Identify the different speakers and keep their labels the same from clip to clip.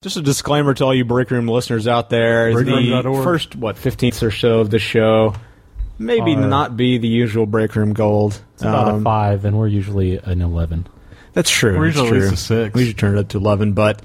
Speaker 1: Just a disclaimer to all you break room listeners out there: is the
Speaker 2: Breakroom.org.
Speaker 1: first what fifteenth or so of the show maybe
Speaker 2: Are-
Speaker 1: not be the usual break room gold.
Speaker 3: Uh, It's about
Speaker 1: Um,
Speaker 3: a five, and we're usually an eleven.
Speaker 1: That's true.
Speaker 2: We're
Speaker 1: that's
Speaker 2: usually at
Speaker 1: true.
Speaker 2: least a six.
Speaker 1: We should turn it up to eleven, but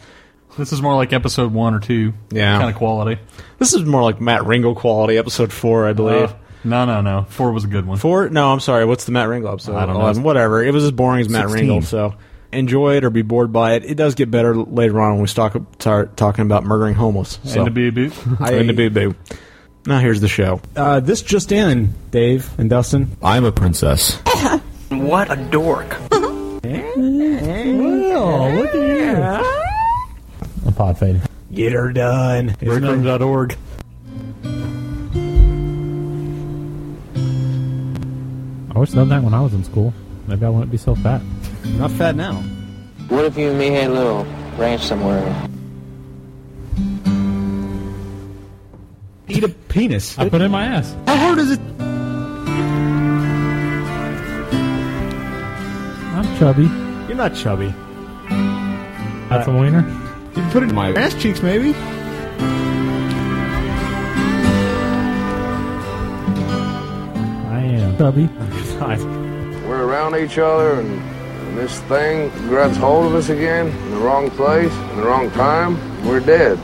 Speaker 2: This is more like episode one or two.
Speaker 1: Yeah.
Speaker 2: Kind of quality.
Speaker 1: this is more like Matt Ringel quality, episode four, I believe.
Speaker 2: Uh, no, no, no. Four was a good one.
Speaker 1: Four? No, I'm sorry. What's the Matt Ringel episode?
Speaker 2: I don't know.
Speaker 1: 11, Whatever. It was as boring as Matt
Speaker 2: 16.
Speaker 1: Ringel. So enjoy it or be bored by it. It does get better later on when we stock, start talking about murdering homeless. So.
Speaker 2: And to be a boot.
Speaker 1: I, and the boo boo. Now here's the show.
Speaker 4: Uh, this just in, Dave and Dustin.
Speaker 5: I'm a princess.
Speaker 6: What a dork.
Speaker 4: Well, look at
Speaker 3: A pod fade.
Speaker 4: Get her done.
Speaker 2: Breakroom.org.
Speaker 3: I always known that when I was in school. Maybe I wouldn't be so fat.
Speaker 4: Not fat now.
Speaker 7: What if you and me had a little ranch somewhere?
Speaker 4: Eat a penis.
Speaker 3: I put it in my ass.
Speaker 4: How hard is it?
Speaker 3: I'm chubby.
Speaker 4: You're not chubby.
Speaker 3: That's a wiener.
Speaker 4: You can put it in
Speaker 5: My-
Speaker 4: my ass cheeks, maybe.
Speaker 3: I am chubby.
Speaker 8: We're around each other and, and this thing grabs hold of us again in the wrong place, in the wrong time, we're dead.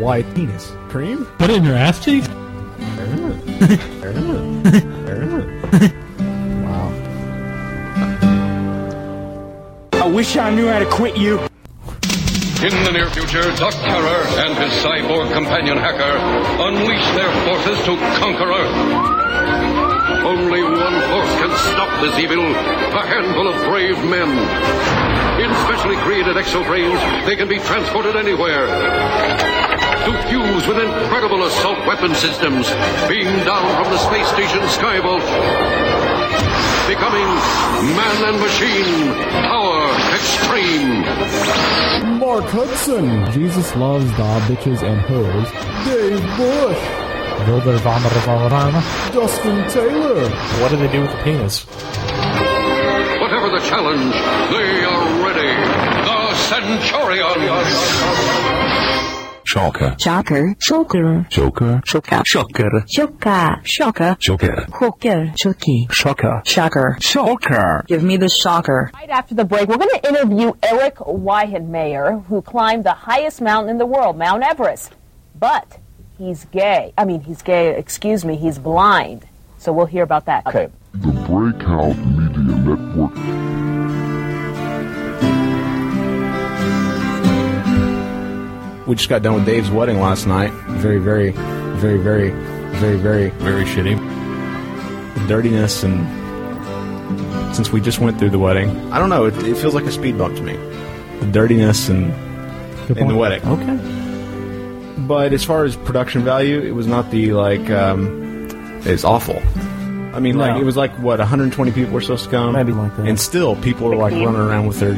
Speaker 4: Why penis? Cream?
Speaker 3: Put it in your ass cheeks.
Speaker 9: In the near future, Doc Terror and his cyborg companion hacker unleash their forces to conquer Earth. Only one force can stop this evil a handful of brave men. In specially created exobrains, they can be transported anywhere. To fuse with incredible assault weapon systems beamed down from the space station Skyvault. Becoming man and machine, power extreme.
Speaker 5: Mark Hudson.
Speaker 3: Jesus loves daw bitches and hoes.
Speaker 5: Dave Bush.
Speaker 3: Builder vomit
Speaker 5: Dustin Taylor.
Speaker 2: What do they do with the penis?
Speaker 9: Whatever the challenge, they are ready. The Centurions.
Speaker 5: Chalker.
Speaker 10: Shocker. Shocker.
Speaker 5: Joker.
Speaker 10: Shocker. Shocker. Shocker. Shocker.
Speaker 5: Joker.
Speaker 10: Shocker. Shocky. Shocker. Shocker. Shocker. Give me the shocker.
Speaker 11: Right after the break, we're going to interview Eric Weihenmayer, who climbed the highest mountain in the world, Mount Everest. But he's gay. I mean, he's gay, excuse me, he's blind. So we'll hear about that. Okay.
Speaker 8: The Breakout Media Network.
Speaker 1: We just got done with Dave's wedding last night. Very, very, very, very, very, very
Speaker 2: Very shitty.
Speaker 1: dirtiness and since we just went through the wedding, I don't know. It, it feels like a speed bump to me. The dirtiness and in the wedding.
Speaker 3: Okay.
Speaker 1: But as far as production value, it was not the like. Um, it's awful. I mean, like
Speaker 4: No.
Speaker 1: it was like what 120 people were supposed to come,
Speaker 4: Maybe like that.
Speaker 1: and still people were like running around with their,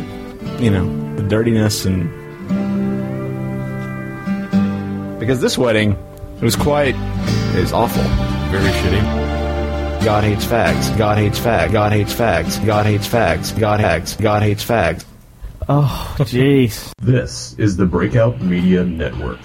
Speaker 1: you know, the dirtiness and because this wedding, it was quite, it was awful.
Speaker 2: Very shitty.
Speaker 1: God hates fags. God hates fags. God hates fags. God hates fags. God hates. God hates fags.
Speaker 4: Jeez.
Speaker 5: This is the Breakout Media Network.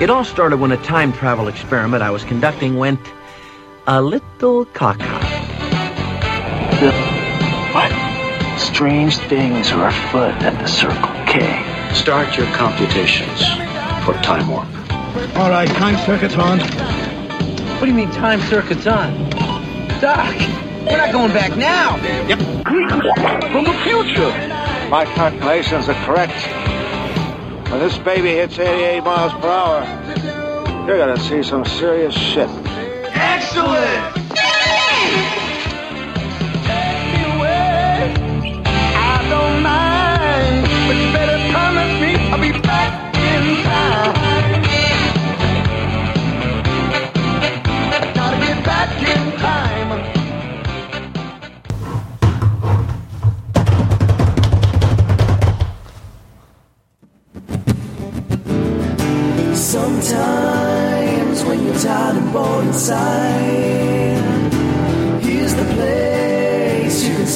Speaker 6: It all started when a time travel experiment I was conducting went a little caca.
Speaker 7: What? Strange things are afoot at the Circle K. Start your computations for time warp.
Speaker 4: All right, time circuits on.
Speaker 6: What do you mean time circuits on? Doc, we're not going back now.
Speaker 8: From the future! My calculations are correct. When this baby hits 88 miles per hour, you're gonna see some serious shit.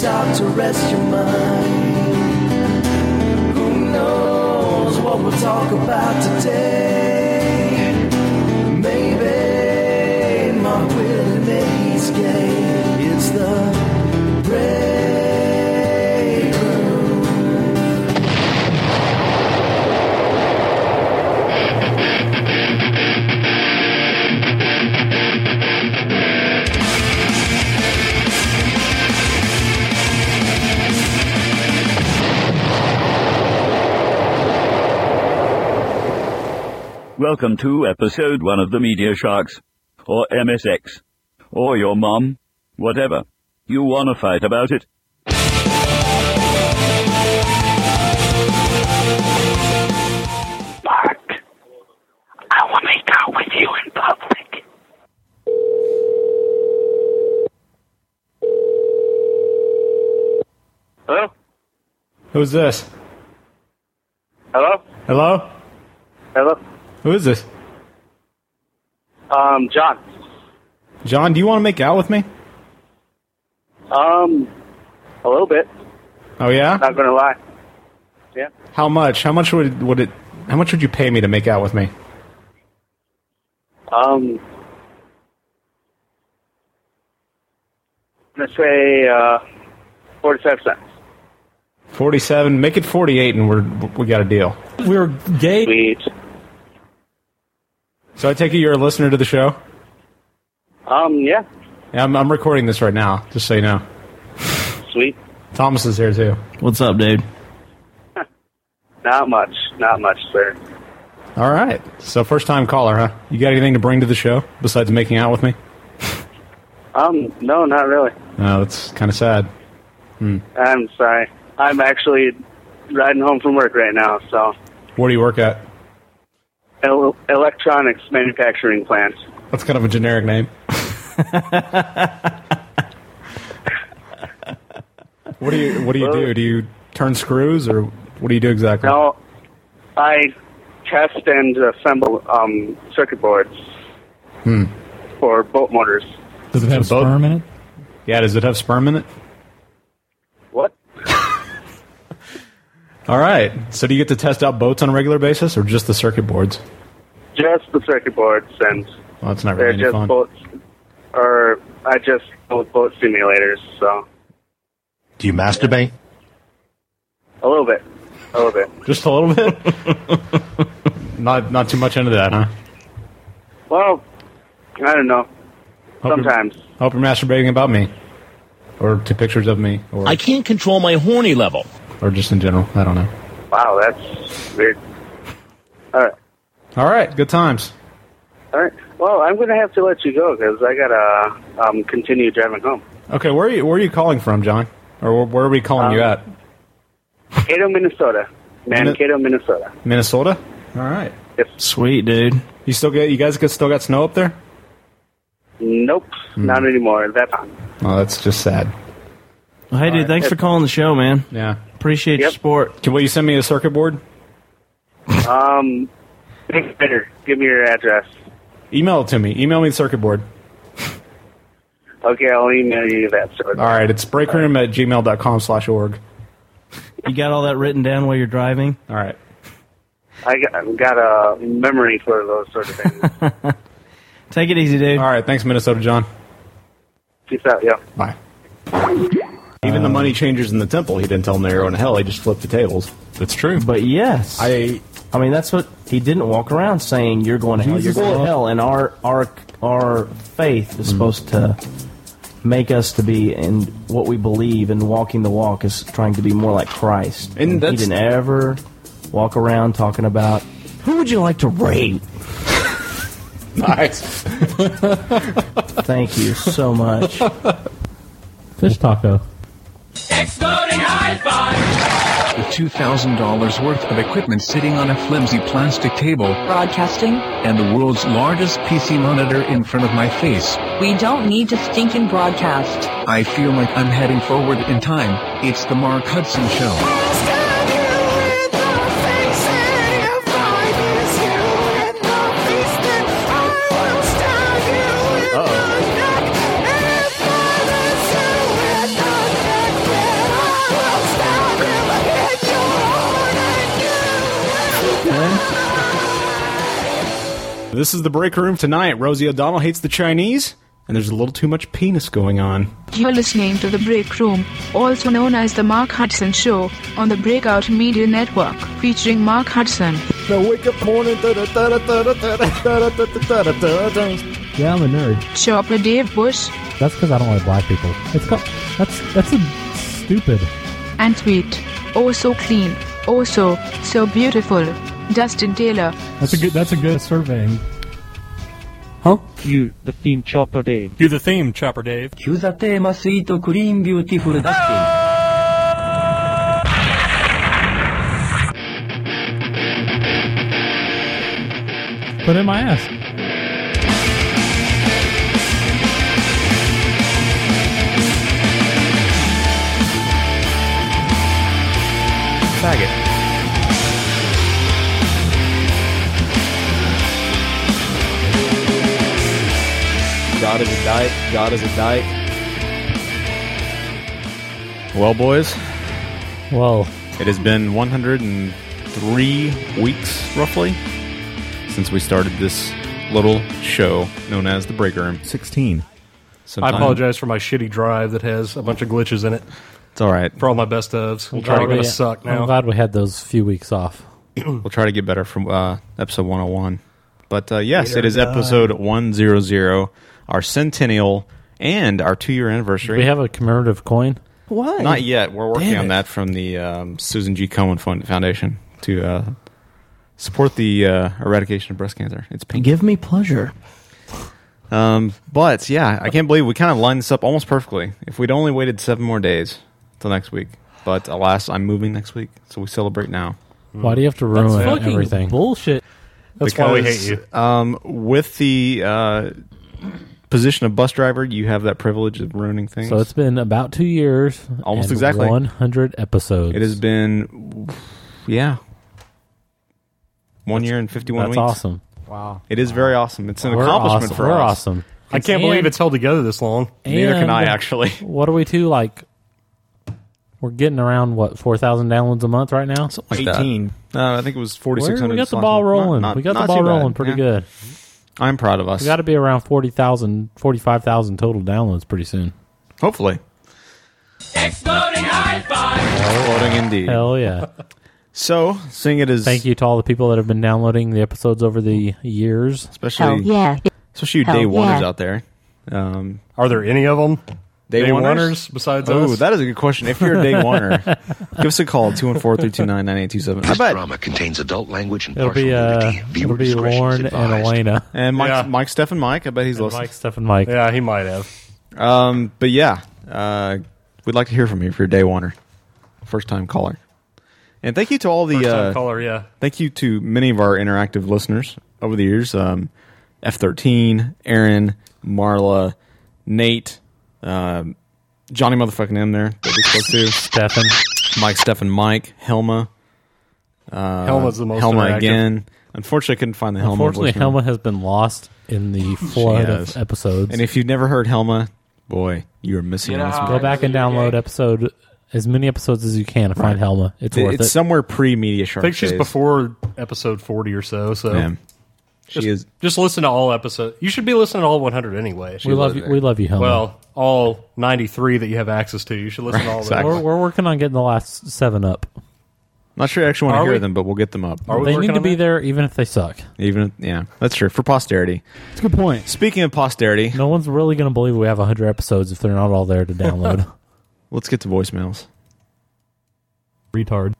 Speaker 8: out to rest your mind. Who knows what we'll talk about today? Maybe Mark will admit he's gay. It's the break room.
Speaker 12: Welcome to episode one of the Media Sharks, or MSX, or your mum, whatever. You wanna fight about it?
Speaker 8: I will make out with you in public.
Speaker 4: Hello?
Speaker 1: Who's this?
Speaker 4: Hello?
Speaker 1: Hello?
Speaker 4: Hello?
Speaker 1: Who is this?
Speaker 4: Um, John.
Speaker 1: John, do you want to make out with me?
Speaker 4: Um, a little bit.
Speaker 1: Oh yeah?
Speaker 4: Not gonna lie. Yeah.
Speaker 1: How much? How much would would it? How much would you pay me to make out with me?
Speaker 4: Um, I'm gonna say, uh, 45 cents.
Speaker 1: Forty-seven. Make it forty-eight, and we're we got a deal.
Speaker 4: We're gay. Sweet.
Speaker 1: So I take it you're a listener to the show.
Speaker 4: Um, yeah.
Speaker 1: Yeah, I'm, I'm recording this right now, just so you know.
Speaker 4: Sweet.
Speaker 1: Thomas is here too.
Speaker 13: What's up, dude?
Speaker 4: Not much. Not much, sir.
Speaker 1: All right. So first time caller, huh? You got anything to bring to the show besides making out with me?
Speaker 4: Um, no, not really.
Speaker 1: No, Uh, that's kind of sad. Hmm.
Speaker 4: I'm sorry. I'm actually riding home from work right now, so.
Speaker 1: Where do you work at?
Speaker 4: El- electronics manufacturing plant.
Speaker 1: That's kind of a generic name. what do you What do you do? Do you turn screws, or what do you do exactly?
Speaker 4: No, I test and assemble um, circuit boards
Speaker 1: Hmm.
Speaker 4: for boat motors.
Speaker 1: Does it have sperm in it? Yeah, does it have sperm in it?
Speaker 4: What?
Speaker 1: All right. So do you get to test out boats on a regular basis, or just the circuit boards?
Speaker 4: Just the circuit boards, and
Speaker 1: Well, that's not
Speaker 4: they're
Speaker 1: really any
Speaker 4: just
Speaker 1: fun.
Speaker 4: boats. Or I just build boat simulators, so
Speaker 14: Do you masturbate?
Speaker 4: a little bit, a little bit.
Speaker 1: Just a little bit. not not too much into that, huh?
Speaker 4: Well, I don't know.
Speaker 1: Hope you're-
Speaker 4: Sometimes.
Speaker 1: Hope you're masturbating about me, or to pictures of me, or
Speaker 13: I can't control my horny level.
Speaker 1: or just in general. I don't know.
Speaker 4: Wow, that's weird. All right,
Speaker 1: All right. Good times.
Speaker 4: all right. Well, I'm gonna have to let you go because I gotta um, continue driving home.
Speaker 1: Okay. Where are you Where are you calling from, John? Or where, where are we calling
Speaker 13: Uh,
Speaker 1: you at?
Speaker 4: Cato, Minnesota. Mankato, Minnesota.
Speaker 1: Minnesota. All right.
Speaker 13: Sweet, dude.
Speaker 1: You still get you guys get, still got snow up there?
Speaker 4: Nope,
Speaker 1: Hmm.
Speaker 4: not anymore. That's
Speaker 1: Oh, that's just sad.
Speaker 13: Well, hey, dude, thanks for calling the show, man.
Speaker 1: Yeah.
Speaker 13: Appreciate your support.
Speaker 1: Can, will you send me a circuit board?
Speaker 4: Um, Big Spitter, give me your address.
Speaker 1: Email it to me. Email me the circuit board.
Speaker 4: Okay, I'll email you that. Sort
Speaker 1: All right, it's breakroom at gmail.com slash org.
Speaker 13: You got all that written down while you're driving?
Speaker 1: All right.
Speaker 4: I got, got a memory for those sort of things.
Speaker 13: Take it easy, dude. All
Speaker 1: right. Thanks, Minnesota John.
Speaker 4: Peace out, yeah.
Speaker 1: Bye. Even the money changers in the temple, he didn't tell them they were in hell. He just flipped the tables. That's true.
Speaker 13: But yes, I. I mean, that's what he didn't walk around saying. You're going to hell. You're
Speaker 6: Jesus
Speaker 13: going to
Speaker 6: Christ.
Speaker 13: hell. And our our our faith
Speaker 1: Mm-hmm.
Speaker 13: is supposed to make us to be in what we believe and walking the walk is trying to be more like Christ.
Speaker 1: And
Speaker 13: he
Speaker 1: that's-
Speaker 13: didn't ever walk around talking about who would you like to rape.
Speaker 1: nice.
Speaker 13: Thank you so much.
Speaker 3: Fish taco.
Speaker 8: Exploding high
Speaker 15: With $2,000 worth of equipment sitting on a flimsy plastic table,
Speaker 16: Broadcasting?
Speaker 15: and the world's largest PC monitor in front of my face,
Speaker 16: We don't need to stinking broadcast.
Speaker 15: I feel like I'm heading forward in time. It's the Mark Hudson Show.
Speaker 8: Uh-oh.
Speaker 17: This is the break room tonight. Rosie O'Donnell hates the Chinese, and there's a little too much penis going on.
Speaker 18: You're listening to The Break Room, also known as The Mark Hudson Show, on the Breakout Media Network, featuring Mark Hudson.
Speaker 19: The wake up morning. da-da-da-da-da-da-da-da-da-da-da-da-da.
Speaker 3: Yeah, I'm a nerd.
Speaker 18: Chopper Dave Bush,
Speaker 3: That's because I don't like black people. It's got that's that's a stupid.
Speaker 18: and Tweet. Oh so clean, oh so, so beautiful. Dustin Taylor,
Speaker 3: That's a good. That's a good surveying.
Speaker 20: Huh? You, the theme Chopper Dave.
Speaker 2: You the theme, Chopper Dave.
Speaker 20: You the theme, sweet, clean, beautiful Dustin.
Speaker 3: Put in my ass.
Speaker 17: Faggot.
Speaker 1: God is a dyke. God is a dyke. Well, boys.
Speaker 3: Well,
Speaker 1: it has been 103 weeks, roughly, since we started this little show known as the Break Room. 16.
Speaker 2: I apologize for my shitty drive that has a bunch of glitches in it.
Speaker 1: It's all right.
Speaker 2: For all my best ofs. We'll try to
Speaker 3: we-
Speaker 2: suck
Speaker 3: I'm
Speaker 2: now.
Speaker 3: glad we had those few weeks off.
Speaker 1: we'll try to get better from uh, episode 101. But uh, yes,
Speaker 3: Later
Speaker 1: it is
Speaker 3: die.
Speaker 1: episode 100, our centennial and our two year anniversary.
Speaker 3: We have a commemorative coin.
Speaker 1: Why? Not yet. We're working on that from the um, Susan G. Cohen Fund Foundation to uh, support the uh, eradication of breast cancer. It's pink.
Speaker 13: Give me pleasure.
Speaker 1: Um, but yeah, I can't believe we kind of lined this up almost perfectly. If we'd only waited seven more days till next week, but alas, I'm moving next week, so we celebrate now.
Speaker 3: Why do you have to
Speaker 1: Mm. That's
Speaker 3: ruin
Speaker 1: fucking
Speaker 3: everything? Bullshit. That's why we hate you.
Speaker 1: Um, with the uh, position of bus driver, you have that privilege of ruining things.
Speaker 3: So it's been about two years.
Speaker 1: Almost
Speaker 3: and
Speaker 1: exactly.
Speaker 3: 100 episodes.
Speaker 1: It has been, yeah, one year and fifty-one.
Speaker 3: that's
Speaker 1: weeks.
Speaker 3: awesome.
Speaker 1: Wow, it is very awesome. It's an
Speaker 3: We're
Speaker 1: accomplishment
Speaker 3: awesome.
Speaker 1: for
Speaker 3: We're
Speaker 1: us.
Speaker 3: awesome.
Speaker 2: I can't believe it's held together this long.
Speaker 1: Neither can I,
Speaker 3: And
Speaker 1: actually.
Speaker 3: What are we to like? We're getting around what four thousand downloads a month right now.
Speaker 1: Something like that. Uh, I think it was forty-six
Speaker 3: We
Speaker 1: hundred.
Speaker 3: got the ball rolling. we got the ball rolling pretty good.
Speaker 1: I'm proud of us.
Speaker 3: We got to be around 40,000, 45,000 total downloads pretty soon.
Speaker 1: Hopefully.
Speaker 8: Exploding high five.
Speaker 1: Exploding indeed.
Speaker 3: Hell yeah.
Speaker 1: so, seeing it as.
Speaker 3: Thank you to all the people that have been downloading the episodes over the years.
Speaker 1: Especially, Especially you day oneers out there. Um,
Speaker 2: Are there any of them?
Speaker 1: Day,
Speaker 2: Day
Speaker 1: oneers?
Speaker 2: oneers besides
Speaker 1: oh,
Speaker 2: us?
Speaker 1: that is a good question. If you're a day oneer, give us a call 214 329 9827. I
Speaker 21: This
Speaker 1: bet.
Speaker 21: drama contains adult language and
Speaker 3: It'll be, uh, it'll be Lauren and Elena.
Speaker 1: And Uh, Mike, Mike, Steph, and Mike. I bet he's listening.
Speaker 3: Mike, Steph, and Mike.
Speaker 1: Yeah, he might have. Um, but yeah, uh, we'd like to hear from you if you're a day oneer, first time caller. And thank you to all the
Speaker 2: First-time
Speaker 1: uh,
Speaker 2: caller, yeah.
Speaker 1: Thank you to many of our interactive listeners over the years. Um, F13, Aaron, Marla, Nate, um, Johnny motherfucking M there that we spoke to.
Speaker 3: Stefan.
Speaker 1: Mike, Stefan, Mike, Helma. Uh,
Speaker 2: Helma's the most
Speaker 1: Helma
Speaker 2: interactive.
Speaker 1: again. Unfortunately, I couldn't find the Helma.
Speaker 3: Unfortunately,
Speaker 1: voicemail.
Speaker 3: Helma has been lost in the flood
Speaker 1: Yes.
Speaker 3: of episodes.
Speaker 1: And if you've never heard Helma, boy, you're missing out.
Speaker 3: Go back and download episode as many episodes as you can to find Helma. It's
Speaker 1: It-
Speaker 3: worth it.
Speaker 1: somewhere pre Media
Speaker 2: I
Speaker 1: Shark.
Speaker 2: think she's
Speaker 1: days.
Speaker 2: before episode 40 or so, so.
Speaker 1: Yeah.
Speaker 2: Just,
Speaker 1: is-
Speaker 2: just listen to all episodes. You should be listening to all 100 anyway.
Speaker 3: We love you- we love you, Helma.
Speaker 2: Well, all 93 that you have access to. You should listen to all of
Speaker 3: We're, we're working on getting the last seven up.
Speaker 1: Not sure I actually want
Speaker 3: Are
Speaker 1: to hear
Speaker 3: we-
Speaker 1: them, but we'll get them up.
Speaker 3: they need to be there even if they suck.
Speaker 1: Even yeah, that's true for posterity. That's
Speaker 3: a good point.
Speaker 1: Speaking of posterity,
Speaker 3: No one's really going to believe we have 100 episodes if they're not all there to download.
Speaker 1: Let's get to voicemails.
Speaker 3: Retard.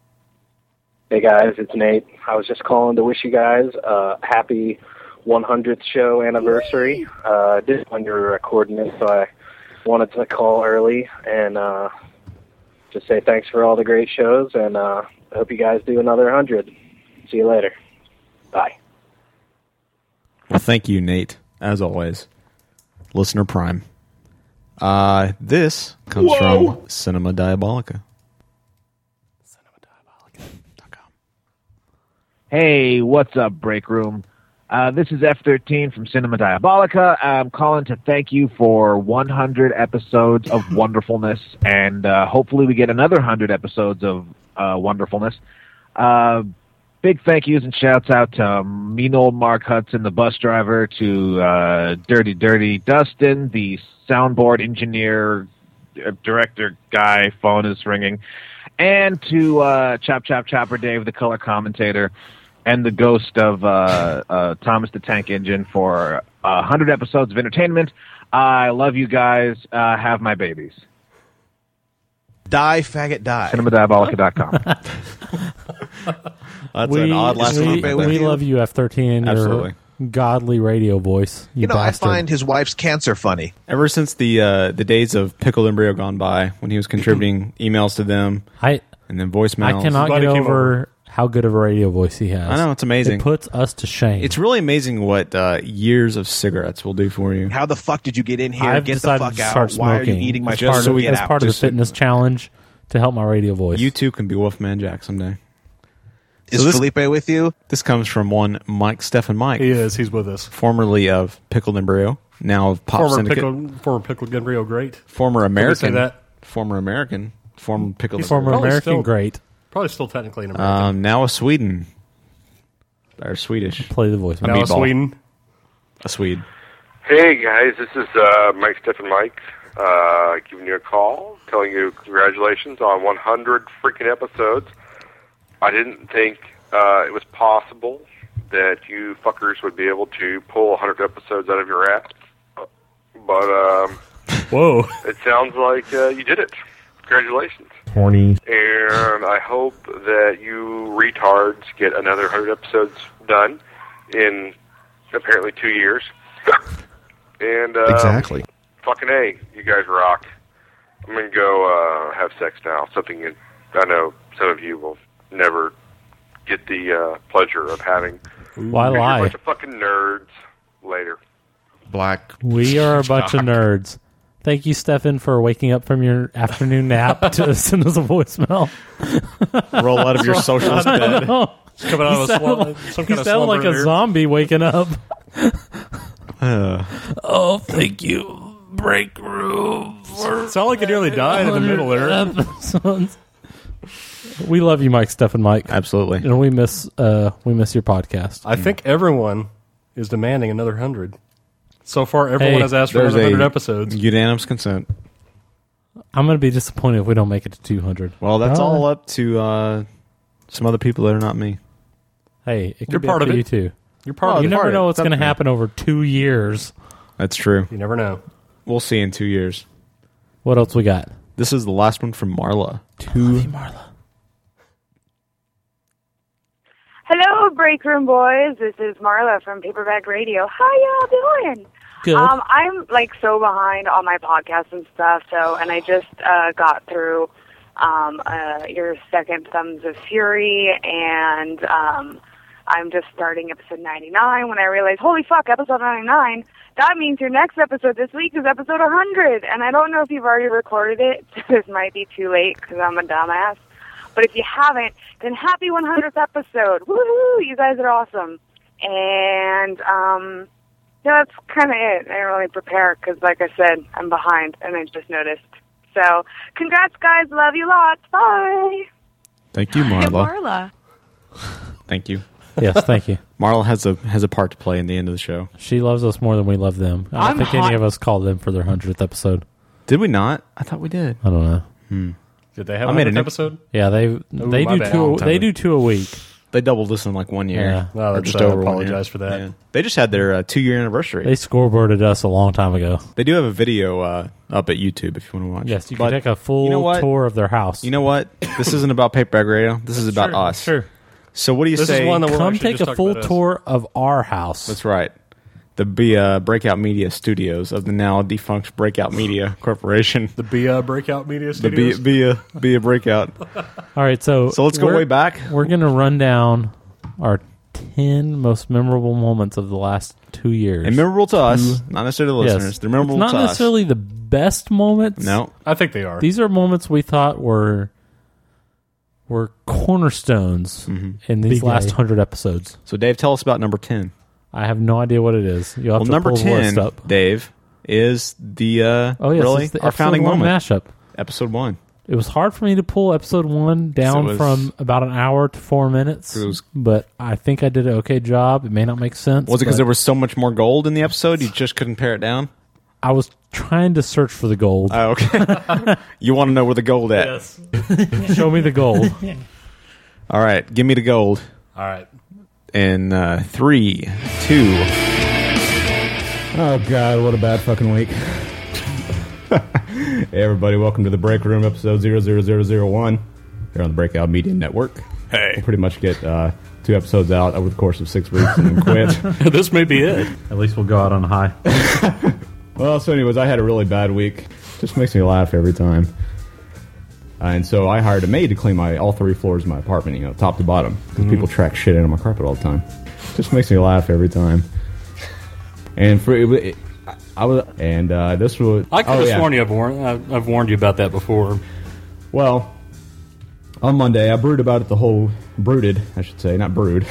Speaker 4: Hey guys, it's Nate. I was just calling to wish you guys uh, happy 100th show anniversary. Uh, didn't when you were recording this, so I wanted to call early and uh, just say thanks for all the great shows, and uh, I hope you guys do another 100. See you later. Bye.
Speaker 1: Well, thank you, Nate, as always. Listener Prime. Uh, this comes
Speaker 8: Whoa.
Speaker 1: from Cinema Diabolica.
Speaker 22: Hey, what's up, Break Room? Uh, this is F13 from Cinema Diabolica. I'm calling to thank you for 100 episodes of wonderfulness, and uh, hopefully we get another 100 episodes of uh, wonderfulness. Uh, big thank yous and shouts out to um, mean old Mark Hudson, the bus driver, to uh, Dirty Dirty Dustin, the soundboard engineer, uh, director guy. Phone is ringing, and to uh, Chop Chop Chopper Dave, the color commentator, and the ghost of uh, uh, Thomas the Tank Engine for uh, hundred episodes of entertainment. I love you guys. Uh, have my babies.
Speaker 23: Die, faggot, die.
Speaker 22: Cinemadiabolica.com.
Speaker 23: That's an odd last
Speaker 3: we,
Speaker 23: name, I
Speaker 3: We
Speaker 23: think.
Speaker 3: love you, F13.
Speaker 1: Absolutely.
Speaker 3: Your godly radio voice. You,
Speaker 23: You know, I
Speaker 3: bastard.
Speaker 23: find his wife's cancer funny.
Speaker 1: Ever since the uh, the days of pickled embryo gone by, when he was contributing emails to them,
Speaker 3: I
Speaker 1: and then voicemails.
Speaker 3: I cannot get over, how good of a radio voice he has.
Speaker 1: I know, it's amazing.
Speaker 3: It puts us to shame.
Speaker 1: It's really amazing what uh, years of cigarettes will do for you.
Speaker 23: How the fuck did you get in here?
Speaker 3: I've
Speaker 23: get the
Speaker 3: decided
Speaker 23: fuck
Speaker 3: to
Speaker 23: out.
Speaker 3: start smoking
Speaker 23: Why are you eating my
Speaker 1: Just
Speaker 23: food?
Speaker 1: so we
Speaker 23: Get
Speaker 3: as
Speaker 23: out.
Speaker 3: part of the
Speaker 23: Just-
Speaker 3: fitness challenge to help my radio voice.
Speaker 1: You too can be Wolfman Jack someday.
Speaker 23: Is Felipe with you?
Speaker 1: This comes from one Mike Stefan Mike.
Speaker 2: He is. He's with us.
Speaker 1: Formerly of Pickled Embryo, now of Pop
Speaker 2: former
Speaker 1: Syndicate.
Speaker 2: Pickle, former Pickle Gun Rio Great.
Speaker 1: former
Speaker 2: Let me
Speaker 1: American.
Speaker 2: Say that.
Speaker 1: Former American. Former Pickled
Speaker 2: He's
Speaker 1: Embryo.
Speaker 2: probably still- Probably still technically an American.
Speaker 1: Um, now a Sweden. Or Swedish.
Speaker 3: Play the voice.
Speaker 2: Now a Sweden.
Speaker 1: A Swede.
Speaker 24: Hey guys, this is uh, Mike Stephen Mike, uh, giving you a call, telling you congratulations on 100 freaking episodes. I didn't think uh, it was possible that you fuckers would be able to pull 100 episodes out of your ass, but um,
Speaker 2: Whoa.
Speaker 24: it sounds like uh, you did it. Congratulations.
Speaker 25: Horny.
Speaker 24: And I hope that you retards get another 100 episodes done in apparently two years. and uh,
Speaker 23: Exactly.
Speaker 24: fucking A, you guys rock. I'm going to go uh, have sex now, something that I know some of you will never get the uh, pleasure of having.
Speaker 3: Why
Speaker 24: Because you're
Speaker 3: lie?
Speaker 24: A bunch of fucking nerds. Later.
Speaker 23: Black.
Speaker 3: We are a bunch of nerds. Thank you, Stefan, for waking up from your afternoon nap to send us a voicemail.
Speaker 1: Roll out of your socialist
Speaker 3: I don't
Speaker 1: bed.
Speaker 3: know.
Speaker 1: Just coming out
Speaker 3: You
Speaker 1: of a slum-
Speaker 3: sound like-
Speaker 1: some
Speaker 3: you
Speaker 1: kind of
Speaker 3: sound like
Speaker 1: slumber
Speaker 3: a
Speaker 1: here.
Speaker 3: zombie waking up.
Speaker 1: Uh,
Speaker 3: oh, thank you, break room.
Speaker 2: Sound like you nearly died in the middle there.
Speaker 3: We love you, Mike, Stefan, Mike.
Speaker 1: Absolutely,
Speaker 3: and we miss uh, we miss your podcast.
Speaker 2: I think everyone is demanding another 100. So far, everyone has asked for
Speaker 1: there's
Speaker 2: another
Speaker 1: a
Speaker 2: 100 episodes.
Speaker 1: Unanimous consent.
Speaker 3: I'm going to be disappointed if we don't make it to 200.
Speaker 1: Well, that's
Speaker 3: Uh,
Speaker 1: all up to uh, some other people that are not me.
Speaker 3: Hey, it could
Speaker 1: You're
Speaker 3: be
Speaker 1: part
Speaker 3: up
Speaker 1: of
Speaker 3: to
Speaker 1: it.
Speaker 3: You too.
Speaker 2: You're part
Speaker 1: Oh,
Speaker 3: You
Speaker 2: of it.
Speaker 3: never
Speaker 2: Part of
Speaker 3: know
Speaker 2: it.
Speaker 3: what's
Speaker 2: It's up
Speaker 3: going to
Speaker 2: to you.
Speaker 3: happen over two years.
Speaker 1: That's true.
Speaker 2: You never know.
Speaker 1: We'll see in two years.
Speaker 3: What else we got?
Speaker 1: This is the last one from Marla. Two. Marla.
Speaker 26: Hello, break room boys. This is Marla from Paperback Radio. How y'all doing?
Speaker 27: Good.
Speaker 26: Um, I'm like so behind on my podcasts and stuff. So, and I just uh, got through um, uh, your second Thumbs of Fury, and um, I'm just starting episode 99 when I realized, holy fuck, episode 99. That means your next episode this week is episode 100, and I don't know if you've already recorded it. this might be too late because I'm a dumbass. But if you haven't, then happy 100th episode. Woohoo! You guys are awesome. And um, yeah, that's kind of it. I didn't really prepare because, like I said, I'm behind and I just noticed. So, congrats, guys. Love you lots. Bye.
Speaker 1: Thank you, Marla. Thank you.
Speaker 3: Yes, thank you.
Speaker 1: Marla has a has a part to play in the end of the show.
Speaker 3: She loves us more than we love them. I don't
Speaker 1: I'm
Speaker 3: think
Speaker 1: hot-
Speaker 3: any of us called them for their 100th episode.
Speaker 1: Did we not? I thought we did.
Speaker 3: I don't know.
Speaker 2: Did they have
Speaker 1: I
Speaker 2: an
Speaker 1: made a new-
Speaker 2: episode?
Speaker 3: Yeah, they they
Speaker 2: my
Speaker 3: do
Speaker 2: bad.
Speaker 3: two
Speaker 2: Long time
Speaker 3: they
Speaker 2: ago.
Speaker 3: do two a week.
Speaker 1: They doubled this in like one year.
Speaker 3: Yeah.
Speaker 2: No,
Speaker 1: Or
Speaker 2: that's- I
Speaker 1: one year.
Speaker 2: apologize for that.
Speaker 1: Yeah. They just had their uh, two year anniversary.
Speaker 3: They scoreboarded us a long time ago.
Speaker 1: They do have a video uh, up at YouTube if you want to watch.
Speaker 3: Yes, you
Speaker 1: But
Speaker 3: can take a full
Speaker 1: you know what?
Speaker 3: tour of their house.
Speaker 1: You know what? This isn't about paperback radio. This is about
Speaker 3: Sure,
Speaker 1: us.
Speaker 3: sure.
Speaker 1: So what do you
Speaker 3: This is
Speaker 1: say?
Speaker 3: one that we'll Come actually take just a talk full about us. tour of our house.
Speaker 1: That's right. The B, uh, Breakout Media Studios of the now defunct Breakout Media Corporation. The
Speaker 2: Be uh, Breakout Media
Speaker 1: the B,
Speaker 2: Studios.
Speaker 1: B, uh, B Breakout.
Speaker 3: All right, so
Speaker 1: So let's go
Speaker 3: we're-
Speaker 1: way back.
Speaker 3: We're gonna run down our ten most memorable moments of the last two years.
Speaker 1: And memorable to us,
Speaker 3: Two-
Speaker 1: not necessarily to
Speaker 3: Yes.
Speaker 1: listeners. They're memorable
Speaker 3: It's not
Speaker 1: to us.
Speaker 3: necessarily the best moments.
Speaker 1: No.
Speaker 2: I think they are.
Speaker 3: These are moments we thought were were cornerstones in these
Speaker 1: Big
Speaker 3: last
Speaker 1: A.
Speaker 3: hundred episodes.
Speaker 1: So Dave, tell us about number ten.
Speaker 3: I have no idea what it is. You'll have
Speaker 1: Well,
Speaker 3: to
Speaker 1: number
Speaker 3: pull the list
Speaker 1: ten,
Speaker 3: up.
Speaker 1: Dave, is the uh,
Speaker 3: Oh, yes,
Speaker 1: really
Speaker 3: it's the
Speaker 1: our
Speaker 3: episode
Speaker 1: founding
Speaker 3: one
Speaker 1: moment
Speaker 3: mashup.
Speaker 1: episode one.
Speaker 3: It was hard for me to pull episode one down
Speaker 28: was-
Speaker 3: from about an hour to four minutes,
Speaker 28: It was-
Speaker 3: but I think I did an okay job. It may not make sense.
Speaker 28: Was it because
Speaker 3: but
Speaker 28: there was so much more gold in the episode? You just couldn't pare it down.
Speaker 3: I was trying to search for the gold?
Speaker 28: Oh, okay. you want to know where the gold at?
Speaker 3: Show me the gold.
Speaker 28: All right, give me the gold.
Speaker 2: All right.
Speaker 28: In uh, three, two.
Speaker 1: Oh god, what a bad fucking week. hey everybody, welcome to the Break Room episode 00001. Here on the Breakout Media Network. Hey. Pretty much get uh, two episodes out over the course of six weeks and then quit.
Speaker 2: this may be it.
Speaker 3: At least we'll go out on a high.
Speaker 1: Well, so anyways, I had a really bad week. Just makes me laugh every time. Uh, and so I hired a maid to clean my all three floors of my apartment, you know, top to bottom, 'cause
Speaker 3: Mm-hmm.
Speaker 9: Mhm.
Speaker 1: people track shit into my carpet all the time. Just makes me laugh every time. And for it, it, I was, and uh, this was.
Speaker 2: I could
Speaker 1: oh,
Speaker 2: have
Speaker 1: yeah.
Speaker 2: sworn you have warned. uh, I've, I've warned you about that before.
Speaker 1: Well, on Monday I brewed about it the whole brooded, I should say, not brewed,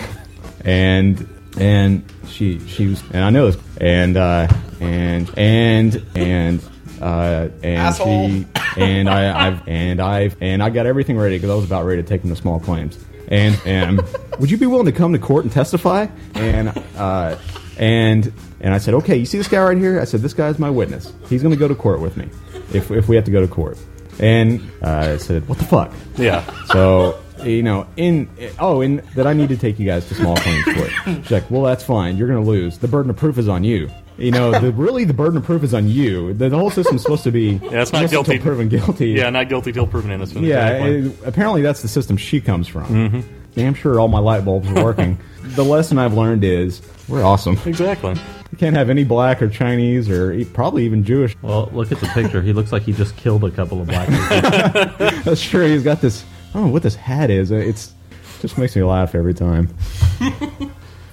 Speaker 1: and and she she was and I know this and uh, and and and uh, and she and I I've and I've and I got everything ready because I was about ready to take them to small claims and and would you be willing to come to court and testify and uh, and and I said okay you see this guy right here I said this guy's my witness he's going to go to court with me if if we have to go to court and uh, I said what the fuck
Speaker 2: Yeah.
Speaker 1: so you know, in oh, and that I need to take you guys to small claims court. She's like, well, that's fine. You're going to lose. The burden of proof is on you. You know, the, really, the burden of proof is on you. The, the whole system's supposed to be
Speaker 2: Yeah, it's not
Speaker 1: innocent
Speaker 2: guilty.
Speaker 1: till proven guilty.
Speaker 2: Yeah, not guilty till proven innocent.
Speaker 1: Yeah,
Speaker 2: Exactly.
Speaker 1: it- apparently that's the system she comes from.
Speaker 11: Mm-hmm.
Speaker 1: Damn sure all my light bulbs are working. the lesson I've learned is we're awesome.
Speaker 2: Exactly.
Speaker 1: You can't have any black or Chinese or e- probably even Jewish.
Speaker 11: Well, look at the picture. He looks like he just killed a couple of black people.
Speaker 1: That's true. He's got this. I don't know what this hat is. Uh, It's just makes me laugh every time.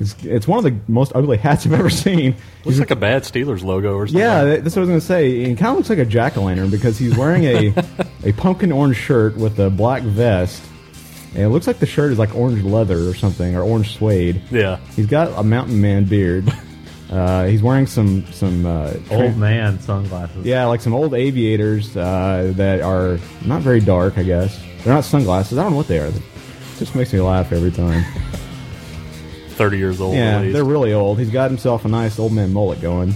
Speaker 1: it's, it's one of the most ugly hats I've ever seen.
Speaker 2: Looks like a bad Steelers logo or something.
Speaker 1: Yeah, that- that's what I was going to say. He kind of looks like a jack o' lantern because he's wearing a a pumpkin orange shirt with a black vest, and it looks like the shirt is like orange leather or something or orange suede.
Speaker 2: Yeah.
Speaker 1: he's got a mountain man beard. Uh, he's wearing some some uh,
Speaker 11: Old
Speaker 1: tran-
Speaker 11: man sunglasses.
Speaker 1: yeah, like some old aviators uh, that are not very dark, I guess. They're not sunglasses. I don't know what they are. It just makes me laugh every time.
Speaker 2: Thirty years old.
Speaker 1: yeah,
Speaker 2: at least.
Speaker 1: they're really old. He's got himself a nice old man mullet going.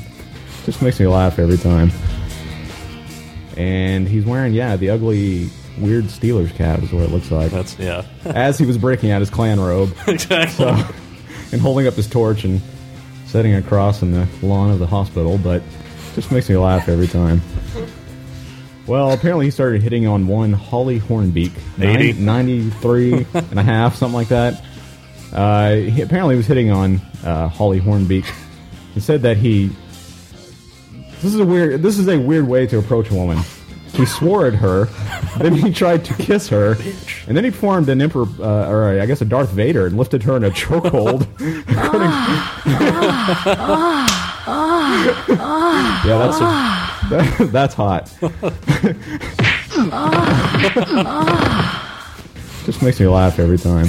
Speaker 1: Just makes me laugh every time. And he's wearing, yeah, the ugly, weird Steelers cap is what it looks like.
Speaker 2: That's yeah.
Speaker 1: As he was breaking out his clan robe.
Speaker 2: Exactly.
Speaker 1: and holding up his torch and setting a cross in the lawn of the hospital, but just makes me laugh every time. Well, apparently he started hitting on one Holly Hornbeak, 90,
Speaker 2: 80.
Speaker 1: 93 and a half, something like that. Uh, he apparently was hitting on uh, Holly Hornbeak and said that he. This is a weird. This is a weird way to approach a woman. He swore at her, then he tried to kiss her, and then he formed an emperor, uh, or I guess a Darth Vader, and lifted her in a chokehold. yeah, that's a, that's hot.
Speaker 8: Ah.
Speaker 1: Just makes me laugh every time.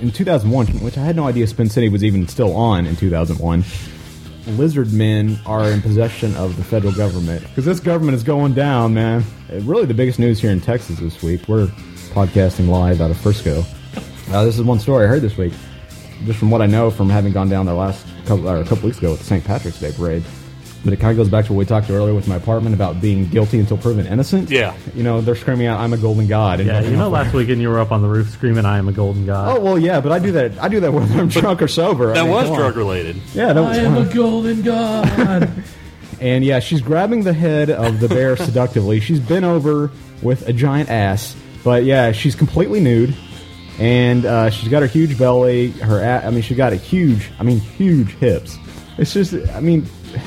Speaker 1: In 2001, which I had no idea Spin City was even still on in 2001, lizard men are in possession of the federal government. Because this government is going down, man. Uh, Really, the biggest news here in Texas this week. We're podcasting live out of Frisco. Uh, this is one story I heard this week. Just from what I know from having gone down there last couple, or a couple weeks ago at the St. Patrick's Day parade. But it kind of goes back to what we talked to earlier with my apartment about being guilty until proven innocent.
Speaker 2: Yeah.
Speaker 1: You know, they're screaming out, I'm a golden god. and
Speaker 11: Yeah, you know, last weekend you were up on the roof screaming, "I am a golden god."
Speaker 1: Oh well, yeah, but I do that. I do that whether I'm drunk or sober. I
Speaker 11: that
Speaker 1: mean,
Speaker 11: was
Speaker 1: come on.
Speaker 11: drug related.
Speaker 1: Yeah, that was. fun.
Speaker 3: golden god.
Speaker 1: and yeah, she's grabbing the head of the bear seductively. She's bent over with a giant ass, but yeah, she's completely nude, and uh, she's got her huge belly. Her, a- I mean, she got a huge, I mean, huge hips. It's just, I mean.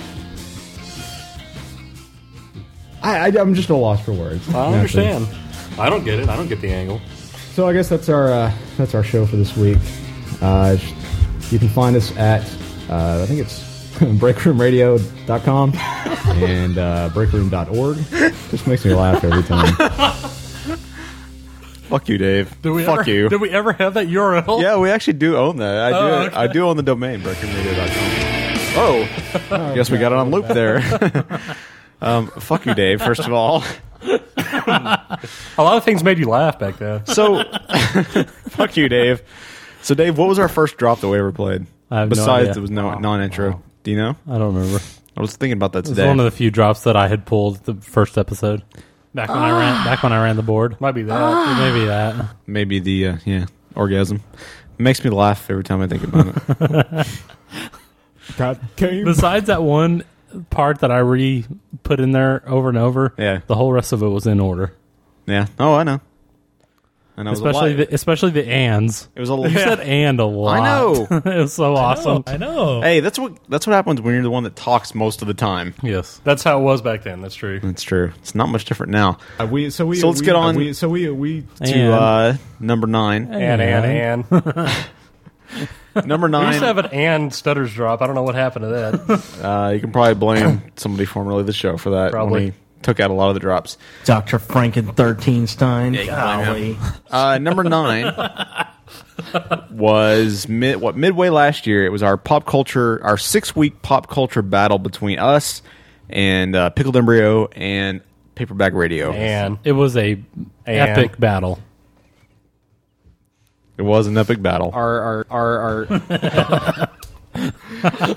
Speaker 1: I, I, I'm just at a loss for words.
Speaker 2: I
Speaker 1: Nothing.
Speaker 2: understand. I don't get it. I don't get the angle.
Speaker 1: So I guess that's our uh, that's our show for this week. Uh, you can find us at uh, I think it's breakroomradio.com and uh, breakroom.org. Just makes me laugh
Speaker 8: Ah.
Speaker 1: every time.
Speaker 28: Fuck you, Dave.
Speaker 2: Do we
Speaker 28: Fuck
Speaker 2: ever,
Speaker 28: you.
Speaker 2: Did we ever have that URL?
Speaker 28: yeah, we actually do own that. I do.
Speaker 2: Oh, okay.
Speaker 28: I do own the domain breakingradio.com. Oh, guess we got it on loop there. um, fuck you, Dave. First of all,
Speaker 2: A lot of things made you laugh back then.
Speaker 1: So, fuck you, Dave. So, Dave, what was our first drop that we ever played?
Speaker 3: I have no
Speaker 1: Besides,
Speaker 3: idea.
Speaker 1: it was no, non-intro. Do you know?
Speaker 3: I don't remember.
Speaker 1: I was thinking about that
Speaker 3: It was
Speaker 1: today.
Speaker 3: one of the few drops that I had pulled the first episode. Back when I ran, back when I ran the board,
Speaker 2: might be that.
Speaker 3: Maybe that.
Speaker 1: Maybe the uh, yeah orgasm. It makes me laugh every time I think about it.
Speaker 3: God Besides that one part that I re put in there over and over,
Speaker 1: yeah.
Speaker 3: the whole rest of it was in order.
Speaker 1: Yeah. Oh, I know. And I was
Speaker 3: especially
Speaker 1: alive.
Speaker 3: the especially the ands. It
Speaker 1: was a
Speaker 3: you said and a lot.
Speaker 1: I know.
Speaker 3: it was so awesome.
Speaker 1: Hey, that's what that's what happens when you're the one that talks most of the time.
Speaker 3: Yes,
Speaker 2: that's how it was back then. That's true.
Speaker 1: That's true. It's not much different now.
Speaker 19: Uh, we, so we,
Speaker 1: So let's
Speaker 19: we-
Speaker 1: get
Speaker 19: uh,
Speaker 1: on
Speaker 19: we- so we we
Speaker 1: to uh, number nine.
Speaker 2: And, and,
Speaker 1: Number
Speaker 2: We
Speaker 1: nine.
Speaker 2: used to have an and stutters drop. I don't know what happened to that.
Speaker 1: Uh, you can probably blame somebody formerly of the show for that.
Speaker 2: Probably.
Speaker 1: when he took out a lot of the drops.
Speaker 13: Dr. Franken Thirteenstein.
Speaker 2: Oh,
Speaker 13: Golly.
Speaker 1: Uh, number nine was mid, what midway last year. It was our pop culture, our six week pop culture battle between us and uh, Pickled Embryo and Paperback Radio.
Speaker 2: And
Speaker 3: it was a epic battle.
Speaker 1: It was an epic battle. Our, our, our, our.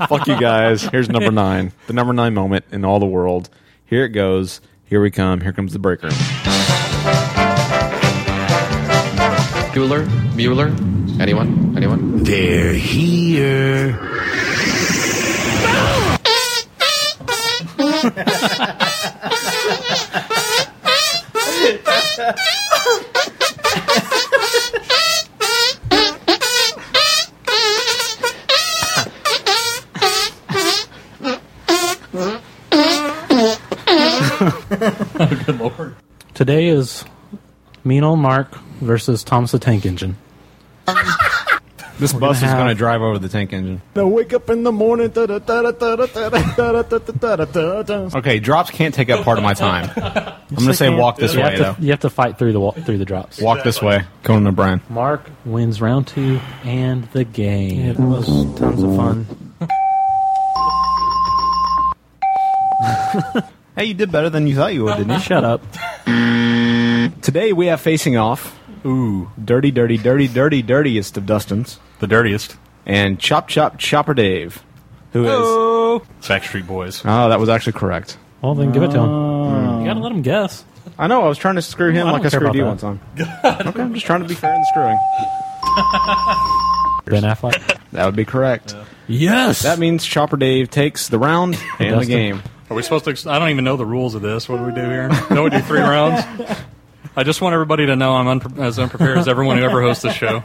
Speaker 1: Fuck you guys. Here's number nine. The number nine moment in all the world. Here it goes. Here we come. Here comes the break room.
Speaker 9: Bueller? Bueller? Anyone? Anyone? They're here.
Speaker 2: Good lord.
Speaker 3: Today is Mean Old Mark versus Thomas the Tank Engine.
Speaker 1: This
Speaker 3: We're
Speaker 1: bus is
Speaker 3: gonna have-
Speaker 1: going to drive over the tank engine.
Speaker 19: Now wake up in the morning. Da, da, da, da, da, da, da, da, da, da, da, da, da.
Speaker 1: Okay, drops can't take up part of my time. I'm going to
Speaker 3: Yes,
Speaker 1: say
Speaker 3: they can.
Speaker 1: walk this
Speaker 3: you
Speaker 1: way,
Speaker 3: have
Speaker 1: though.
Speaker 3: to, You have to fight through the wa- through the drops.
Speaker 1: Walk this way. Conan O'Brien.
Speaker 3: Mark wins round two and the game.
Speaker 13: It was tons of fun.
Speaker 1: Hey, you did better than you thought you would, didn't you?
Speaker 3: Shut up.
Speaker 1: Today we have facing off. Ooh, dirty, dirty, dirty, dirty, dirtiest of Dustin's.
Speaker 2: The dirtiest.
Speaker 1: And chop, chop, chopper Dave, who is?
Speaker 2: Backstreet Boys.
Speaker 1: Oh, that was actually correct.
Speaker 3: Well, then give it to him.
Speaker 2: Oh.
Speaker 3: You gotta let him guess.
Speaker 1: I know. I was trying to screw him
Speaker 3: I
Speaker 1: like
Speaker 3: don't
Speaker 1: I
Speaker 3: care
Speaker 1: screwed
Speaker 3: about
Speaker 1: you
Speaker 3: that.
Speaker 1: one time. okay, I'm just trying to be fair and screwing.
Speaker 3: Ben Affleck.
Speaker 1: That would be correct.
Speaker 3: Yes.
Speaker 1: That means Chopper Dave takes the round and the
Speaker 2: Dustin.
Speaker 1: game.
Speaker 2: Are we supposed to? ex- I don't even know the rules of this. What do we do here? Don't we do three rounds? I just want everybody to know I'm unpre as unprepared as everyone who ever hosts this show.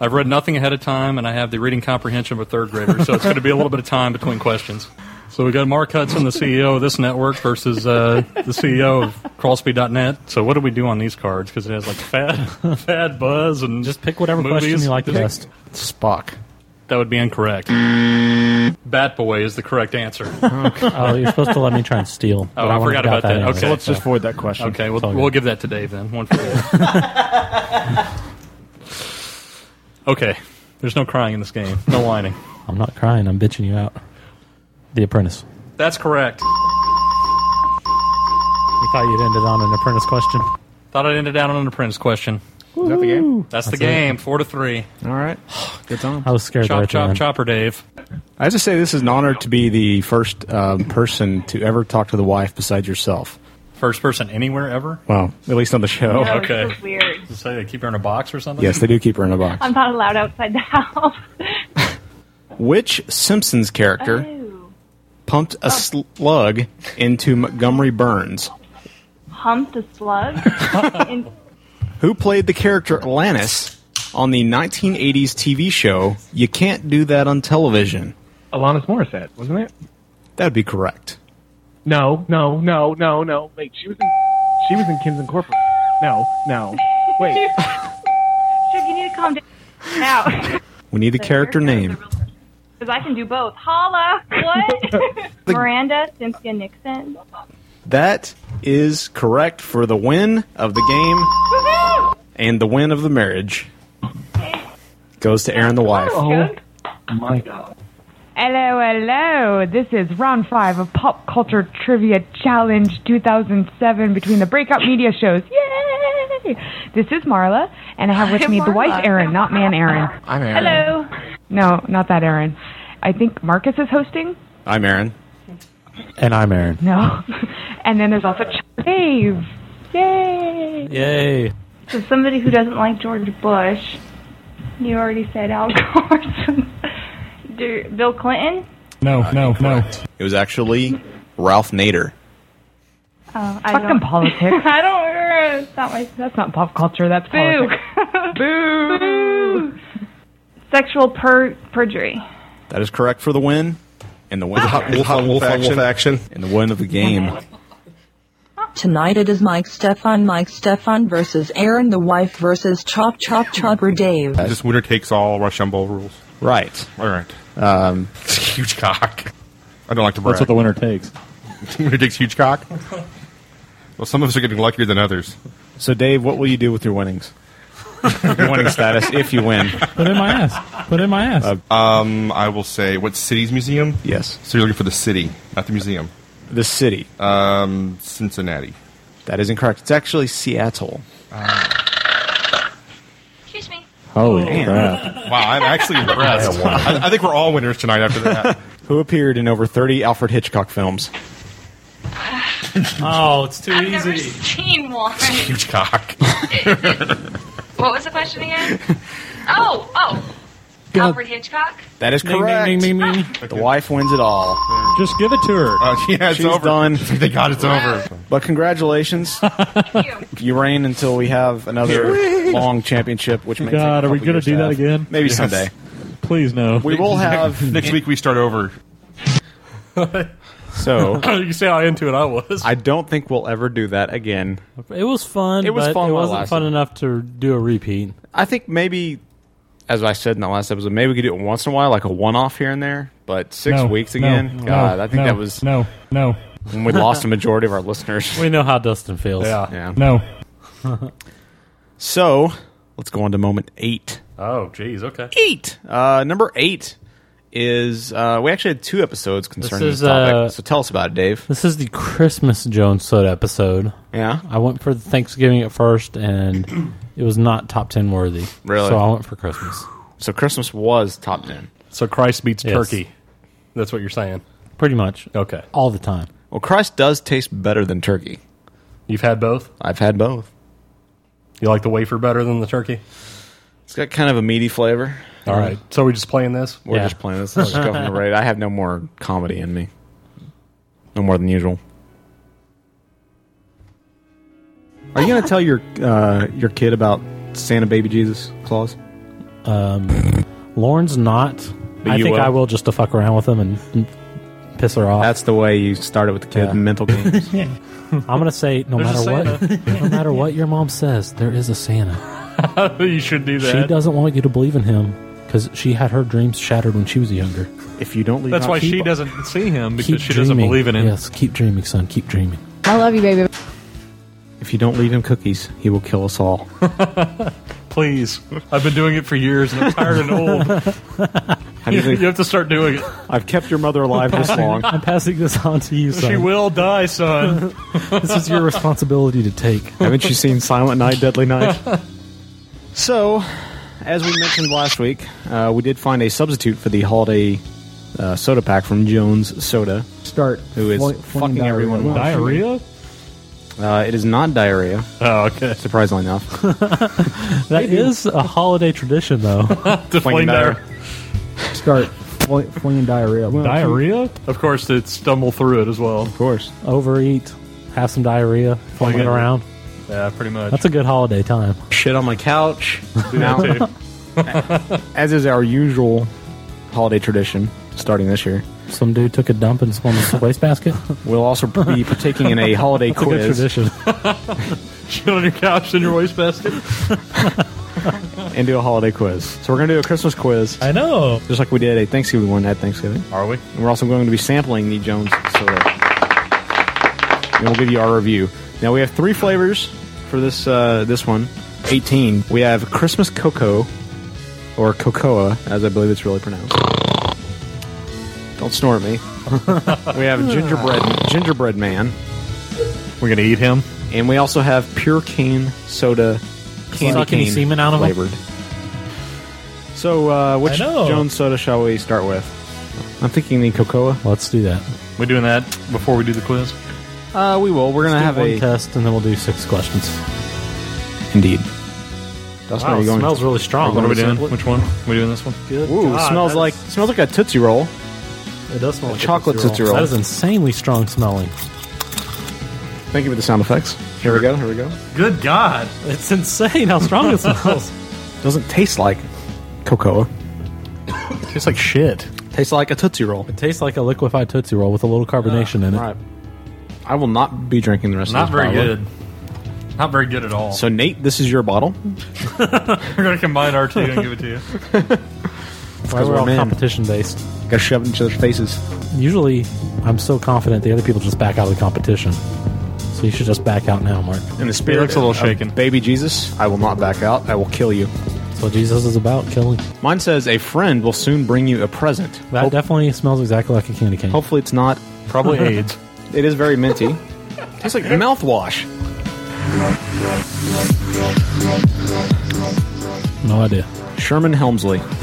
Speaker 2: I've read nothing ahead of time, and I have the reading comprehension of a third grader, so it's going to be a little bit of time between questions. So we got Mark Hudson, the CEO of this network, versus uh, the CEO of Crawlspeed.net. So what do we do on these cards? Because it has like fad, fad buzz, and just
Speaker 3: pick whatever
Speaker 2: movies.
Speaker 3: question you like the
Speaker 2: Pick-
Speaker 3: best.
Speaker 1: Spock.
Speaker 2: That would be incorrect. Bat Boy is the correct answer.
Speaker 3: oh, you're supposed to let me try and steal. but
Speaker 2: Oh, I,
Speaker 3: wouldn't
Speaker 2: forgot
Speaker 3: have got
Speaker 2: about that.
Speaker 3: anyway,
Speaker 2: okay,
Speaker 3: so-
Speaker 1: avoid that question.
Speaker 2: Okay, we'll,
Speaker 3: It's all good.
Speaker 2: we'll give that to Dave then. One for Dave. okay, there's no crying in this game. No whining.
Speaker 3: I'm not crying. I'm bitching you out. The Apprentice.
Speaker 2: That's correct.
Speaker 3: You thought you'd ended on an Apprentice question.
Speaker 2: Thought I'd end it down on an apprentice question.
Speaker 1: Is that the game?
Speaker 2: That's, the
Speaker 3: That's it.
Speaker 2: game. Four to three.
Speaker 1: All right. Good time.
Speaker 3: I was scared.
Speaker 2: Chop, chop, chopper, Dave.
Speaker 1: I have to say, this is an honor to be the first um, person to ever talk to the wife besides yourself.
Speaker 2: First person anywhere ever.
Speaker 1: Well, at least on the show.
Speaker 27: Yeah, which
Speaker 2: okay.
Speaker 27: is weird.
Speaker 2: Does it say they keep her in a box or something?
Speaker 1: Yes, they do keep her in a box.
Speaker 27: I'm not allowed outside the house.
Speaker 1: Which Simpsons character pumped a slug into Montgomery Burns?
Speaker 27: Humped a slug. In-
Speaker 1: Who played the character Atlantis on the 1980s TV show You Can't Do That on Television?
Speaker 26: Alanis Morissette, wasn't it?
Speaker 1: That would be correct.
Speaker 26: No, no, no, no, no. Wait, she was in she was in Kim's Incorporated. No, no. Wait.
Speaker 27: Chuck, you need to calm down now
Speaker 1: We need the character name.
Speaker 27: because I can do both. Holla! What? Miranda, Cynthia Nixon.
Speaker 1: That is correct for the win of the game. and the win of the marriage goes to Aaron the wife.
Speaker 26: Oh my god. Hello, hello. This is round five of Pop Culture Trivia Challenge 2007 between the breakout media shows. Yay! This is Marla, and I have with
Speaker 29: Hi,
Speaker 26: me the wife
Speaker 29: Marla.
Speaker 26: Aaron, not man Aaron.
Speaker 1: I'm Aaron.
Speaker 26: Hello. No, not that Aaron. I think Marcus is hosting.
Speaker 1: I'm Aaron.
Speaker 3: And I'm Aaron.
Speaker 26: No. and then there's also Chuck Dave. Yay!
Speaker 3: Yay.
Speaker 27: So somebody who doesn't like George Bush, you already said Al Gore. so- Do- Bill Clinton.
Speaker 2: No, no, no.
Speaker 1: It was actually Ralph Nader.
Speaker 27: Oh, I
Speaker 26: Fucking
Speaker 27: don't-
Speaker 26: politics.
Speaker 27: I don't. It's not my.
Speaker 26: That's not pop culture. That's
Speaker 27: Boo.
Speaker 26: politics.
Speaker 27: Boo. Sexual per- perjury.
Speaker 1: That is correct for the win. And the win
Speaker 30: Is it hot- is it hot wolf on wolf
Speaker 1: action. And the win of the game.
Speaker 27: Tonight it is Mike Stefan, Mike Stefan versus Aaron the wife versus Chop Chop Chopper Dave.
Speaker 25: Just winner takes all Rochambeau rules.
Speaker 1: Right.
Speaker 25: All right. Um, huge cock. I don't like to brag.
Speaker 1: That's what the winner
Speaker 25: takes. winner takes huge cock. Well, some of us are getting luckier than others.
Speaker 1: So, Dave, what will you do with your winnings? your winning status if you win.
Speaker 3: Put in my ass. Put in my
Speaker 1: Uh,
Speaker 3: ass.
Speaker 25: um, I will say, what city's museum?
Speaker 1: Yes.
Speaker 25: So you're looking for the city, not the museum.
Speaker 1: The city.
Speaker 25: Um, Cincinnati.
Speaker 1: That is incorrect. It's actually Seattle.
Speaker 25: ah,
Speaker 27: Excuse me.
Speaker 1: Holy
Speaker 25: Damn.
Speaker 1: crap.
Speaker 25: Wow, I'm actually impressed. I, I think we're all winners tonight after that.
Speaker 1: Who appeared in over 30 Alfred Hitchcock films?
Speaker 3: Oh, it's too
Speaker 27: I've
Speaker 3: easy.
Speaker 27: never seen one.
Speaker 1: Huge cock.
Speaker 27: what was the question again? Oh, oh.
Speaker 1: God.
Speaker 27: Alfred Hitchcock.
Speaker 1: That is
Speaker 3: Ding, ding,
Speaker 1: correct.
Speaker 3: ding, ding,
Speaker 1: The wife wins it all.
Speaker 3: Just give it to her.
Speaker 25: Oh, yeah, it's
Speaker 1: She's
Speaker 25: over.
Speaker 1: done.
Speaker 25: Thank God it's over.
Speaker 1: But congratulations. you reign until we have another
Speaker 3: Sweet.
Speaker 1: long championship, which may take
Speaker 3: God,
Speaker 1: a
Speaker 3: are we
Speaker 1: couple
Speaker 3: gonna
Speaker 1: years
Speaker 3: do
Speaker 1: to
Speaker 3: that
Speaker 1: have.
Speaker 3: again?
Speaker 1: Maybe
Speaker 3: Yes.
Speaker 1: someday.
Speaker 3: Please no.
Speaker 1: We will have
Speaker 25: next week. We start over.
Speaker 1: So
Speaker 2: you see how into it I was.
Speaker 1: I don't think we'll ever do that again.
Speaker 3: It was fun.
Speaker 1: It was
Speaker 3: but
Speaker 1: fun
Speaker 3: It
Speaker 1: while it
Speaker 3: wasn't
Speaker 1: lasted.
Speaker 3: fun enough to do a repeat.
Speaker 1: I think maybe, as I said in the last episode, maybe we could do it once in a while, like a one-off here and there. But six
Speaker 3: No,
Speaker 1: weeks
Speaker 3: no,
Speaker 1: again,
Speaker 3: no,
Speaker 1: God, I think
Speaker 3: no,
Speaker 1: that was
Speaker 3: no, no.
Speaker 1: When we lost a majority of our listeners.
Speaker 3: We know how Dustin feels.
Speaker 1: Yeah.
Speaker 3: No.
Speaker 1: So let's go on to moment eight.
Speaker 2: Oh, geez. Okay.
Speaker 1: Eight. Uh, number eight is uh, we actually had two episodes concerning this,
Speaker 3: is,
Speaker 1: topic.
Speaker 3: uh,
Speaker 1: so tell us about it, Dave.
Speaker 3: This is the Christmas Jones Soda episode.
Speaker 1: Yeah.
Speaker 3: I went for the Thanksgiving at first, and it was not top 10 worthy.
Speaker 1: Really?
Speaker 3: So I went for Christmas.
Speaker 1: So Christmas was top ten.
Speaker 2: So Christ beats
Speaker 3: Yes.
Speaker 2: turkey. That's what you're saying.
Speaker 3: Pretty much.
Speaker 2: Okay.
Speaker 3: All the time.
Speaker 1: Well, Christ does taste better than turkey.
Speaker 2: You've had both.
Speaker 1: I've had both.
Speaker 2: You like the wafer better than the turkey?
Speaker 1: It's got kind of a meaty flavor.
Speaker 2: All right. So we're just playing this.
Speaker 1: We're just playing this. Let's just go from the right. I have no more comedy in me. No more than usual. Are you going to tell your uh, your kid about Santa Baby Jesus Claus?
Speaker 3: Um, Lauren's not.
Speaker 1: But
Speaker 3: I
Speaker 1: you
Speaker 3: think
Speaker 1: will?
Speaker 3: I will just to fuck around with them and piss her off.
Speaker 1: That's the way you started with the kid.
Speaker 3: Yeah.
Speaker 1: Mental games.
Speaker 3: I'm gonna say no
Speaker 2: There's a
Speaker 3: matter what, no matter what your mom says, there is a Santa.
Speaker 2: you should do that.
Speaker 3: She doesn't want you to believe in him because she had her dreams shattered when she was younger.
Speaker 1: If you don't leave,
Speaker 2: That's why she doesn't see him because she doesn't believe in him.
Speaker 3: Yes, keep dreaming, son. Keep dreaming.
Speaker 18: I love you, baby.
Speaker 1: If you don't leave him cookies, he will kill us all.
Speaker 2: Please. I've been doing it for years and I'm tired and old. you,
Speaker 1: you-
Speaker 2: you have to start doing it.
Speaker 1: I've kept your mother alive this long.
Speaker 3: I'm passing this on to you, son.
Speaker 2: She will die, son.
Speaker 3: this is your responsibility to take.
Speaker 1: Haven't you seen Silent Night, Deadly Night? so, as we mentioned last week, uh, we did find a substitute for the holiday uh, soda pack from Jones Soda.
Speaker 18: Start.
Speaker 1: Who is
Speaker 18: Fl-
Speaker 1: fucking
Speaker 18: diarrhea.
Speaker 1: everyone with
Speaker 18: Diarrhea?
Speaker 1: Uh, it is not diarrhea.
Speaker 2: Oh, okay.
Speaker 1: Surprisingly enough,
Speaker 3: That is a holiday tradition, though.
Speaker 1: Deflame diarrhea.
Speaker 18: Start. Fl- flinging diarrhea. Well,
Speaker 2: Of course, to stumble through it as well. Of
Speaker 1: course.
Speaker 3: Overeat, have some diarrhea, fling
Speaker 1: Oh
Speaker 3: it
Speaker 2: Fling it.
Speaker 3: around.
Speaker 2: Yeah, pretty much.
Speaker 3: That's a good holiday time.
Speaker 1: shit on my couch.
Speaker 2: Do that
Speaker 1: Now- as is our usual holiday tradition, starting this year,
Speaker 3: Some dude took a dump and spilled in the wastebasket.
Speaker 1: we'll also be partaking in a holiday
Speaker 3: That's a good
Speaker 1: quiz
Speaker 3: tradition.
Speaker 2: Shit on your couch in your wastebasket.
Speaker 1: and do a holiday quiz. So we're going to do a Christmas quiz.
Speaker 3: I know.
Speaker 1: Just like we did a Thanksgiving one at Thanksgiving.
Speaker 2: Are we?
Speaker 1: And we're also going to be sampling the Jones soda. And we'll give you our review. Now we have three flavors for this uh, this one. 18. We have Christmas cocoa or cocoa, as I believe it's really pronounced. Don't snort at me. we have gingerbread gingerbread man.
Speaker 2: We're gonna eat him.
Speaker 1: And we also have pure cane soda candy
Speaker 3: Suck any
Speaker 1: cane
Speaker 3: semen out of 'em?
Speaker 1: flavored. So uh, which
Speaker 3: I know.
Speaker 1: Jones soda shall we start with? I'm thinking the cocoa.
Speaker 3: Let's do that.
Speaker 2: We doing that before we do the quiz?
Speaker 1: Uh, we will. We're gonna
Speaker 3: Let's do
Speaker 1: have
Speaker 3: one
Speaker 1: a
Speaker 3: test, and then we'll do six questions.
Speaker 1: Indeed. Dustin,
Speaker 2: Wow,
Speaker 1: are you going?
Speaker 2: smells really strong.
Speaker 1: are you
Speaker 2: What are we
Speaker 1: going
Speaker 2: doing?
Speaker 1: to sample it?
Speaker 2: Which one? we doing this one?
Speaker 3: Good.
Speaker 1: Ooh,
Speaker 3: God,
Speaker 1: smells
Speaker 3: that
Speaker 1: like smells like a tootsie roll.
Speaker 3: It does smell
Speaker 1: like a chocolate Tootsie Roll.
Speaker 3: That is insanely strong smelling.
Speaker 1: Thank you for the sound effects. Here we go. Here we go.
Speaker 2: Good God,
Speaker 3: it's insane how strong it smells.
Speaker 1: Doesn't taste like cocoa.
Speaker 2: tastes like shit.
Speaker 1: Tastes like a tootsie roll.
Speaker 3: It tastes like a liquefied tootsie roll with a little carbonation in it.
Speaker 1: Right. I will not be drinking the rest
Speaker 2: Not
Speaker 1: of this.
Speaker 2: very
Speaker 1: probably.
Speaker 2: good. Not very good at all.
Speaker 1: So Nate, this is your bottle.
Speaker 2: We're gonna combine our two and give it to you.
Speaker 1: It's
Speaker 3: Why
Speaker 1: 'cause
Speaker 3: we're all
Speaker 1: men.
Speaker 3: competition based.
Speaker 1: Got shoved in each other's faces.
Speaker 3: Usually, I'm so confident the other people just back out of the competition. So you should just back out now, Mark.
Speaker 1: In the spirit
Speaker 3: looks a little
Speaker 1: of
Speaker 3: shaken.
Speaker 1: baby Jesus, I will not back out. I will kill you. That's
Speaker 3: what Jesus is about, killing.
Speaker 1: Mine says a friend will soon bring you a present.
Speaker 3: That definitely smells exactly like a candy cane.
Speaker 1: Hopefully, it's not.
Speaker 3: Probably AIDS.
Speaker 1: It is very minty. Tastes like mouthwash.
Speaker 3: No idea.
Speaker 1: Sherman Helmsley.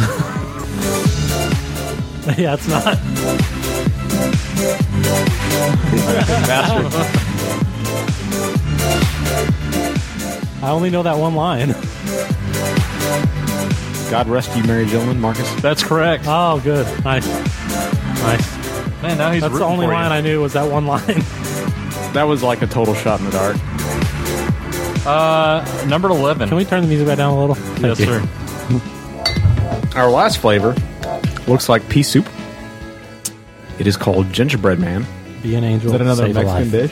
Speaker 3: yeah, it's not. I only know that one line.
Speaker 1: God rest you, Mary Gentleman, Marcus.
Speaker 2: That's correct.
Speaker 3: Oh, good. Nice. Nice.
Speaker 2: Man, now he's
Speaker 3: That's the
Speaker 2: rooting
Speaker 3: only
Speaker 2: for you.
Speaker 3: line I knew was that one line.
Speaker 1: That was like a total shot in the dark.
Speaker 2: Uh, number eleven.
Speaker 3: Can we turn the music back down a little? Thank
Speaker 1: Yes,
Speaker 3: you.
Speaker 1: sir. Our last flavor looks like pea soup. It is called gingerbread man.
Speaker 3: Be an angel.
Speaker 1: Is that another
Speaker 3: save a
Speaker 1: Mexican dish?
Speaker 3: life.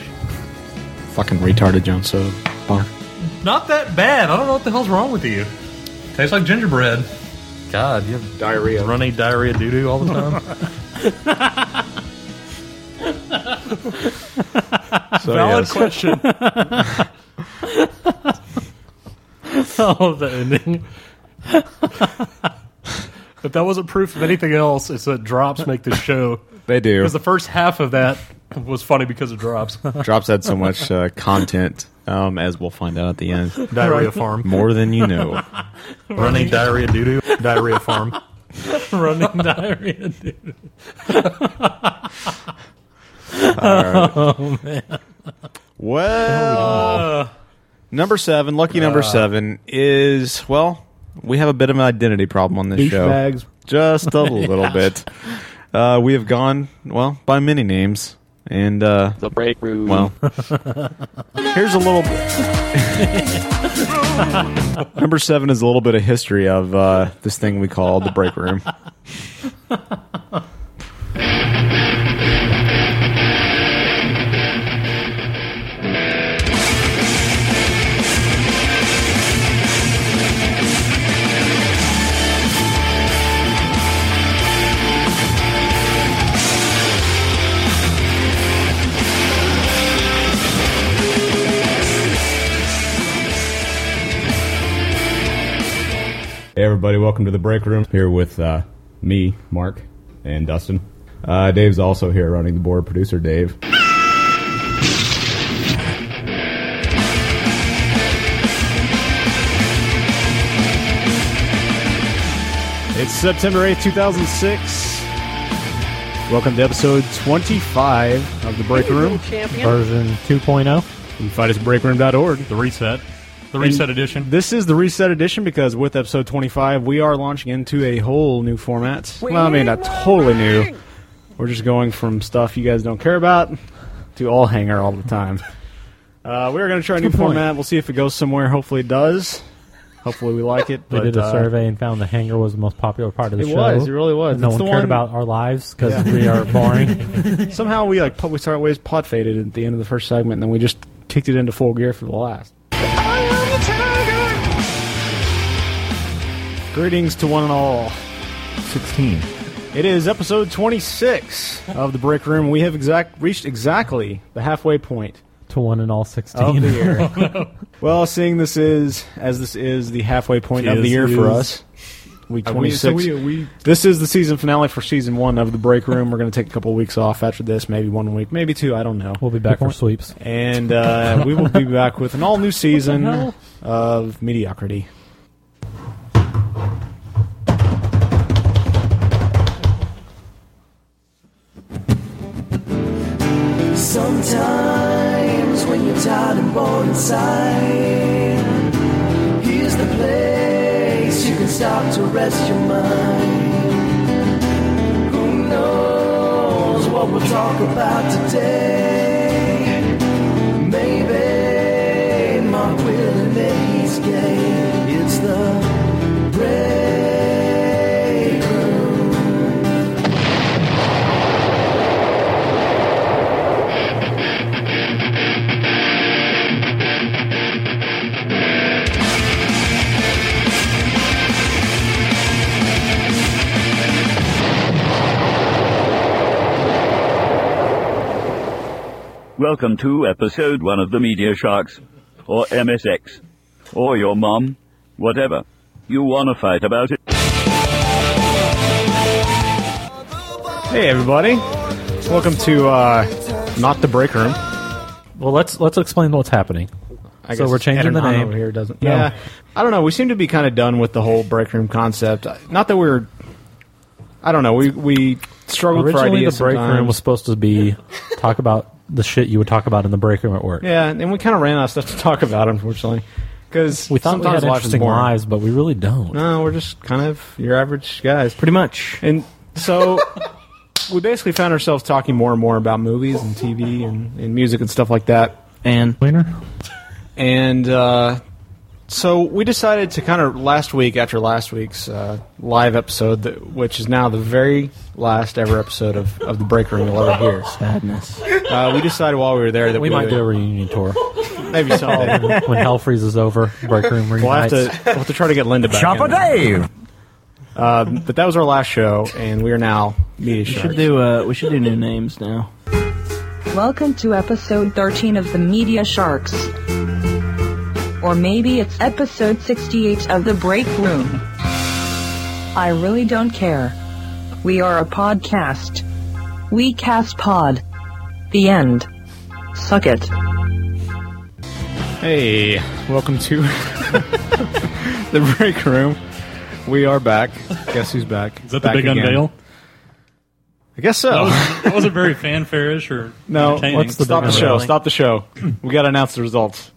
Speaker 1: Fucking retarded Jones so bummer.
Speaker 2: Not that bad. I don't know what the hell's wrong with you. Tastes like gingerbread. God, you have
Speaker 1: diarrhea.
Speaker 2: Runny diarrhea doo doo all the time.
Speaker 1: So,
Speaker 2: Valid
Speaker 1: yes.
Speaker 2: question.
Speaker 3: oh, the ending.
Speaker 2: If that wasn't proof of anything else, it's that drops make the show.
Speaker 1: They do.
Speaker 2: Because the first half of that was funny because of drops.
Speaker 1: Drops had so much uh, content, um, as we'll find out at the end.
Speaker 2: Diarrhea Right. farm.
Speaker 1: More than you know.
Speaker 2: Runny diarrhea doo doo. Diarrhea farm.
Speaker 3: Running diarrhea, dude. Oh, man.
Speaker 1: Well, number seven, lucky number
Speaker 3: Uh.
Speaker 1: seven is well, we have a bit of an identity problem on this show,
Speaker 19: Douchebags.
Speaker 1: just a little
Speaker 19: Yeah.
Speaker 1: bit. Uh, we have gone well by many names, and uh, the break room. Well, here's a little. number seven is a little bit of history of uh, this thing we call the break room.
Speaker 19: Hey, everybody, welcome to the break room. Here with uh, me, Mark, and Dustin. Uh, Dave's also here running the board, producer Dave.
Speaker 8: It's September 8th, 2006. Welcome to episode 25 of The Break Room.
Speaker 3: Version 2.0.
Speaker 8: oh. You can find us at breakroom.org. The
Speaker 2: reset. The reset edition.
Speaker 8: This is the reset edition because with episode 25, we are launching into a whole new format. well, I mean, not totally new. We're just going from stuff you guys don't care about to all hanger all the time. Uh, we're going to try a new
Speaker 3: Good point.
Speaker 8: format. We'll see if it goes somewhere. Hopefully, it does. Hopefully, we like it.
Speaker 3: We
Speaker 8: but,
Speaker 3: did a
Speaker 8: uh,
Speaker 3: survey and found the hangar was the most popular part of the
Speaker 8: It
Speaker 3: show.
Speaker 8: was, it really was.
Speaker 3: And No
Speaker 8: It's
Speaker 3: one
Speaker 8: the
Speaker 3: cared
Speaker 8: one-
Speaker 3: about our lives because
Speaker 8: Yeah.
Speaker 3: we are boring.
Speaker 8: Somehow we like public start ways pot faded at the end of the first segment, and then we just kicked it into full gear for the last. Greetings to one and all. Sixteen. It is episode twenty-six of the Break Room. We have exact reached exactly the halfway point
Speaker 3: to one and all
Speaker 8: of
Speaker 3: sixteen.
Speaker 8: the year. well, seeing this is as this is the halfway point of
Speaker 3: Is-
Speaker 8: the year for
Speaker 3: is.
Speaker 8: us,
Speaker 1: week
Speaker 31: Uh,
Speaker 1: twenty
Speaker 31: we- so
Speaker 1: six.
Speaker 31: we- we-
Speaker 1: This is the season finale for season one of the Break Room. We're going to take a couple weeks off after this, maybe one week, maybe two. I don't know. We'll
Speaker 3: be back for sweeps,
Speaker 1: and uh, we will be back with an all new season of mediocrity.
Speaker 8: Sometimes when you're tired and bored inside, here's the place you can stop to rest your mind. Who knows what we'll talk about today? Maybe Mark will admit he's gay. It's the break room.
Speaker 12: Welcome to episode one of the Media Sharks, or MSX, or your mom, whatever. You wanna fight about it?
Speaker 1: Hey everybody, welcome to uh, not the Break Room.
Speaker 3: Well, let's let's explain what's happening. so we're changing the
Speaker 1: Ed and Han
Speaker 3: name
Speaker 1: over here doesn't.
Speaker 3: No.
Speaker 1: Yeah, I don't know. We seem to be kind of done with the whole break room concept. Not that we're, I don't know. We we struggled for
Speaker 3: Originally,
Speaker 1: ideas.
Speaker 3: the break room
Speaker 1: sometimes.
Speaker 3: was supposed to be talk about the shit you would talk about in the break room at work.
Speaker 1: Yeah, and we kind of ran out of stuff to talk about, unfortunately. Because
Speaker 3: We thought we
Speaker 1: sometimes
Speaker 3: had
Speaker 1: life is
Speaker 3: interesting
Speaker 1: boring.
Speaker 3: lives, but we really don't.
Speaker 1: No, we're just kind of your average guys, pretty much. And so we basically found ourselves talking more and more about movies and TV and, and music and stuff like that.
Speaker 13: And
Speaker 3: winner.
Speaker 1: And uh, so we decided to kind of last week after last week's uh, live episode, that, which is now the very last ever episode of, of the Break Room you'll ever hear.
Speaker 3: Sadness.
Speaker 1: Uh, we decided while we were there that
Speaker 3: We
Speaker 1: we,
Speaker 3: might
Speaker 1: would-
Speaker 3: do a reunion tour.
Speaker 1: Maybe someday.
Speaker 3: when, when hell freezes over, break room
Speaker 1: We'll have,
Speaker 3: reunites.
Speaker 1: to, we'll have to try to get Linda back.
Speaker 3: Chopper
Speaker 1: in.
Speaker 3: Dave!
Speaker 1: Um, but that was our last show, and we are now media
Speaker 13: We
Speaker 1: sharks.
Speaker 13: should do uh, we should do new names now.
Speaker 32: Welcome to episode 13 of the Media Sharks. Or maybe it's episode 68 of The Break Room. I really don't care. We are a podcast. We cast pod. The end. Suck it.
Speaker 1: Hey, welcome to the break room. We are back. Guess who's back? Is
Speaker 2: that the big unveil?
Speaker 1: I guess so.
Speaker 2: That, was, that wasn't very fanfare-ish or
Speaker 1: No,
Speaker 2: entertaining.
Speaker 1: let's stop the show. Stop the show. We got to announce the results.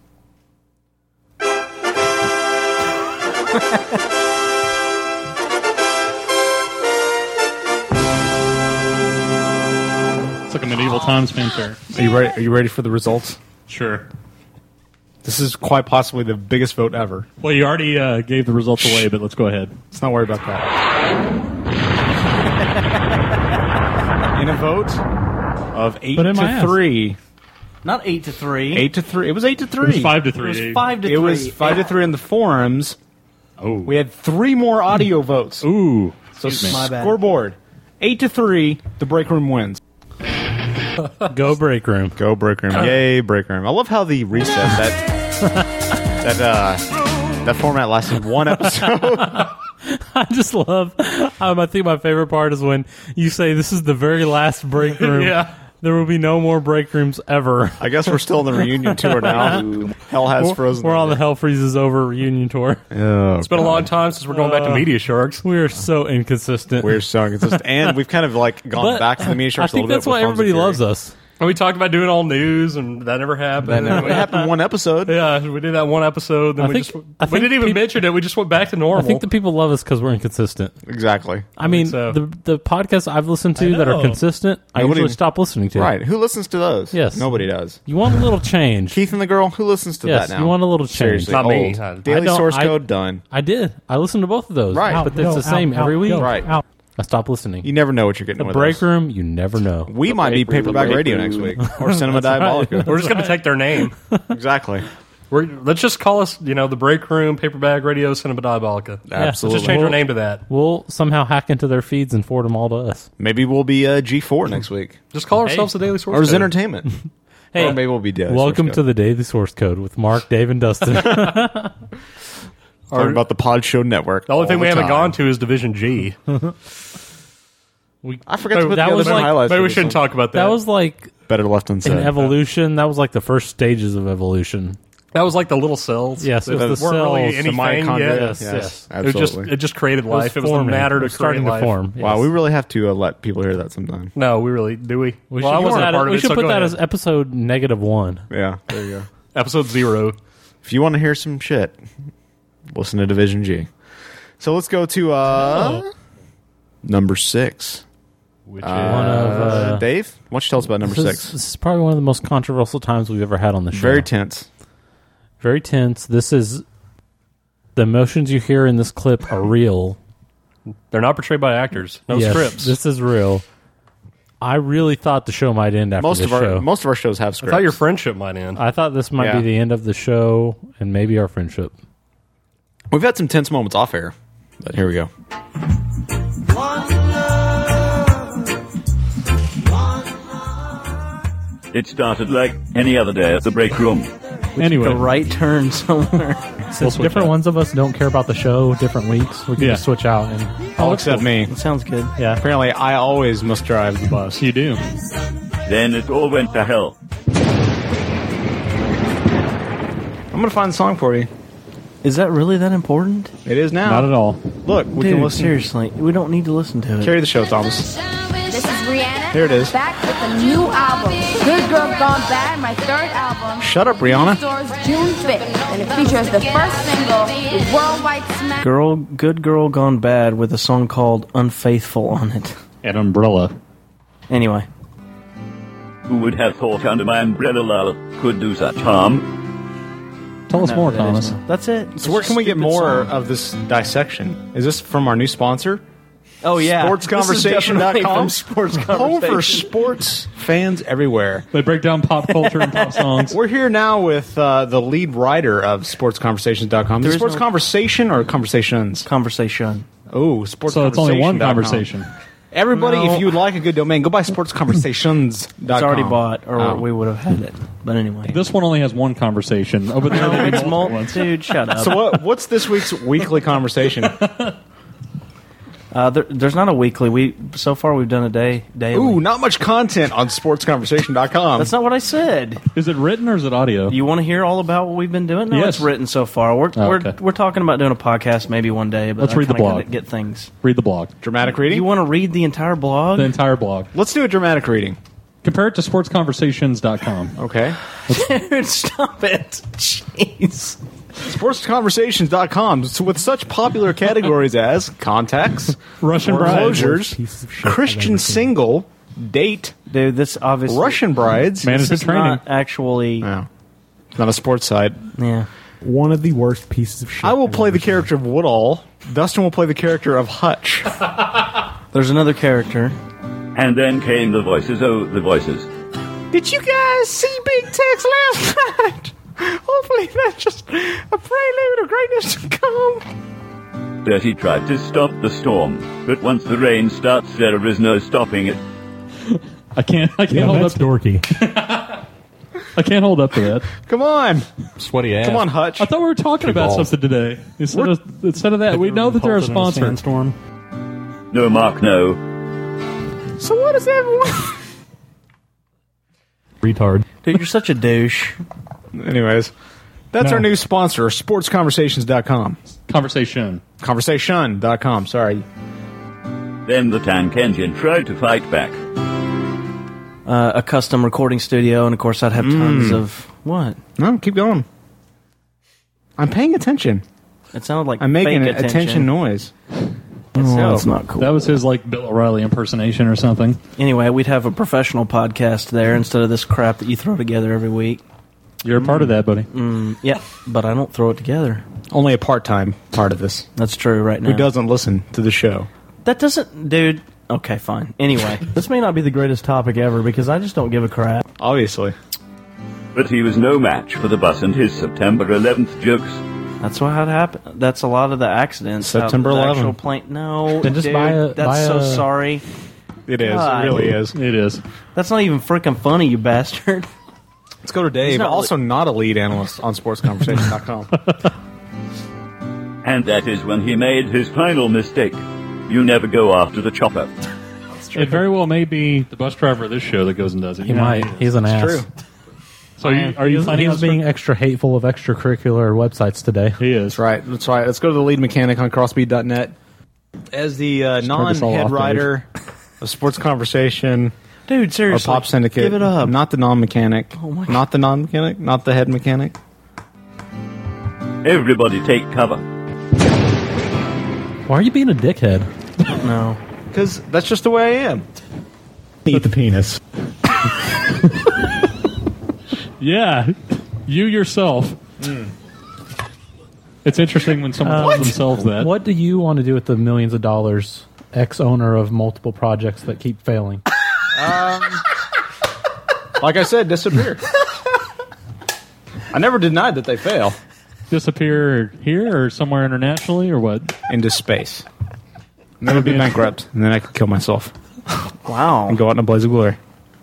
Speaker 2: It's like a medieval times fanfare.
Speaker 1: Are you ready? Are you ready for the results?
Speaker 2: Sure.
Speaker 1: This is quite possibly the biggest vote ever.
Speaker 2: Well, you already uh, gave the results away, but let's go ahead.
Speaker 1: Let's not worry about that. In a vote of eight
Speaker 13: Put it in my
Speaker 1: to
Speaker 13: ass.
Speaker 1: three.
Speaker 13: Not eight to three.
Speaker 1: Eight to three. It was eight to three.
Speaker 13: was five to three. It was five to
Speaker 1: It was
Speaker 13: three.
Speaker 1: five to three in the forums. Oh, we had three more audio votes. Ooh, so
Speaker 13: Hmm. Excuse me. My bad.
Speaker 1: scoreboard eight to three. The break room wins.
Speaker 3: Go break room.
Speaker 1: Go break room. Yay, break room. I love how the reset that that uh that format lasted one episode.
Speaker 3: I just love. Um, I think my favorite part is when you say this is the very last break room.
Speaker 1: Yeah.
Speaker 3: There will be no more break rooms ever.
Speaker 1: I guess we're still on the reunion tour now. Hell has
Speaker 3: We're-
Speaker 1: frozen Oh,
Speaker 3: We're on the Hell Freezes Over reunion tour.
Speaker 2: It's been a long time since we're going back to
Speaker 3: Uh,
Speaker 2: Media Sharks.
Speaker 3: We are so inconsistent.
Speaker 1: We're so inconsistent, and we've kind of like gone
Speaker 2: But
Speaker 1: back to the media
Speaker 2: I
Speaker 1: sharks a
Speaker 2: think
Speaker 1: little bit.
Speaker 2: that's why
Speaker 1: with Fonz and
Speaker 2: everybody
Speaker 1: Fury.
Speaker 3: loves us.
Speaker 2: And we talked about doing all news, and that never happened.
Speaker 1: That never- it happened one episode.
Speaker 2: Yeah, we did that one episode. Then
Speaker 3: I
Speaker 2: we
Speaker 3: think-
Speaker 2: just
Speaker 3: I
Speaker 2: we
Speaker 3: think
Speaker 2: didn't even mention it. We just went back to normal.
Speaker 3: I think the people love us because we're inconsistent.
Speaker 1: Exactly.
Speaker 3: I mean,
Speaker 2: so.
Speaker 3: the the podcasts I've listened to that are
Speaker 2: know.
Speaker 3: consistent, I
Speaker 1: Nobody-
Speaker 3: usually stop listening to.
Speaker 1: Right? Who listens to those?
Speaker 3: Yes.
Speaker 1: nobody does.
Speaker 3: You want a little change.
Speaker 1: Keith and the girl. Who listens to
Speaker 3: yes,
Speaker 1: that now?
Speaker 3: you want a little change.
Speaker 1: Seriously, old. Daily
Speaker 3: I don't-
Speaker 1: source
Speaker 3: I-
Speaker 1: code done.
Speaker 3: I did. I listened to both of those.
Speaker 1: Right.
Speaker 3: But it's
Speaker 1: Go,
Speaker 3: the same
Speaker 1: out,
Speaker 3: every
Speaker 1: out,
Speaker 3: week.
Speaker 1: go, Right. out.
Speaker 3: I stopped listening.
Speaker 1: You never know what you're getting.
Speaker 3: The
Speaker 1: with
Speaker 3: break
Speaker 1: us.
Speaker 3: room, you never know.
Speaker 1: We might be paperback radio next week or cinema diabolical.
Speaker 2: We're just going to take their name.
Speaker 1: exactly.
Speaker 2: We're, let's just call us, you know, the break room, paperback radio, cinema diabolica.
Speaker 3: Yeah.
Speaker 2: Let's just change our name to that.
Speaker 3: We'll somehow hack into their feeds and forward them all to us.
Speaker 1: Maybe we'll be uh, G4 next week.
Speaker 2: Just call ourselves the Daily Source.
Speaker 1: Or is
Speaker 2: Code.
Speaker 1: entertainment?
Speaker 3: Hey,
Speaker 1: or maybe we'll be Daily Source
Speaker 3: Welcome
Speaker 1: Code.
Speaker 3: to the Daily Source Code with Mark, Dave, and Dustin.
Speaker 33: Talking about the Pod Show Network.
Speaker 2: The only
Speaker 33: all
Speaker 2: thing we haven't
Speaker 33: time.
Speaker 2: gone to is Division G. we,
Speaker 33: I forgot to put
Speaker 3: Oh, that
Speaker 33: the
Speaker 3: was
Speaker 33: other
Speaker 3: like-
Speaker 33: highlights.
Speaker 2: maybe
Speaker 33: for
Speaker 2: we
Speaker 33: this
Speaker 2: shouldn't
Speaker 33: one.
Speaker 2: talk about
Speaker 3: That was like
Speaker 33: better left unsaid.
Speaker 3: in evolution. That was like the first stages of evolution.
Speaker 2: That was like the little cells.
Speaker 3: Yes,
Speaker 2: that
Speaker 3: it was the
Speaker 2: weren't really
Speaker 3: cells,
Speaker 2: anything
Speaker 3: the mitochondria.
Speaker 2: yet.
Speaker 3: Yes, yes.
Speaker 2: It just
Speaker 33: Absolutely.
Speaker 2: it just created
Speaker 3: It was
Speaker 2: life. It was, the
Speaker 3: forming.
Speaker 2: matter
Speaker 3: It
Speaker 2: to
Speaker 3: was starting
Speaker 2: create life.
Speaker 3: to form,
Speaker 33: Wow, we really have to uh, let people hear that sometime.
Speaker 2: No, we really do we.
Speaker 3: We
Speaker 2: well,
Speaker 3: should,
Speaker 2: I
Speaker 3: put
Speaker 2: wasn't a
Speaker 3: that-
Speaker 2: part of
Speaker 3: we
Speaker 2: it.
Speaker 3: should
Speaker 2: so
Speaker 3: put
Speaker 2: go ahead.
Speaker 3: that as episode negative one.
Speaker 1: Ah,
Speaker 33: Yeah, there you go.
Speaker 2: episode zero.
Speaker 33: If you want to hear some shit, listen to Division G. So let's go to uh,
Speaker 1: Oh.
Speaker 33: number six. Which
Speaker 3: one of, uh,
Speaker 33: Dave? Why don't you tell us about number
Speaker 3: this
Speaker 33: six?
Speaker 3: Is, this is probably one of the most controversial times we've ever had on the show.
Speaker 33: Very tense.
Speaker 3: Very tense. This is the emotions you hear in this clip are real.
Speaker 2: They're not portrayed by actors. No
Speaker 3: Yes,
Speaker 2: scripts.
Speaker 3: This is real. I really thought the show might end after
Speaker 2: Most
Speaker 3: this
Speaker 2: of our-
Speaker 3: show.
Speaker 33: most of our shows have
Speaker 2: I thought your friendship might end.
Speaker 3: I thought this might
Speaker 2: Yeah.
Speaker 3: be the end of the show and maybe our friendship.
Speaker 33: We've had some tense moments off air, but here we go.
Speaker 12: It started like any other day at the break room.
Speaker 3: Anyway,
Speaker 12: the
Speaker 13: right turn somewhere.
Speaker 12: We'll
Speaker 3: Since
Speaker 12: switch
Speaker 3: different
Speaker 12: out.
Speaker 3: ones of us don't care about the show, different weeks, we can
Speaker 1: Yeah.
Speaker 3: just switch out and
Speaker 1: All except me.
Speaker 13: sounds good.
Speaker 3: Yeah.
Speaker 1: Apparently, I always must drive the bus.
Speaker 2: You do.
Speaker 12: Then it all went to hell.
Speaker 1: I'm gonna find the song for you.
Speaker 13: Is that really that important?
Speaker 1: It is now. Not at all. Look, we
Speaker 13: Dude,
Speaker 1: can listen.
Speaker 13: Seriously, we don't need to listen to it.
Speaker 1: Carry the show, Thomas.
Speaker 27: This is Rihanna.
Speaker 1: Here it is.
Speaker 27: Back with a new album, Good Girl Gone Bad, my third album.
Speaker 1: Shut up, Rihanna.
Speaker 27: Stores June 5th, and it features the first single, the Worldwide Smack.
Speaker 13: Girl, good girl gone bad with a song called "Unfaithful" on it.
Speaker 12: An umbrella.
Speaker 13: Anyway,
Speaker 12: Who would have thought under my umbrella lala could do such harm?
Speaker 1: Tell us
Speaker 13: No, more, that Thomas. isn't. That's it.
Speaker 1: So where can we get more of this dissection? Is this from our new sponsor? Oh
Speaker 13: yeah.
Speaker 1: sportsconversation.com.
Speaker 13: This is definitely from Sports
Speaker 1: Home for
Speaker 13: Conversation.
Speaker 1: sports fans everywhere.
Speaker 2: They break down pop culture and pop songs.
Speaker 1: We're here now with uh, the lead writer of sportsconversations.com. Is
Speaker 13: There is
Speaker 1: it sports
Speaker 13: no-
Speaker 1: conversation or conversations?
Speaker 13: Conversation.
Speaker 1: Oh, sports.
Speaker 13: So it's only one
Speaker 1: conversation.com.
Speaker 13: conversation.
Speaker 1: Everybody,
Speaker 13: No.
Speaker 1: if you would like a good domain, go buy sportsconversations.com.
Speaker 13: it's already bought, or
Speaker 1: Oh.
Speaker 13: we would have had it. But anyway,
Speaker 2: This one only has one conversation. Over there, they do multiple ones.
Speaker 13: dude, shut up.
Speaker 1: So what, what's this week's weekly conversation?
Speaker 13: Uh, there, there's not a weekly. We so far we've done a day daily.
Speaker 1: Ooh, not much content on sportsconversation.com.
Speaker 13: That's not what I said.
Speaker 2: Is it written or is it audio?
Speaker 13: You want to hear all about what we've been doing? No,
Speaker 2: Yes.
Speaker 13: it's written so far. We're,
Speaker 2: Oh,
Speaker 13: we're,
Speaker 2: okay.
Speaker 13: we're talking about doing a podcast maybe one day, but
Speaker 2: Let's
Speaker 13: I
Speaker 2: read the
Speaker 13: kinda
Speaker 2: blog.
Speaker 13: couldn't Get things.
Speaker 2: Read the blog.
Speaker 1: Dramatic reading?
Speaker 13: You want to read the entire blog?
Speaker 2: The entire blog.
Speaker 1: Let's do a dramatic reading.
Speaker 2: Compare it to sportsconversations.com.
Speaker 1: Okay.
Speaker 13: Dude, stop it. Jeez.
Speaker 1: sportsconversations.com with such popular categories as contacts,
Speaker 2: Russian brides.
Speaker 1: closures,
Speaker 2: Piece of shit I've
Speaker 1: Christian single, date,
Speaker 13: dude. This obviously
Speaker 1: Russian brides,
Speaker 13: This is Not actually,
Speaker 1: It's not a sports site.
Speaker 13: Yeah.
Speaker 1: One of the worst pieces of shit. I will play the character of Woodall. Dustin will play the character of Hutch.
Speaker 13: there's another character.
Speaker 12: And then came the voices. Oh, the voices.
Speaker 8: Did you guys see Big Tex last night? Hopefully that's just a prelude of greatness to come.
Speaker 12: Bertie tried to stop the storm, but once the rain starts, there is no stopping it.
Speaker 2: I can't. I can't
Speaker 34: Yeah,
Speaker 2: hold
Speaker 34: that's
Speaker 2: up. Dorky. I can't hold up to that.
Speaker 1: Come on,
Speaker 2: sweaty
Speaker 1: ass. Come on, Hutch.
Speaker 2: I thought we were talking
Speaker 12: Two
Speaker 2: about
Speaker 12: balls.
Speaker 2: something today. Instead of, instead of that, we know that they're a
Speaker 12: Pulpit in
Speaker 2: sponsor.
Speaker 12: a
Speaker 2: Storm.
Speaker 12: No, Mark, no.
Speaker 8: So what does everyone
Speaker 34: Retard.
Speaker 13: Dude, you're such a douche.
Speaker 1: Anyways, that's
Speaker 2: No.
Speaker 1: our new sponsor, sportsconversations.com.
Speaker 2: Conversation.
Speaker 1: Conversation.com, sorry.
Speaker 12: Then the tank engine tried to fight back.
Speaker 13: Uh, a custom recording studio, and of course I'd have tons
Speaker 1: Mm.
Speaker 13: of what?
Speaker 1: No, keep going. I'm paying attention.
Speaker 13: It sounded like
Speaker 1: I'm making
Speaker 13: fake
Speaker 1: an attention, noise.
Speaker 13: It's-
Speaker 2: Oh.
Speaker 13: it's not cool.
Speaker 2: That was his like Bill O'Reilly impersonation or something.
Speaker 13: Anyway, we'd have a professional podcast there instead of this crap that you throw together every week.
Speaker 2: You're a part of that, buddy.
Speaker 13: Mm, yeah, but I don't throw it together.
Speaker 1: Only a part time part of this.
Speaker 13: That's true right now.
Speaker 1: Who doesn't listen to the show?
Speaker 13: That doesn't, dude. Okay, fine. Anyway,
Speaker 12: this may
Speaker 13: not be the greatest topic ever because I just don't give a crap.
Speaker 1: Obviously.
Speaker 12: But he was no match for the bus and his September 11th jokes.
Speaker 13: That's what had happened. That's a lot of the accidents.
Speaker 12: September
Speaker 13: Uh, the
Speaker 12: 11.
Speaker 13: actual plane. No,
Speaker 12: Then just
Speaker 13: dude,
Speaker 12: buy a-
Speaker 13: that's
Speaker 12: buy
Speaker 13: so
Speaker 12: a-
Speaker 13: sorry.
Speaker 1: It is. It really is.
Speaker 2: It is.
Speaker 13: That's not even freaking funny, you bastard.
Speaker 1: Let's go to Dave.
Speaker 13: He's not
Speaker 1: also, not a lead analyst on sportsconversation.com.
Speaker 12: And that is when he made his final mistake. You never go after the chopper.
Speaker 2: It very well may be the bus driver of this show that goes and does it.
Speaker 3: He might. He's an ass.
Speaker 2: So are you, are you
Speaker 3: He's-
Speaker 2: planning
Speaker 3: he's
Speaker 2: on
Speaker 3: being extra hateful of extracurricular websites today.
Speaker 2: He is.
Speaker 1: right. Let's try it. Let's go to the lead mechanic on crossbeat.net. As the uh,
Speaker 35: turn this all
Speaker 1: non-head
Speaker 35: off,
Speaker 1: writer of Sports Conversation,
Speaker 35: Dude, seriously,
Speaker 1: or Pop Syndicate,
Speaker 35: give it up.
Speaker 1: Not the non-mechanic. Oh my not the non-mechanic. Not the head mechanic.
Speaker 12: Everybody take cover.
Speaker 3: Why are you being a dickhead?
Speaker 1: No, because that's just the way I am.
Speaker 35: Eat the penis.
Speaker 2: Yeah, you yourself.
Speaker 1: Mm.
Speaker 2: It's interesting when someone
Speaker 3: Uh,
Speaker 2: tells themselves that.
Speaker 3: What do you want to do with the millions of dollars, ex owner of multiple projects that keep failing?
Speaker 1: Um, Like I said, disappear. I never denied that they fail.
Speaker 2: Disappear here or somewhere internationally or what?
Speaker 1: Into space. And then I'd be bankrupt, and then I could kill myself.
Speaker 2: Wow.
Speaker 1: And go out in a blaze of glory.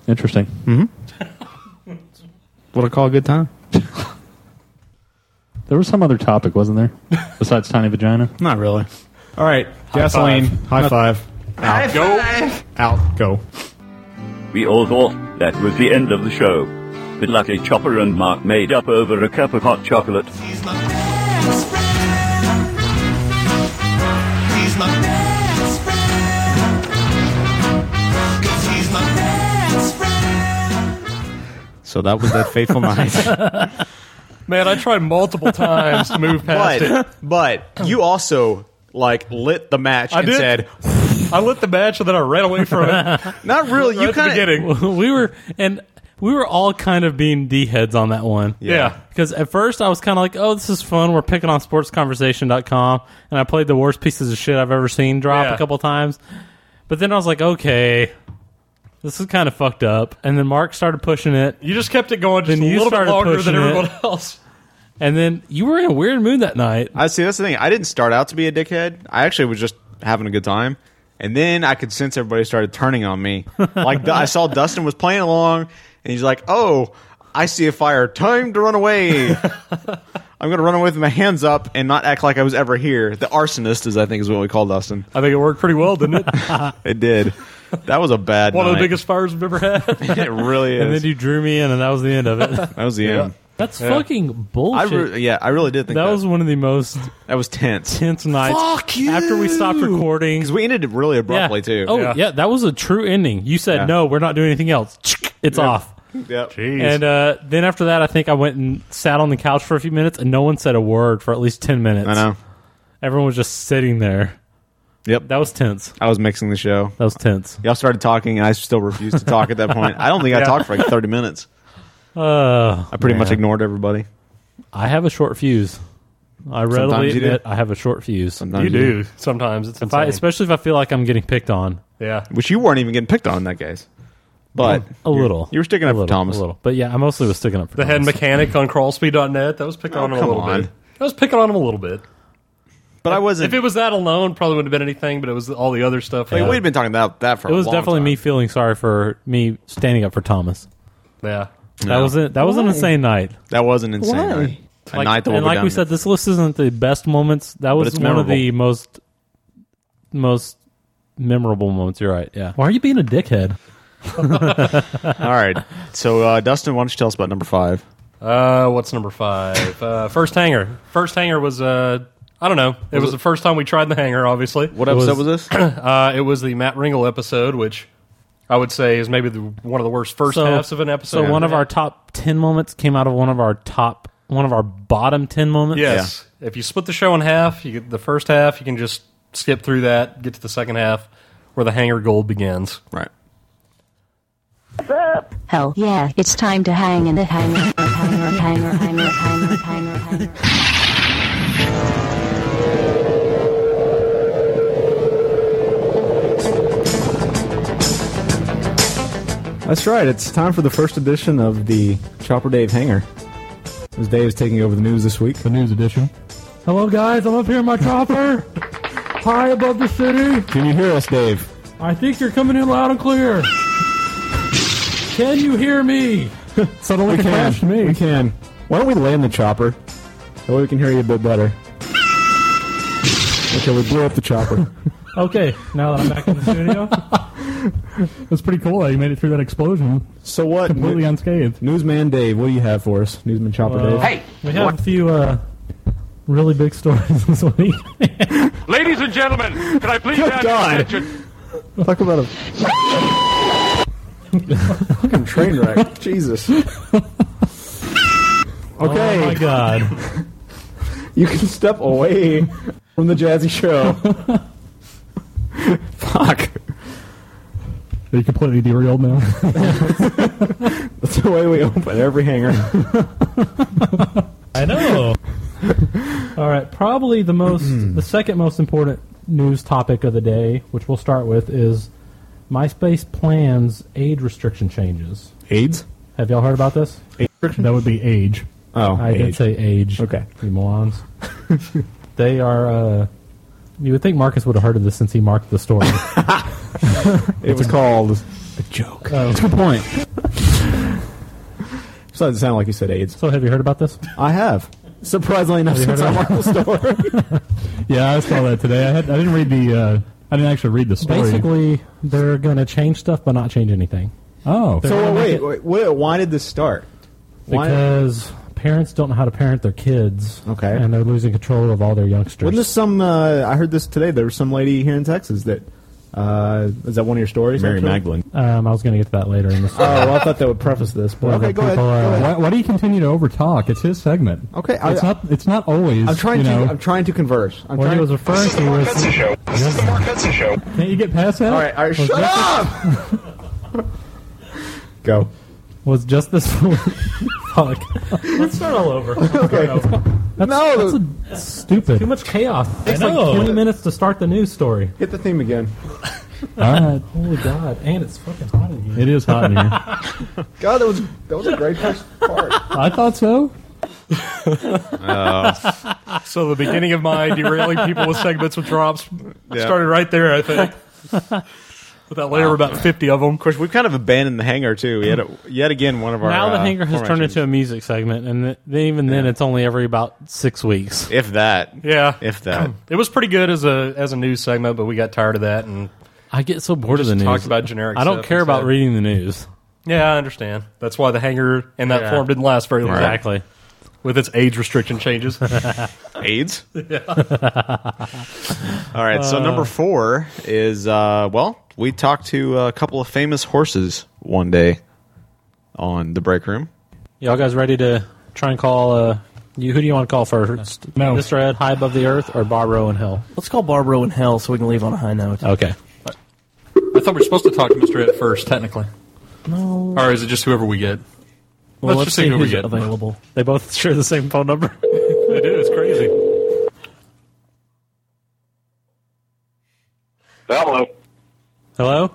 Speaker 2: Interesting.
Speaker 1: Mm-hmm. What I call a good time.
Speaker 2: There was some other topic, wasn't there? Besides tiny vagina?
Speaker 1: Not really.
Speaker 35: All right,
Speaker 2: High
Speaker 35: gasoline.
Speaker 2: five.
Speaker 35: High five.
Speaker 2: High
Speaker 35: Out. Go. Out. Go.
Speaker 12: We all thought that was the end of the show. But luckily Chopper and Mark made up over a cup of hot chocolate.
Speaker 36: He's my best friend. 'Cause he's my best friend.
Speaker 1: So that was that fateful night.
Speaker 2: Man, I tried multiple times to move past
Speaker 1: but,
Speaker 2: it.
Speaker 1: But you also like lit the match
Speaker 2: I
Speaker 1: and
Speaker 2: did.
Speaker 1: said,
Speaker 2: I lit the match and then I ran away from it.
Speaker 1: Not really.
Speaker 2: Right you at the kinda- beginning.
Speaker 3: we were and we were all kind of being d heads on that one.
Speaker 2: Yeah.
Speaker 3: Because at first I was kind of like, "Oh, this is fun. We're picking on sportsconversation.com." And I played the worst pieces of shit I've ever seen drop
Speaker 2: Yeah.
Speaker 3: a couple times. But then I was like, "Okay, this is kind of fucked up." And then Mark started pushing it.
Speaker 2: You just kept it going just
Speaker 3: Then
Speaker 2: a
Speaker 3: you
Speaker 2: little bit
Speaker 3: started
Speaker 2: longer
Speaker 3: pushing
Speaker 2: than
Speaker 3: it.
Speaker 2: everyone else.
Speaker 3: And then you were in a weird mood that night.
Speaker 1: I see. That's the thing. I didn't start out to be a dickhead. I actually was just having a good time. And then I could sense everybody started turning on me. Like I saw Dustin was playing along, and he's like, "Oh, I see a fire. Time to run away. I'm going to run away with my hands up and not act like I was ever here." The arsonist is, I think, is what we call Dustin.
Speaker 2: I think it worked pretty well, didn't it?
Speaker 1: It did. That was a bad
Speaker 2: One of the
Speaker 1: night.
Speaker 2: biggest fires we've ever had.
Speaker 1: it really is.
Speaker 3: And then you drew me in, and that was the end of it. that
Speaker 1: was the end.
Speaker 3: That's
Speaker 1: Yeah.
Speaker 3: fucking bullshit.
Speaker 1: I re- yeah, I really did think
Speaker 3: that,
Speaker 1: that.
Speaker 3: was one of the most
Speaker 1: that was tense.
Speaker 3: tense nights.
Speaker 1: Fuck you!
Speaker 3: After we stopped recording, because
Speaker 1: we ended it really abruptly
Speaker 3: yeah.
Speaker 1: too.
Speaker 3: Oh yeah. that was a true ending. You said
Speaker 1: Yeah.
Speaker 3: no, we're not doing anything else. It's
Speaker 1: Yeah.
Speaker 3: off.
Speaker 1: Yep.
Speaker 3: And uh, then after that, I think I went and sat on the couch for a few minutes, and no one said a word for at least ten minutes.
Speaker 1: I know.
Speaker 3: Everyone was just sitting there.
Speaker 1: Yep.
Speaker 3: That was tense.
Speaker 1: I was mixing the show.
Speaker 3: That was tense.
Speaker 1: Y'all started talking, and I still refused to talk at that point. I don't think I
Speaker 3: Yeah.
Speaker 1: talked for like 30 minutes.
Speaker 3: Uh,
Speaker 1: I pretty much
Speaker 3: man.
Speaker 1: ignored everybody.
Speaker 3: I have a short fuse. I
Speaker 1: Sometimes
Speaker 3: readily
Speaker 1: you do.
Speaker 3: admit I have a short fuse.
Speaker 1: Sometimes You you do. do.
Speaker 2: Sometimes it's
Speaker 3: if I,
Speaker 2: insane.
Speaker 3: especially if I feel like I'm getting picked on.
Speaker 2: Yeah.
Speaker 1: Which you weren't even getting picked on in that case. But
Speaker 3: a
Speaker 1: you-
Speaker 3: little.
Speaker 1: You were sticking up for Thomas.
Speaker 3: a little. But yeah, I mostly was sticking up for
Speaker 2: The head mechanic on crawlspeed.net. That was picking
Speaker 1: Oh,
Speaker 2: on him a
Speaker 1: come
Speaker 2: little
Speaker 1: on.
Speaker 2: bit. I was picking on him a little bit.
Speaker 1: But I wasn't.
Speaker 2: If it was that alone, probably wouldn't have been anything. But it was all the other stuff.
Speaker 1: Like, We'd been talking about that for
Speaker 3: It
Speaker 1: a
Speaker 3: was
Speaker 1: long
Speaker 3: definitely
Speaker 1: time.
Speaker 3: me feeling sorry for me standing up for Thomas.
Speaker 2: Yeah.
Speaker 3: That was a, that was an
Speaker 1: Why?
Speaker 3: insane night.
Speaker 1: That was an insane Why? night. A
Speaker 3: Like-
Speaker 1: night that will
Speaker 3: and
Speaker 1: go
Speaker 3: like
Speaker 1: down
Speaker 3: we
Speaker 1: in-
Speaker 3: said, this list isn't the best moments. That was
Speaker 1: it's
Speaker 3: one of the most most memorable moments. You're right. Yeah. Why are you being a dickhead?
Speaker 1: All right. So, uh, Dustin, why don't you tell us about number five?
Speaker 2: Uh, what's number five? Uh, first hanger. First hanger was uh, I don't know. It was,
Speaker 1: Was it-
Speaker 2: the first time we tried the hanger. Obviously, what
Speaker 1: episode was this?
Speaker 2: uh, it was the Matt Ringel episode, which I would say is maybe the, one of the worst first
Speaker 3: So-
Speaker 2: halves of an episode.
Speaker 3: So one of our top ten moments came out of one of our top one of our bottom ten moments.
Speaker 2: yes. If you split the show in half, you get the first half. You can just skip through that, get to the second half where the hanger gold begins.
Speaker 1: Right.
Speaker 8: Hell yeah, it's time to hang in the hanger, hanger, hanger, hanger, hanger, hanger, hanger.
Speaker 35: That's right. It's time for the first edition of the Chopper Dave Hanger. As Dave's taking over the news this week. The news edition.
Speaker 37: Hello, guys. I'm up here in my chopper, high above the city.
Speaker 35: Can you hear us, Dave?
Speaker 37: I think you're coming in loud and clear. Can you hear me? Suddenly
Speaker 35: we
Speaker 37: crashed
Speaker 35: can.
Speaker 37: me.
Speaker 35: We can. Why don't we land the chopper? That way we can hear you a bit better.
Speaker 1: Okay, we blew up the chopper.
Speaker 3: Okay, now that I'm back in the studio, that's pretty cool. that You made it through that explosion.
Speaker 1: So what?
Speaker 3: Completely unscathed.
Speaker 1: Newsman Dave, what do you have for us? Newsman Chopper
Speaker 3: Well,
Speaker 1: Dave.
Speaker 3: uh, we have a few uh, really big stories this week.
Speaker 38: Ladies and gentlemen, can I please
Speaker 3: Good
Speaker 38: have
Speaker 3: God.
Speaker 38: your attention?
Speaker 1: Talk about a fucking train wreck. Jesus. Okay.
Speaker 3: Oh my god.
Speaker 1: You can step away from the jazzy show. Fuck.
Speaker 3: Are you completely derailed now?
Speaker 1: That's the way we open every hangar.
Speaker 3: I know. All right, probably the most,
Speaker 1: Hmm.
Speaker 3: the second most important news topic of the day, which we'll start with, is MySpace plans age restriction changes.
Speaker 1: AIDS?
Speaker 3: Have y'all heard about this? That would be age.
Speaker 1: Oh,
Speaker 3: I did
Speaker 1: age.
Speaker 3: say age. Okay, you morons. they are. Uh, you would think Marcus would have heard of this since he marked the story.
Speaker 1: It was called Oh. a joke. That's a good point. so it sounded like you said AIDS.
Speaker 3: So have you heard about this?
Speaker 1: I have. Surprisingly enough,
Speaker 3: Have you heard
Speaker 1: since I
Speaker 3: about-
Speaker 1: marked the store.
Speaker 3: yeah, I saw that today. I, had, I didn't read the. Uh, I didn't actually read the
Speaker 1: story.
Speaker 3: Basically, they're going to change stuff, but not change anything.
Speaker 1: Oh.
Speaker 3: They're
Speaker 1: So
Speaker 3: gonna
Speaker 1: wait,
Speaker 3: make
Speaker 1: wait, wait, why did this start? Why-
Speaker 3: Because parents don't know how to parent their kids. Okay. And they're losing control of all their youngsters.
Speaker 1: Wasn't this some? Uh, I heard this today. There was some lady here in Texas that uh, is that one of your stories?
Speaker 3: Mary
Speaker 1: Magdalene.
Speaker 3: Um, I was going to get to that later in the
Speaker 1: Oh,
Speaker 3: story.
Speaker 1: well, I thought that would preface this. But okay, go ahead. Go ahead.
Speaker 8: Why, why do you continue to overtalk? It's his segment.
Speaker 1: Okay, I-
Speaker 8: it's not. It's not always.
Speaker 1: I'm trying
Speaker 8: you know,
Speaker 1: to. I'm trying to converse. I'm
Speaker 8: What
Speaker 1: trying
Speaker 8: he was referring This is the to Mark was- Hudson Show.
Speaker 1: This is the Mark Hudson show.
Speaker 8: Can't you get past that?
Speaker 1: All right, all right.
Speaker 8: Was
Speaker 1: Shut
Speaker 8: this-
Speaker 1: up.
Speaker 3: Go. Was just this. Fuck.
Speaker 1: Let's
Speaker 3: start all over.
Speaker 1: okay.
Speaker 3: That's,
Speaker 1: no,
Speaker 3: that's stupid. Too much chaos.
Speaker 1: Takes
Speaker 3: I
Speaker 1: like
Speaker 3: know.
Speaker 1: 20
Speaker 3: minutes to start the news story.
Speaker 1: Hit the theme again.
Speaker 8: Alright.
Speaker 3: Holy God! And it's fucking hot in here.
Speaker 8: It is hot in here.
Speaker 1: God, that was that was a great first part.
Speaker 8: I thought so. Oh. Uh,
Speaker 2: so the beginning of my derailing people with segments with drops
Speaker 39: Yeah.
Speaker 2: started right there, I think. With that layer of about 50 of them. Of
Speaker 39: course, we've kind of abandoned the hangar, too. We had a, yet again one of our.
Speaker 3: now the
Speaker 39: uh,
Speaker 3: hanger has
Speaker 39: format
Speaker 3: turned
Speaker 39: changes.
Speaker 3: into a music segment, and th- then even then, it's only every about six weeks.
Speaker 39: If that.
Speaker 2: Yeah.
Speaker 39: If that.
Speaker 2: It was pretty good as a as a news segment, but we got tired of that and
Speaker 3: I get so bored of
Speaker 2: just
Speaker 3: the news.
Speaker 2: talked about generic
Speaker 3: I don't
Speaker 2: stuff
Speaker 3: care about
Speaker 2: instead.
Speaker 3: reading the news.
Speaker 2: Yeah, I understand. That's why the hanger in that
Speaker 3: Yeah.
Speaker 2: form didn't last very long.
Speaker 3: Exactly.
Speaker 2: With its age restriction changes.
Speaker 39: AIDS?
Speaker 2: Yeah.
Speaker 39: All right, so
Speaker 2: Uh,
Speaker 39: number four is, uh, well, we talked to a couple of famous horses one day on the break room.
Speaker 3: Y'all guys ready to try and call? Uh, you who do you want to call first? No, Mr. Ed, high above the earth, or Barbro in hell?
Speaker 40: Let's call Barbro in hell so we can leave on a high note.
Speaker 3: Okay.
Speaker 2: Uh, I thought we were supposed to talk to Mr. Ed first, technically.
Speaker 40: No.
Speaker 2: Or is it just whoever we get?
Speaker 3: Well,
Speaker 2: let's,
Speaker 3: let's
Speaker 2: just
Speaker 3: see
Speaker 2: see who we
Speaker 3: who's
Speaker 2: get.
Speaker 3: available. They both share the same phone number.
Speaker 2: They do. It's crazy.
Speaker 4: Hello.
Speaker 3: Hello.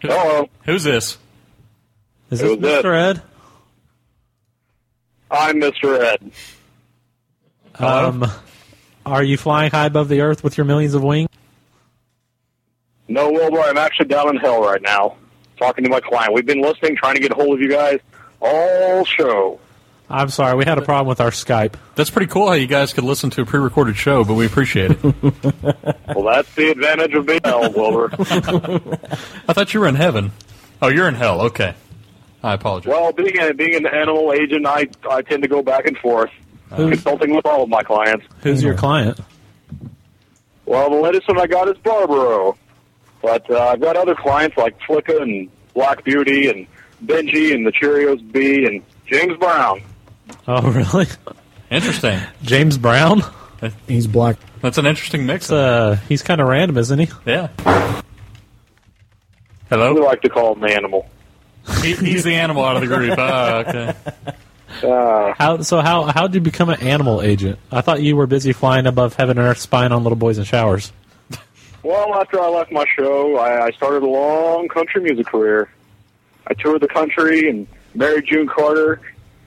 Speaker 4: Hello.
Speaker 2: Who's this?
Speaker 3: Is
Speaker 4: Who's
Speaker 3: this
Speaker 4: this?
Speaker 3: Mr. Ed?
Speaker 4: I'm Mr. Ed.
Speaker 3: Um, are you flying high above the earth with your millions of wings?
Speaker 4: No, Wilbur, I'm actually down in hell right now, talking to my client. We've been listening, trying to get a hold of you guys all show.
Speaker 3: I'm sorry, we had a problem with our Skype.
Speaker 2: That's pretty cool how you guys could listen to a pre recorded show, but we appreciate it.
Speaker 4: Well, that's the advantage of being hell, Wilbur.
Speaker 2: I thought you were in heaven. Oh, you're in hell. Okay. I apologize.
Speaker 4: well, being a, being an animal agent, I I tend to go back and forth,
Speaker 3: Who's-
Speaker 4: consulting with all of my clients.
Speaker 3: Who's your client?
Speaker 4: Well, the latest one I got is Barbaro, but uh, I've got other clients like Flicka and Black Beauty and Benji and the Cheerios Bee and James Brown.
Speaker 3: Oh, really?
Speaker 2: Interesting.
Speaker 3: James Brown.
Speaker 1: He's black.
Speaker 2: That's an interesting mix.
Speaker 3: Uh, he's kind of random, isn't he?
Speaker 2: Yeah. Hello.
Speaker 4: We like to call him the animal.
Speaker 2: He, he's the animal out of the group. Ah, okay.
Speaker 4: Uh,
Speaker 3: How so? How how did you become an animal agent? I thought you were busy flying above heaven and earth, spying on little boys in showers.
Speaker 4: Well, after I left my show, I, I started a long country music career. I toured the country and married June Carter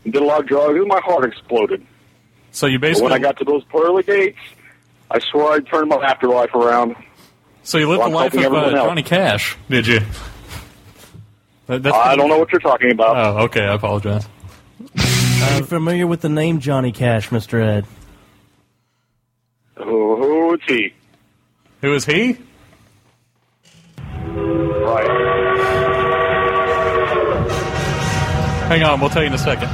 Speaker 4: and did a lot of drugs, and my heart exploded.
Speaker 2: So you
Speaker 4: But
Speaker 2: basically
Speaker 4: when I got to those pearly gates, I swore I'd turn my afterlife around.
Speaker 2: so you lived
Speaker 4: Well,
Speaker 2: the
Speaker 4: I'm
Speaker 2: life
Speaker 4: helping
Speaker 2: of uh,
Speaker 4: everyone else.
Speaker 2: Johnny Cash, did you? That- that's
Speaker 4: I don't know what you're talking about.
Speaker 2: Oh, okay. I apologize.
Speaker 40: Are you familiar with the name Johnny Cash, Mr. Ed?
Speaker 4: Who, who who it's he.
Speaker 2: Who is he? Hang on, we'll tell you in a second.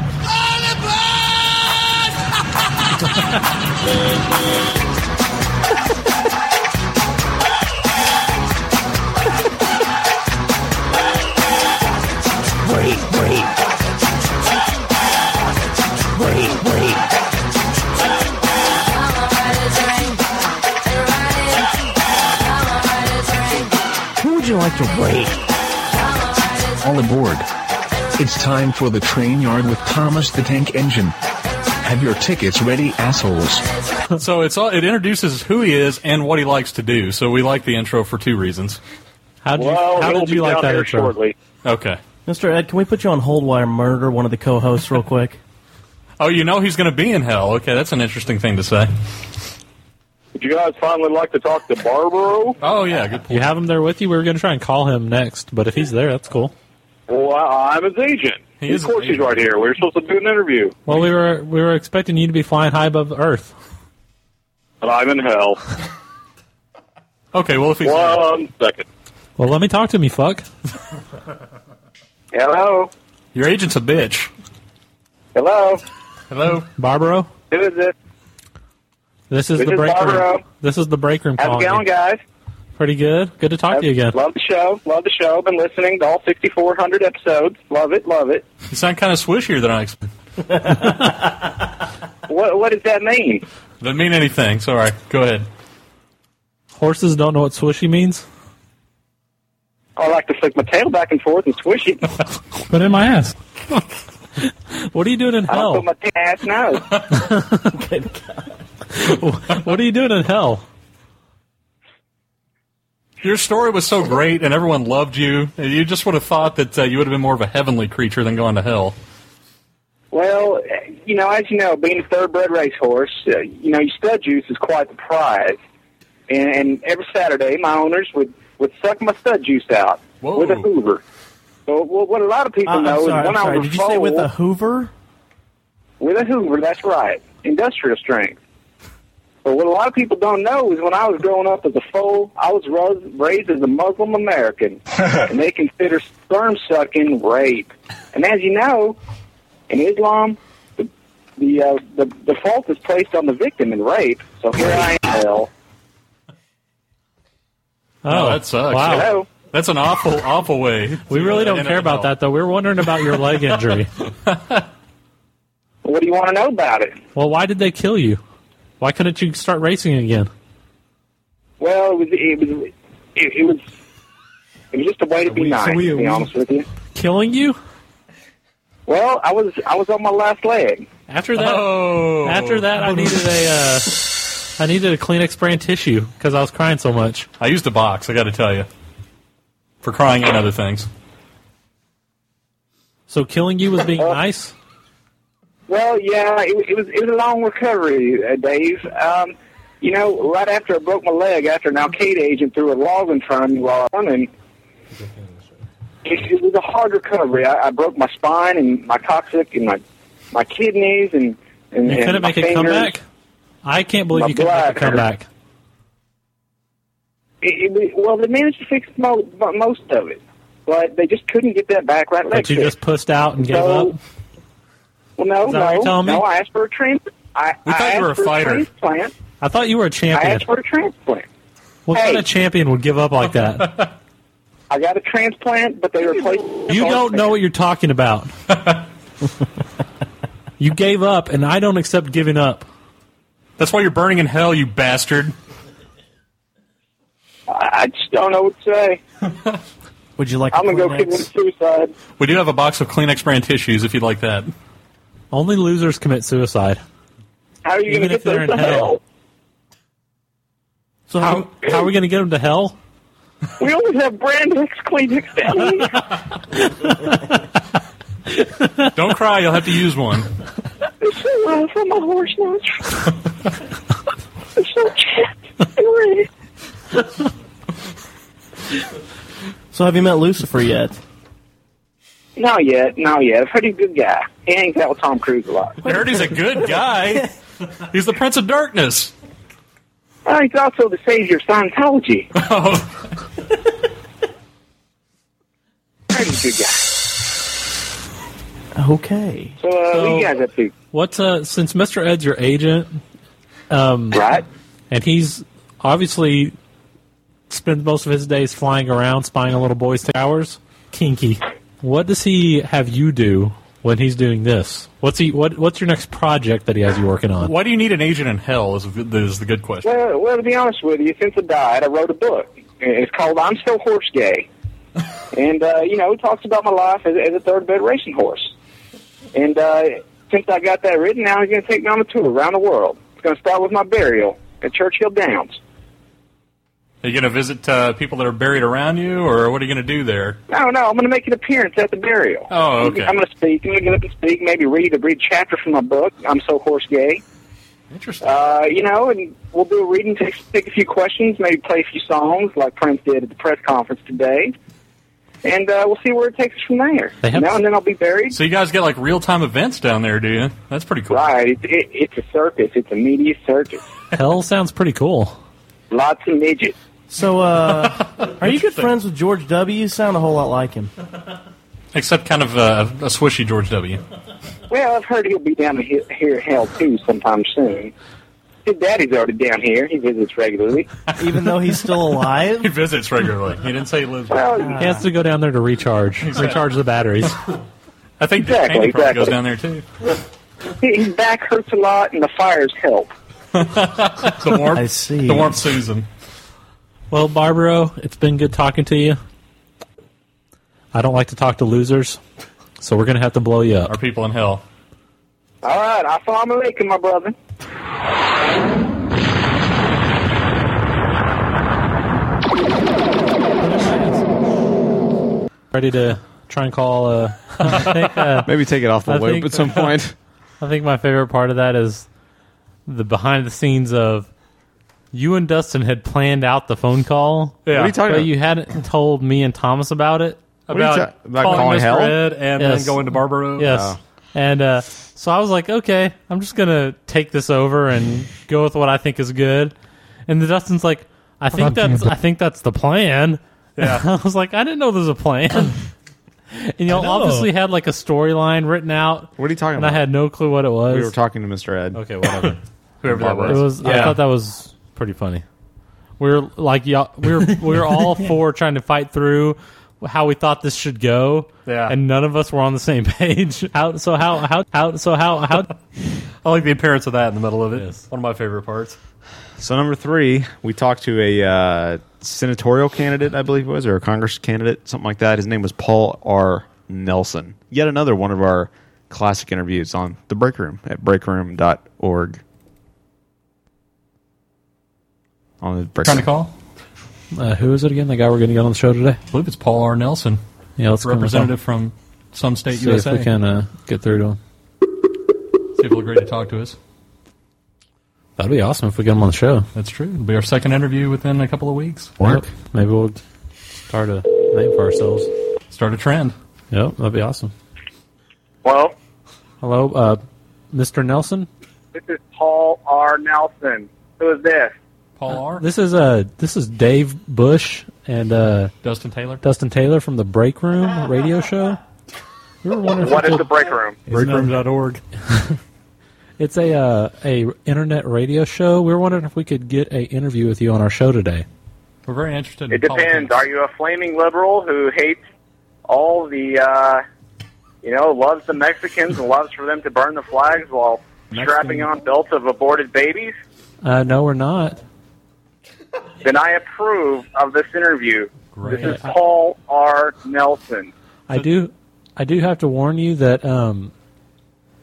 Speaker 8: Wait, wait. Wait, wait.
Speaker 9: Who would you like to wait? All aboard. It's time for the train yard with Thomas the Tank Engine. Have your tickets ready, assholes.
Speaker 2: so it's all, it introduces who he is and what he likes to do. So we like the intro for two reasons. How
Speaker 4: did you- Well, how did he'll you be like down that here intro? shortly.
Speaker 2: Okay.
Speaker 13: Mr. Ed, can we put you on hold while I murder one of the co-hosts real quick?
Speaker 2: Oh, you know he's going to be in hell. Okay, that's an interesting thing to say.
Speaker 4: Would you guys finally like to talk to Barbaro?
Speaker 2: Oh yeah, good
Speaker 3: You have him there with you. We were going to try and call him next, but if he's there, that's cool.
Speaker 4: Well, I, I'm his agent.
Speaker 3: He is
Speaker 4: of course, he's right here. We are supposed to do an interview,
Speaker 3: Well, we were we were expecting you to be flying high above Earth.
Speaker 4: but I'm in hell.
Speaker 2: Okay, well if he's
Speaker 4: one second.
Speaker 3: Well, let me talk to him, you fuck.
Speaker 4: Hello,
Speaker 2: your agent's a bitch.
Speaker 4: hello.
Speaker 2: Hello,
Speaker 3: Barbaro.
Speaker 4: Who is this?
Speaker 3: This is
Speaker 4: This
Speaker 3: the
Speaker 4: is
Speaker 3: break room.
Speaker 4: Barbaro.
Speaker 3: This is the break room
Speaker 4: How's it
Speaker 3: calling. you.
Speaker 4: going, guys?
Speaker 3: Pretty good. Good to talk to you again.
Speaker 4: Love the show. Love the show. Been listening to all 6,400 episodes. Love it. Love it.
Speaker 2: You sound kind of swishier than I expected.
Speaker 4: What What does that mean?
Speaker 2: Doesn't mean anything. Sorry. Go ahead.
Speaker 3: Horses don't know what swishy means.
Speaker 4: I like to flick my tail back and forth and swish it.
Speaker 3: Put in my ass. what are you doing in
Speaker 4: I don't
Speaker 3: hell?
Speaker 4: put my t- ass no.
Speaker 3: what are you doing in hell?
Speaker 2: Your story was so great, and everyone loved you. and You just would have thought that uh, you would have been more of a heavenly creature than going to hell.
Speaker 4: Well, you know, as you know, being a thoroughbred racehorse, uh, you know, your stud juice is quite the prize. And, and every Saturday, my owners would, would suck my stud juice out with a hoover. So, well, what a lot of people
Speaker 13: Uh, I'm
Speaker 4: know
Speaker 13: sorry,
Speaker 4: is
Speaker 13: I'm
Speaker 4: when I
Speaker 13: sorry.
Speaker 4: was
Speaker 13: Did you say with
Speaker 4: foaled-
Speaker 13: a Hoover?
Speaker 4: With a Hoover, that's right. Industrial strength. But what a lot of people don't know is when I was growing up as a foal, I was ros- raised as a Muslim American. and they consider sperm sucking rape. And as you know, in Islam, the, the, uh, the, the fault is placed on the victim in rape. So here I am. Hell.
Speaker 2: Oh, that sucks.
Speaker 3: wow. Hello?
Speaker 2: That's an awful, awful way. uh,
Speaker 3: We really don't care about that, though. We were wondering about your leg injury.
Speaker 4: What do you want to know about it?
Speaker 3: Well, why did they kill you? Why couldn't you start racing again?
Speaker 4: Well, it was it was it, it was it was just a way to be nice.
Speaker 3: we-
Speaker 4: to be
Speaker 3: we-
Speaker 4: honest with you.
Speaker 3: Killing you?
Speaker 4: Well, I was I was on my last leg.
Speaker 3: After that,
Speaker 2: Oh.
Speaker 3: after that, I needed a, uh, I needed a Kleenex brand tissue because I was crying so much.
Speaker 2: I used a box. I got to tell you, for crying and other things.
Speaker 3: So killing you was being nice.
Speaker 4: Well, yeah, it, it was it was a long recovery, uh, Dave. Um, you know, right after I broke my leg, after an Al Qaeda agent threw a log in front of me while I was running, it, it was a hard recovery. I, I broke my spine and my coccyx and my my kidneys and and
Speaker 3: You
Speaker 4: and
Speaker 3: couldn't
Speaker 4: my
Speaker 3: make a
Speaker 4: fingers.
Speaker 3: comeback. I can't believe
Speaker 4: My
Speaker 3: you couldn't make a
Speaker 4: bladder.
Speaker 3: comeback.
Speaker 4: It, it, well, they managed to fix mo- most of it, but they just couldn't get that back right leg
Speaker 3: But you
Speaker 4: fixed.
Speaker 3: just pussed out and gave
Speaker 4: So-
Speaker 3: up.
Speaker 4: Well, no,
Speaker 3: Is that what
Speaker 4: no,
Speaker 3: you're telling me?
Speaker 4: no. I asked for a transplant. I,
Speaker 3: We
Speaker 4: I
Speaker 3: thought you
Speaker 4: asked
Speaker 3: were a
Speaker 4: for
Speaker 3: fighter.
Speaker 4: transplant.
Speaker 3: I thought you were a
Speaker 4: I
Speaker 3: champion.
Speaker 4: asked for a transplant.
Speaker 3: What
Speaker 4: Hey.
Speaker 3: kind of champion would give up like that?
Speaker 4: I got a transplant, but they replaced.
Speaker 3: You don't know what you're talking about. you gave up, and I don't accept giving up.
Speaker 2: That's why you're burning in hell, you bastard.
Speaker 4: I I just don't know what to say.
Speaker 13: Would you like?
Speaker 4: I'm gonna go commit suicide.
Speaker 2: We do have a box of Kleenex brand tissues if you'd like that.
Speaker 3: Only losers commit suicide.
Speaker 4: How are you
Speaker 3: Even
Speaker 4: gonna
Speaker 3: if
Speaker 4: get
Speaker 3: they're
Speaker 4: those
Speaker 3: in
Speaker 4: to hell?
Speaker 3: hell. So how, how are we going to get them to hell?
Speaker 4: We always have brand X Kleenex down here.
Speaker 2: Don't cry. You'll have to use one.
Speaker 8: It's so loud from my horse nose. it's so chapped and ready.
Speaker 13: So have you met Lucifer yet?
Speaker 4: Not yet, not yet. I've heard he's a good guy. He hangs out with Tom Cruise a lot.
Speaker 2: I heard he's a good guy. He's the Prince of Darkness.
Speaker 4: Well, he's also the savior of Scientology. Oh. Pretty good guy.
Speaker 3: Okay.
Speaker 4: So, uh, what
Speaker 3: So-
Speaker 4: you guys up to?
Speaker 3: What's uh since Mr. Ed's your agent, um,
Speaker 4: right?
Speaker 3: And he's obviously spends most of his days flying around spying on little boys' towers. Kinky. What does he have you do when he's doing this? What's he? What What's your next project that he has you working on?
Speaker 2: Why do you need an agent in hell? Is, is the good question.
Speaker 4: Well, well, to be honest with you, since I died, I wrote a book. It's called "I'm Still Horse Gay," and uh, you know, it talks about my life as, as a third bed racing horse. And uh, since I got that written, now he's going to take me on a tour around the world. It's going to start with my burial at Churchill Downs.
Speaker 2: Are you going to visit uh, people that are buried around you, or what are you going to do there?
Speaker 4: I don't know. I'm going to make an appearance at the burial.
Speaker 2: Oh, okay.
Speaker 4: I'm going to speak. I'm going to get up and speak. Maybe read a read a chapter from my book. I'm so horse gay.
Speaker 2: Interesting.
Speaker 4: Uh, you know, and we'll do a reading, take, take a few questions, maybe play a few songs like Prince did at the press conference today, and uh, we'll see where it takes us from there.
Speaker 2: They have-
Speaker 4: Now and then I'll be buried.
Speaker 2: So you guys get like real time events down there, do you? That's pretty cool.
Speaker 4: Right? It, it, it's a circus. It's a media circus.
Speaker 3: Hell sounds pretty cool.
Speaker 4: Lots of midgets.
Speaker 13: So, uh, are you good friends with George W? You sound a whole lot like him.
Speaker 2: Except kind of uh, a swishy George W.
Speaker 4: Well, I've heard he'll be down he- here in hell too sometime soon. His daddy's already down here. He visits regularly.
Speaker 13: Even though he's still alive?
Speaker 2: he visits regularly. He didn't say he lives
Speaker 4: well,
Speaker 3: He has to go down there to recharge,
Speaker 2: Exactly.
Speaker 3: recharge the batteries.
Speaker 2: I think
Speaker 4: Exactly,
Speaker 2: Candy probably
Speaker 4: exactly.
Speaker 2: goes down there too.
Speaker 4: He- His back hurts a lot, and the fires help.
Speaker 2: The warmth,
Speaker 3: I see.
Speaker 2: The warmth soothes him.
Speaker 3: Well, Barbaro, it's been good talking to you. I don't like to talk to losers, so we're gonna have to blow you up.
Speaker 2: Our people in hell.
Speaker 4: All right, assalamu alaikum, my brother.
Speaker 3: Ready to try and call? Uh, I think, uh,
Speaker 1: Maybe take it off the
Speaker 3: I
Speaker 1: loop
Speaker 3: think-
Speaker 1: at some point.
Speaker 3: I think my favorite part of that is the behind the scenes of you and Dustin had planned out the phone call.
Speaker 2: Yeah. What are you talking
Speaker 3: but
Speaker 2: about?
Speaker 3: you hadn't told me and Thomas about it.
Speaker 2: What are you About ta- about calling calling Mr. hell? Ed and then going to Barbaro?
Speaker 3: Yes.
Speaker 2: Oh.
Speaker 3: And uh, so I was like, okay, I'm just gonna take this over and go with what I think is good. And then Dustin's like, I
Speaker 41: I'm
Speaker 3: think that's
Speaker 41: Campbell.
Speaker 3: I think that's the plan.
Speaker 41: Yeah.
Speaker 3: And I was like, I didn't know there's a plan. and
Speaker 1: I
Speaker 3: y'all
Speaker 1: know.
Speaker 3: obviously had like a storyline written out. What are you talking And I
Speaker 1: about?
Speaker 3: had no clue what it was.
Speaker 1: We were talking to Mr. Ed.
Speaker 3: Okay, whatever.
Speaker 1: Whoever that was.
Speaker 3: It was I
Speaker 1: Yeah.
Speaker 3: thought that was pretty funny. We were like, y'all, we were we were all four trying to fight through how we thought this should go.
Speaker 2: Yeah.
Speaker 3: and none of us were on the same page. How so? How how how so? How how?
Speaker 2: I like the appearance of that in the middle of it. One of my favorite parts.
Speaker 1: So number three, we talked to a uh, senatorial candidate, I believe it was, or a Congress candidate, something like that. His name was Paul R. Nelson. Yet another one of our classic interviews on the Break Room at breakroom.org. On the break
Speaker 2: Trying to
Speaker 1: Room.
Speaker 2: call?
Speaker 3: Uh, who is it again? The guy we're going to get on the show today?
Speaker 2: I believe it's Paul R. Nelson.
Speaker 3: Yeah, let's go with
Speaker 2: representative from some state
Speaker 3: See
Speaker 2: USA.
Speaker 3: if we can uh, get through to him.
Speaker 2: See if he'll agree to talk to us.
Speaker 3: That'd be awesome if we get him on the show.
Speaker 2: That's true. It'll be our second interview within a couple of weeks.
Speaker 3: Yep. Maybe we'll start a name for ourselves.
Speaker 2: Start a trend.
Speaker 3: Yep, that'd be awesome.
Speaker 4: Well,
Speaker 3: Hello, uh, Mr. Nelson.
Speaker 4: this is Paul R. Nelson. Who is this?
Speaker 2: Paul R.
Speaker 3: This is uh this is Dave Bush and uh
Speaker 2: Dustin Taylor.
Speaker 3: Dustin Taylor from the Break Room radio show. We were wondering if
Speaker 4: What
Speaker 3: we
Speaker 4: is
Speaker 3: could-
Speaker 4: the break room?
Speaker 2: Breakroom.org.
Speaker 3: It's a uh, a internet radio show. We were wondering if we could get a interview with you on our show today.
Speaker 2: We're very interested.
Speaker 4: It depends. Are you a flaming liberal who hates all the, uh, you know, loves the Mexicans and loves for them to burn the flags while strapping on belts of aborted babies?
Speaker 3: Uh, no, we're not.
Speaker 4: Then I approve of this interview. This is Paul R. Nelson.
Speaker 3: I do I do have to warn you that um,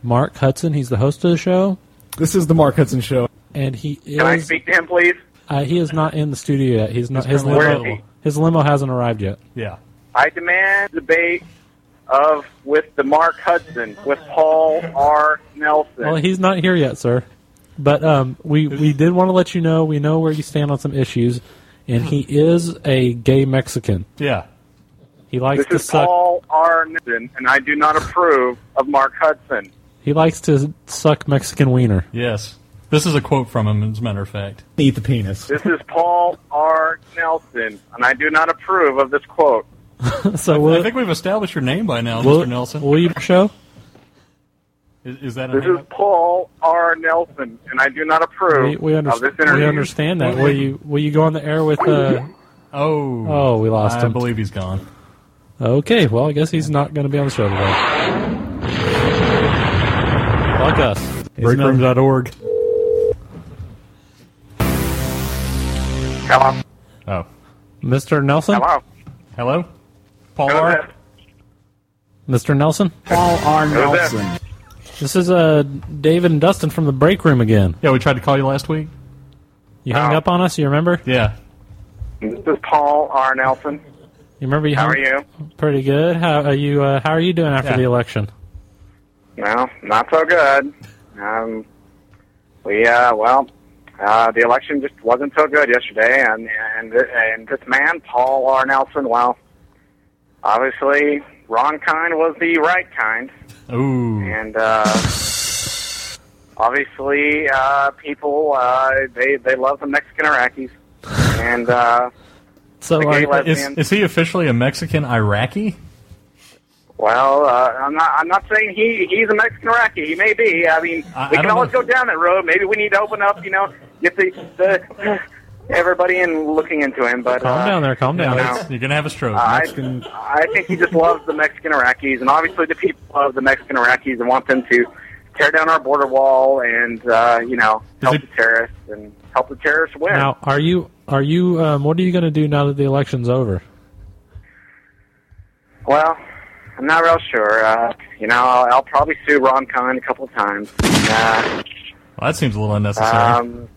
Speaker 3: Mark Hudson, he's the host of the show,
Speaker 42: This is the Mark Hudson Show.
Speaker 3: and he is
Speaker 4: Can I speak to him, please?
Speaker 3: uh, he is not in the studio yet. He's not
Speaker 4: He's
Speaker 3: his
Speaker 4: currently
Speaker 3: limo
Speaker 4: available.
Speaker 3: his limo hasn't arrived yet.
Speaker 2: Yeah.
Speaker 4: I demand debate of with the Mark Hudson with Paul R. Nelson.
Speaker 3: Well, he's not here yet, sir. But um, we we did want to let you know we know where you stand on some issues, and he is a gay Mexican.
Speaker 2: Yeah.
Speaker 3: He likes
Speaker 4: This
Speaker 3: to
Speaker 4: is
Speaker 3: suck.
Speaker 4: Paul R. Nelson, and I do not approve of Mark Hudson.
Speaker 3: He likes to suck Mexican wiener.
Speaker 2: Yes. This is a quote from him, as a matter of fact.
Speaker 43: Eat the penis.
Speaker 4: This is Paul R. Nelson, and I do not approve of this quote.
Speaker 2: so I think we've established your name by now,
Speaker 3: Will-
Speaker 2: Mr. Nelson.
Speaker 3: Will you show?
Speaker 2: Is, is that a
Speaker 4: This is Paul R. Nelson, and I do not approve
Speaker 3: We, we,
Speaker 4: of
Speaker 3: understand,
Speaker 4: this interview.
Speaker 3: we understand that. Will you will you go on the air with? Uh,
Speaker 2: oh,
Speaker 3: oh, we lost
Speaker 2: I
Speaker 3: him.
Speaker 2: believe he's gone.
Speaker 3: Okay, well, I guess he's not going to be on the show today. Fuck us. Breakroom.org.
Speaker 4: Hello.
Speaker 2: Oh,
Speaker 3: Mr. Nelson.
Speaker 4: Hello.
Speaker 2: Hello. Paul
Speaker 4: Who's
Speaker 2: R.
Speaker 4: this?
Speaker 3: Mr. Nelson.
Speaker 4: Paul R.
Speaker 2: Nelson.
Speaker 3: This is uh, David and Dustin from the break room again.
Speaker 2: Yeah, we tried to call you last week.
Speaker 3: You
Speaker 4: Oh.
Speaker 3: hung up on us. You remember?
Speaker 2: Yeah.
Speaker 4: This is Paul R. Nelson.
Speaker 3: You remember? You
Speaker 4: How
Speaker 3: hung-
Speaker 4: are you?
Speaker 3: Pretty good. How are you? Uh, how are you doing after
Speaker 4: Yeah.
Speaker 3: the election?
Speaker 4: No, not so good. Um, we uh, well, uh, the election just wasn't so good yesterday, and and and this man, Paul R. Nelson, well, obviously, wrong kind was the right kind,
Speaker 2: Ooh.
Speaker 4: and uh, obviously, uh, people uh, they they love the Mexican Iraqis, and uh,
Speaker 3: So
Speaker 4: the gay
Speaker 2: is,
Speaker 4: lesbians.
Speaker 2: is he officially a Mexican Iraqi?
Speaker 4: Well, uh, I'm not. I'm not saying he he's a Mexican Iraqi. He may be. I mean,
Speaker 2: I-
Speaker 4: we
Speaker 2: I
Speaker 4: can
Speaker 2: don't
Speaker 4: always go down that road. Maybe we need to open up. You know, get the, the everybody in looking into him. But
Speaker 3: Calm
Speaker 4: uh,
Speaker 3: down there. Calm
Speaker 4: you
Speaker 3: down.
Speaker 4: know,
Speaker 2: You're gonna have a stroke.
Speaker 4: I, I think he just loves the Mexican Iraqis, and obviously the people love the Mexican Iraqis and want them to tear down our border wall and uh, you know help the terrorists and help the terrorists win.
Speaker 3: Now, are you? Are you? Um, what are you going to do now that the election's over?
Speaker 4: Well, I'm not real sure. Uh, you know, I'll, I'll probably sue Ron Kahn a couple times. Uh,
Speaker 2: Well, that seems a little unnecessary.
Speaker 4: Um,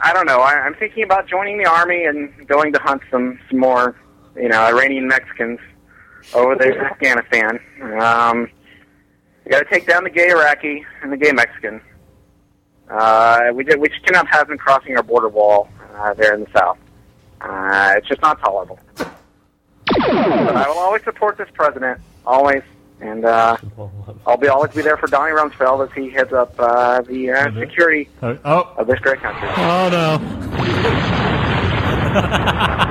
Speaker 4: I don't know. I, I'm thinking about joining the army and going to hunt some, some more, you know, Iranian Mexicans over there in Afghanistan. Um, you got to take down the gay Iraqi and the gay Mexican. Uh, we ju- we just cannot have them crossing our border wall uh, there in the south. Uh, it's just not tolerable. But I will always support this president, always, and uh, I'll be always be there for Donnie Rumsfeld as he heads up uh, the uh, security
Speaker 2: Oh, oh.
Speaker 4: of this great country.
Speaker 3: Oh no!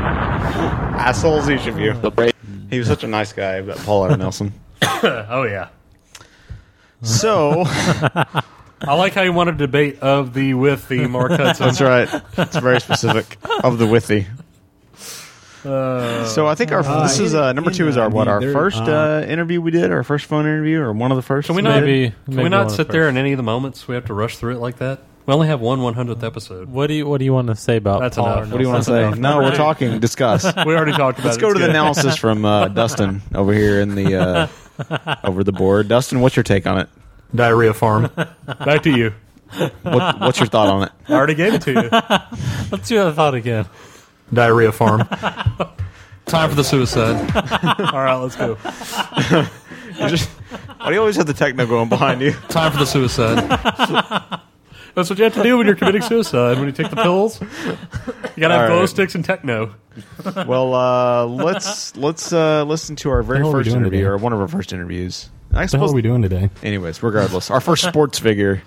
Speaker 44: Assholes, each of you. He was such a nice guy, that Paul R. Nelson.
Speaker 2: oh yeah.
Speaker 44: So
Speaker 2: I like how you wanted a debate of the with the Mark Hudson.
Speaker 44: that's right. It's very specific of the withy.
Speaker 2: Uh,
Speaker 44: So I think our
Speaker 2: uh,
Speaker 44: this is uh, number two is our what our first uh, interview we did our first phone interview or one of the first.
Speaker 2: Can we not, can we not sit there in any of the moments we have to rush through it like that? We only have one 100th episode.
Speaker 3: What do you What do you want to say about
Speaker 2: That's
Speaker 3: Paul
Speaker 2: enough.
Speaker 3: Arnold?
Speaker 44: What do you want to say? No, we're talking. Discuss.
Speaker 2: We already talked about
Speaker 44: Let's
Speaker 2: it.
Speaker 44: go
Speaker 2: It's
Speaker 44: to the
Speaker 2: good.
Speaker 44: analysis from uh, Dustin over here in the uh, over the board. Dustin, what's your take on it?
Speaker 2: Diarrhea farm. Back to you.
Speaker 44: What, what's your thought on it?
Speaker 2: I already gave it to you.
Speaker 3: Let's do that thought again.
Speaker 2: Diarrhea farm. Time for the suicide. All right, let's go.
Speaker 44: You just- why do you always have the techno going behind you?
Speaker 2: Time for the suicide. That's what you have to do when you're committing suicide. When you take the pills, you gotta have
Speaker 44: All right.
Speaker 2: glow sticks and techno.
Speaker 44: Well, uh, let's let's uh, listen to our very
Speaker 2: hell are we
Speaker 44: first
Speaker 2: doing
Speaker 44: interview
Speaker 2: today?
Speaker 44: or one of our first interviews. I suppose.
Speaker 2: we doing today?
Speaker 44: Anyways, regardless, our first sports figure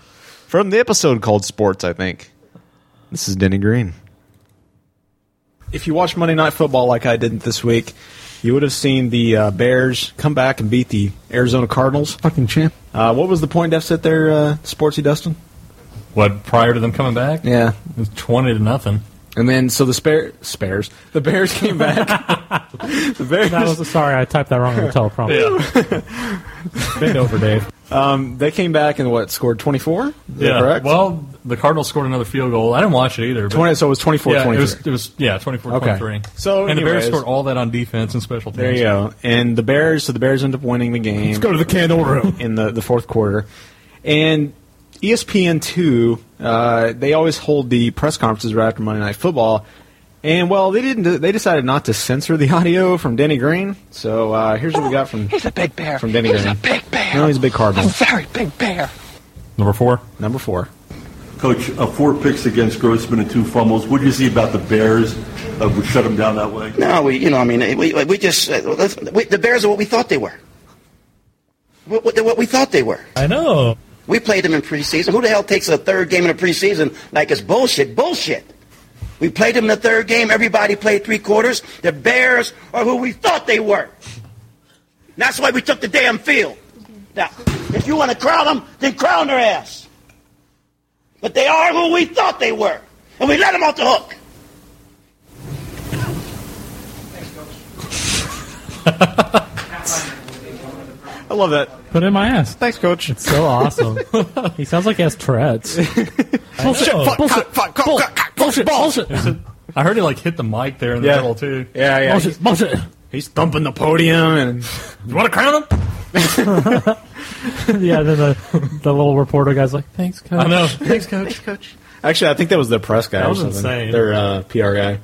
Speaker 44: from the episode called "Sports," I think. This is Denny Green.
Speaker 1: If you watched Monday Night Football like I did this week, you would have seen the uh, Bears come back and beat the Arizona Cardinals. Fucking champ. Uh, what was the point deficit there, uh, Sportsy Dustin?
Speaker 2: What prior to them coming back?
Speaker 1: Yeah.
Speaker 2: It was twenty to nothing.
Speaker 1: And then, so the spare spares, the Bears came back. the Bears.
Speaker 3: That was sorry. I typed that wrong on the teleprompter.
Speaker 1: Bend over, Dave. Um, they came back and what scored twenty four?
Speaker 2: Yeah.
Speaker 1: correct.
Speaker 2: Well, the Cardinals scored another field goal. I didn't watch it either. but-
Speaker 1: 20 so it was 24,
Speaker 2: Yeah, it was,
Speaker 1: 23.
Speaker 2: it was yeah, 24
Speaker 1: Okay.
Speaker 2: 23.
Speaker 1: So
Speaker 2: and the Bears
Speaker 1: anyways-
Speaker 2: scored all that on defense and special teams.
Speaker 1: There you go. And the Bears, so the Bears end up winning the game.
Speaker 2: Let's go to the candle room.
Speaker 1: in the, the fourth quarter. And E ESPN two, uh, they always hold the press conferences right after Monday Night Football. And well, they didn't. They decided not to censor the audio from Denny Green. So uh, here's what we got from
Speaker 8: He's a big bear.
Speaker 1: from Denny
Speaker 8: He's
Speaker 1: Green.
Speaker 8: a big bear.
Speaker 1: No, he's a big cardinal.
Speaker 8: A very big bear.
Speaker 2: Number four.
Speaker 1: Number four.
Speaker 45: Coach, uh, four picks against Grossman and two fumbles. What do you see about the Bears? Uh, would shut them down that way?
Speaker 7: No, we, you know, I mean, we, we just, uh, let's- we, the Bears are what we thought they were. What, what, they're what we thought they were.
Speaker 3: I know.
Speaker 7: We played them in preseason. Who the hell takes a third game in the preseason like it's bullshit? Bullshit. We played them in the third game. Everybody played three quarters. The Bears are who we thought they were. And that's why we took the damn field. Now, if you want to crown them, then crown their ass. But they are who we thought they were. And we let them off the hook.
Speaker 1: I love that.
Speaker 3: Put it in my ass.
Speaker 1: Thanks, coach.
Speaker 3: It's so awesome. he sounds like he has Tourette's.
Speaker 1: Bullshit, fuck, cock, fuck, cock, cock, cock, bullshit, bullshit.
Speaker 2: I heard he like hit the mic there in the
Speaker 1: Yeah.
Speaker 2: middle too.
Speaker 1: Yeah, yeah. He's,
Speaker 3: bullshit.
Speaker 1: he's thumping the podium and
Speaker 2: You want to crown him?
Speaker 3: yeah, then the, the little reporter guy's like, thanks,
Speaker 2: I
Speaker 3: coach.
Speaker 2: know.
Speaker 1: Thanks, coach. Thanks, coach. Actually, I think that was the press guy
Speaker 2: That
Speaker 1: or
Speaker 2: was
Speaker 1: something.
Speaker 2: insane.
Speaker 1: Their uh, PR guy.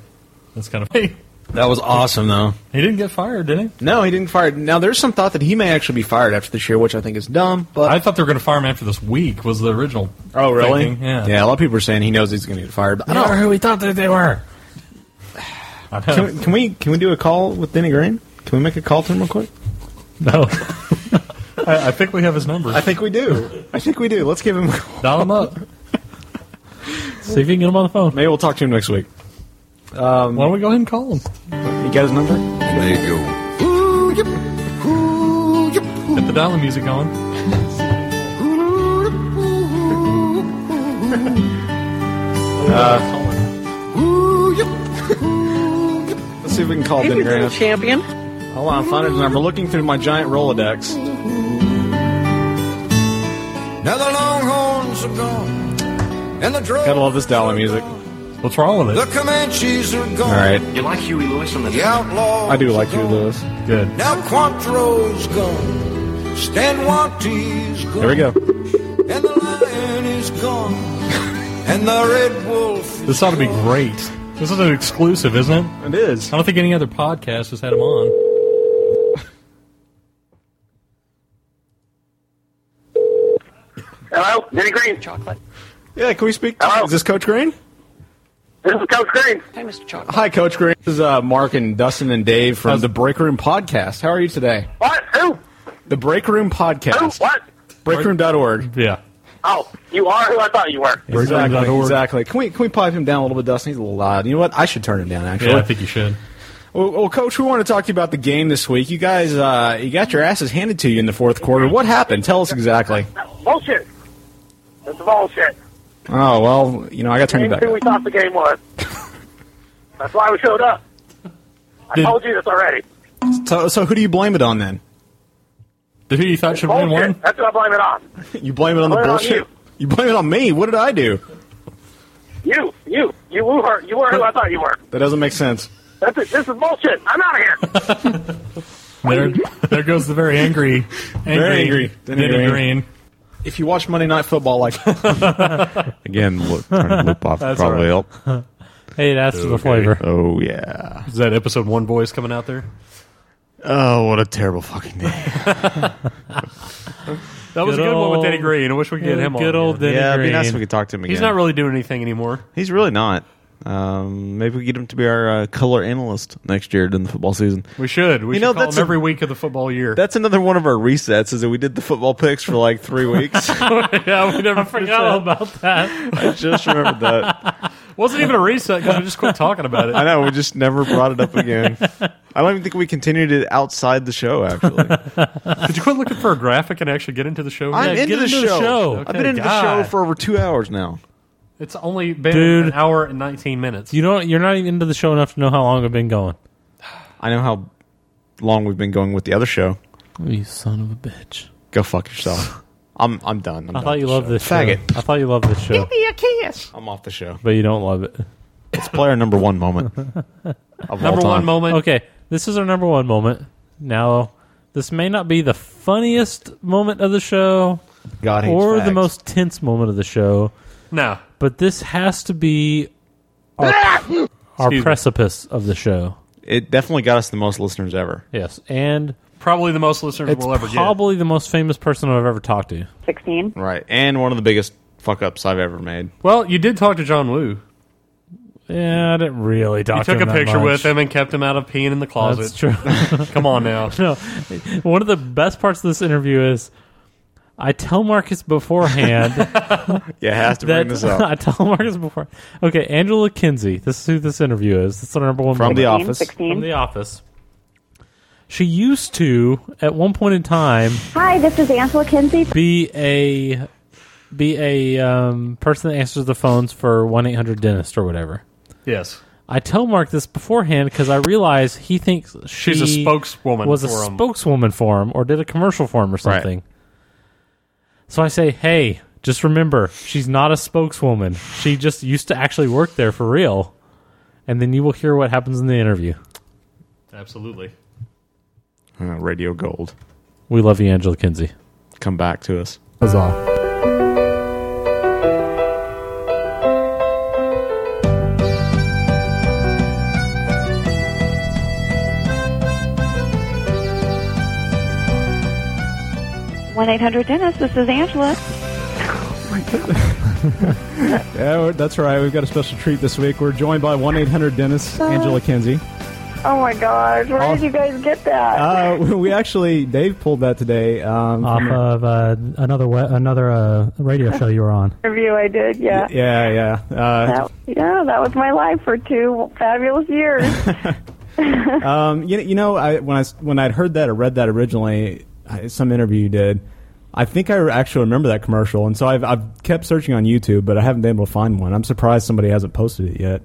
Speaker 2: That's kind of funny.
Speaker 1: That was awesome, though.
Speaker 2: He didn't get fired, did he?
Speaker 1: No, he didn't fire. Now, there's some thought that he may actually be fired after this year, which I think is dumb. But
Speaker 2: I thought they were going to fire him after this week. Was the original?
Speaker 1: Oh,
Speaker 2: thinking. Yeah.
Speaker 1: yeah. A lot of people are saying he knows he's going to get fired. But I don't.
Speaker 3: who we thought that they were.
Speaker 2: I know.
Speaker 1: Can we, can we can we do a call with Denny Green? Can we make a call to him real quick?
Speaker 3: No.
Speaker 2: I, I think we have his number.
Speaker 1: I think we do. I think we do. Let's give him. a call.
Speaker 2: Dial him up.
Speaker 3: See if you can get him on the phone.
Speaker 1: Maybe we'll talk to him next week. Um,
Speaker 2: Why don't we go ahead and call him?
Speaker 1: you got his number?
Speaker 46: There you go.
Speaker 2: Get the dial music on.
Speaker 1: Uh, Let's see if we can call Denny Green. Champion. Hold on, I found his number. Looking through my giant Rolodex.
Speaker 8: Now the Longhorns are gone, and the Dro-
Speaker 1: Gotta love this Dolly music.
Speaker 2: What's wrong with
Speaker 8: the
Speaker 2: it?
Speaker 8: Comanches are gone.
Speaker 1: All right,
Speaker 13: You like Huey Lewis on
Speaker 8: The outlaws
Speaker 1: I do like
Speaker 8: are
Speaker 1: you,
Speaker 8: gone.
Speaker 1: Lewis.
Speaker 2: Good.
Speaker 8: Now Quantro's gone. Stanwante's gone.
Speaker 1: Here we go.
Speaker 8: And the lion is gone. and the red wolf.
Speaker 2: This ought to be great. This is an exclusive, isn't it? I
Speaker 1: It is.
Speaker 2: don't think any other podcast has had him on.
Speaker 4: Hello, Denny Green.
Speaker 1: Yeah, can we speak? to-
Speaker 4: Hello?
Speaker 1: Is this Coach Green?
Speaker 4: This is Coach Green.
Speaker 1: Hi, Coach Green. This is uh, Mark and Dustin and Dave from the Break Room Podcast. How are you today?
Speaker 4: What? Who?
Speaker 1: The Break Room
Speaker 4: Who?
Speaker 1: Podcast.
Speaker 4: What?
Speaker 1: Breakroom.org.
Speaker 2: Yeah.
Speaker 4: Oh, you are who I thought you were.
Speaker 1: Exactly. Exactly. Can we can we pipe him down a little bit, Dustin? He's a little loud. You know what? I should turn him down. Actually.
Speaker 2: Yeah, I think you should.
Speaker 1: well, well, Coach, we want to talk to you about the game this week. You guys, uh, you got your asses handed to you in the fourth quarter. What happened? Tell us exactly.
Speaker 4: Bullshit. That's bullshit.
Speaker 1: Oh well, you know I got to turn you
Speaker 4: That's
Speaker 1: back.
Speaker 4: who we thought the game was. That's why we showed up. I
Speaker 2: Did-
Speaker 4: told you this already.
Speaker 1: So, so who do you blame it on then?
Speaker 2: Did who you thought should win
Speaker 4: Bullshit.
Speaker 2: one?
Speaker 4: That's what I blame it on.
Speaker 1: You blame it on the
Speaker 4: Blame it on
Speaker 1: bullshit.
Speaker 4: you.
Speaker 1: you blame it on me. What did I do?
Speaker 4: You, you, you were, you were who I thought you were.
Speaker 1: That doesn't make sense.
Speaker 4: That's it. This is bullshit. I'm out of here.
Speaker 2: There, there goes the very angry, angry,
Speaker 1: angry Denny
Speaker 2: Denny
Speaker 1: Green.
Speaker 2: Green.
Speaker 1: if you watch Monday Night Football, like
Speaker 47: Again, we'll turn the loop off.
Speaker 2: That's
Speaker 47: probably help.
Speaker 3: Hey, it adds to the flavor.
Speaker 47: Oh yeah.
Speaker 2: Is that episode one voice coming out there?
Speaker 47: Oh, what a terrible fucking day.
Speaker 2: That was
Speaker 3: Good
Speaker 2: a good one with Denny
Speaker 3: old-
Speaker 2: Green. I wish we could get him on.
Speaker 3: Good old
Speaker 2: again.
Speaker 3: Denny
Speaker 47: yeah, it'd be
Speaker 3: Green.
Speaker 47: nice if we could talk to him again.
Speaker 2: He's not really doing anything anymore.
Speaker 47: He's really not. Um, maybe we get him to be our uh, color analyst next year during the football season.
Speaker 2: We should. We
Speaker 47: You
Speaker 2: should
Speaker 47: know,
Speaker 2: call
Speaker 47: that's
Speaker 2: him
Speaker 47: a-
Speaker 2: every week of the football year.
Speaker 47: That's another one of our resets is that we did the football picks for like three weeks.
Speaker 2: yeah, we never
Speaker 3: forgot about that.
Speaker 47: I just remembered that.
Speaker 2: Wasn't even a reset because we just quit talking about
Speaker 47: I
Speaker 2: it.
Speaker 47: know we just never brought it up again. I don't even think we continued it outside the show. Actually,
Speaker 2: Did you quit looking for a graphic and actually get into the show?
Speaker 47: I'm
Speaker 2: Yeah, get-
Speaker 47: into, the,
Speaker 3: into the
Speaker 47: show.
Speaker 3: show.
Speaker 47: I've been into the
Speaker 2: God.
Speaker 47: show for over two hours now.
Speaker 2: It's only been
Speaker 3: Dude.
Speaker 2: an hour and 19 minutes.
Speaker 3: You don't. You're not even into the show enough to know how long I've been going.
Speaker 47: I know how long we've been going with the other show.
Speaker 3: You son of a bitch.
Speaker 47: Go fuck yourself. I'm I'm done. I'm
Speaker 3: I thought you loved this show.
Speaker 47: Faggot.
Speaker 3: I thought you loved this show,
Speaker 47: I'm off the show.
Speaker 3: but you don't love it.
Speaker 47: It's player number one moment. Of
Speaker 2: Number one moment.
Speaker 3: Okay, this is our number one moment. Now, this may not be the funniest moment of the show
Speaker 47: God hates
Speaker 3: or the
Speaker 47: fags.
Speaker 3: most tense moment of the show,
Speaker 2: No.
Speaker 3: but this has to be our,
Speaker 2: Excuse me.
Speaker 3: our precipice of the show.
Speaker 47: It definitely got us the most listeners ever.
Speaker 3: Yes, and
Speaker 2: Probably the most listeners
Speaker 3: it's
Speaker 2: we'll ever
Speaker 3: probably the most famous person I've ever talked to.
Speaker 48: 16.
Speaker 47: Right. And one of the biggest fuck ups I've ever made.
Speaker 2: get. Well, you did talk to John Woo.
Speaker 3: Yeah, I didn't really talk
Speaker 2: You
Speaker 3: to
Speaker 2: took
Speaker 3: him
Speaker 2: a
Speaker 3: that
Speaker 2: picture
Speaker 3: much.
Speaker 2: with him and kept him out of peeing in the
Speaker 3: That's
Speaker 2: closet.
Speaker 3: true.
Speaker 2: Come on now.
Speaker 3: no, one of the best parts of this interview is I tell Marcus beforehand.
Speaker 49: Yeah, has to bring
Speaker 3: that-
Speaker 49: this up.
Speaker 3: I tell Marcus before. Okay, Angela Kinsey. This is who this interview is. This is our number one
Speaker 49: From The
Speaker 3: voter.
Speaker 49: Office. 16.
Speaker 3: From The Office. She used to, at one point in time,
Speaker 47: Hi, this is Angela Kinsey.
Speaker 3: be a be a um, person that answers the phones for one eight hundred dentist or whatever.
Speaker 2: Yes.
Speaker 3: I tell Mark this beforehand because I realize he thinks
Speaker 2: She's a
Speaker 3: she
Speaker 2: spokeswoman
Speaker 3: was a
Speaker 2: for him.
Speaker 3: spokeswoman for him, or did a commercial for him, or something. So I say, "Hey, just remember, she's not a spokeswoman. She just used to actually work there for real." And then you will hear what happens in the interview.
Speaker 2: Absolutely.
Speaker 49: Uh, Radio Gold.
Speaker 3: We love you, Angela Kinsey.
Speaker 49: Come back to us.
Speaker 1: Huzzah.
Speaker 47: One eight hundred dentist. This is Angela.
Speaker 1: Yeah, we're- that's right. We've got a special treat this week. We're joined by 1 800 Dennis Angela Kinsey.
Speaker 47: Oh my gosh, where did you guys get that?
Speaker 1: Uh, we actually, Dave pulled that today. Um,
Speaker 27: off
Speaker 1: from-
Speaker 27: of uh, another we- another uh, radio show you were on.
Speaker 47: Interview I did, yeah.
Speaker 1: yeah, yeah. Uh,
Speaker 47: Yeah, that was my life for two fabulous years.
Speaker 1: um, you, you know, I, when I s- when I'd heard that or read that originally, I, some interview you did, I think I actually remember that commercial, and so I've I've kept searching on YouTube, but I haven't been able to find one. I'm surprised somebody hasn't posted it yet.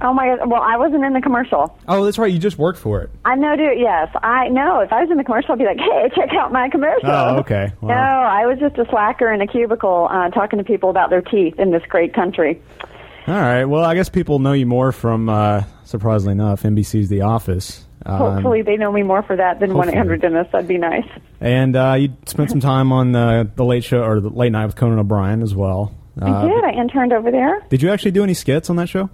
Speaker 47: oh my god. Well, I wasn't in the commercial.
Speaker 1: Oh, that's right. You just worked for it.
Speaker 47: I know, dude. Yes, I know. If I was in the commercial, I'd be like, "Hey, check out my commercial."
Speaker 1: Oh, okay.
Speaker 47: No, I was just a slacker in a cubicle uh, talking to people about their teeth in this great country.
Speaker 1: All right. Well, I guess people know you more from, uh, surprisingly enough, NBC's The Office. Um,
Speaker 47: Hopefully, they know me more for that than one
Speaker 1: hopefully.
Speaker 47: eight hundred dentists. That'd be nice.
Speaker 1: And uh, you spent some time on uh, the Late Show or the Late Night with Conan O'Brien as well. Uh,
Speaker 47: I did. I interned over there.
Speaker 1: Did you actually do any skits on that show?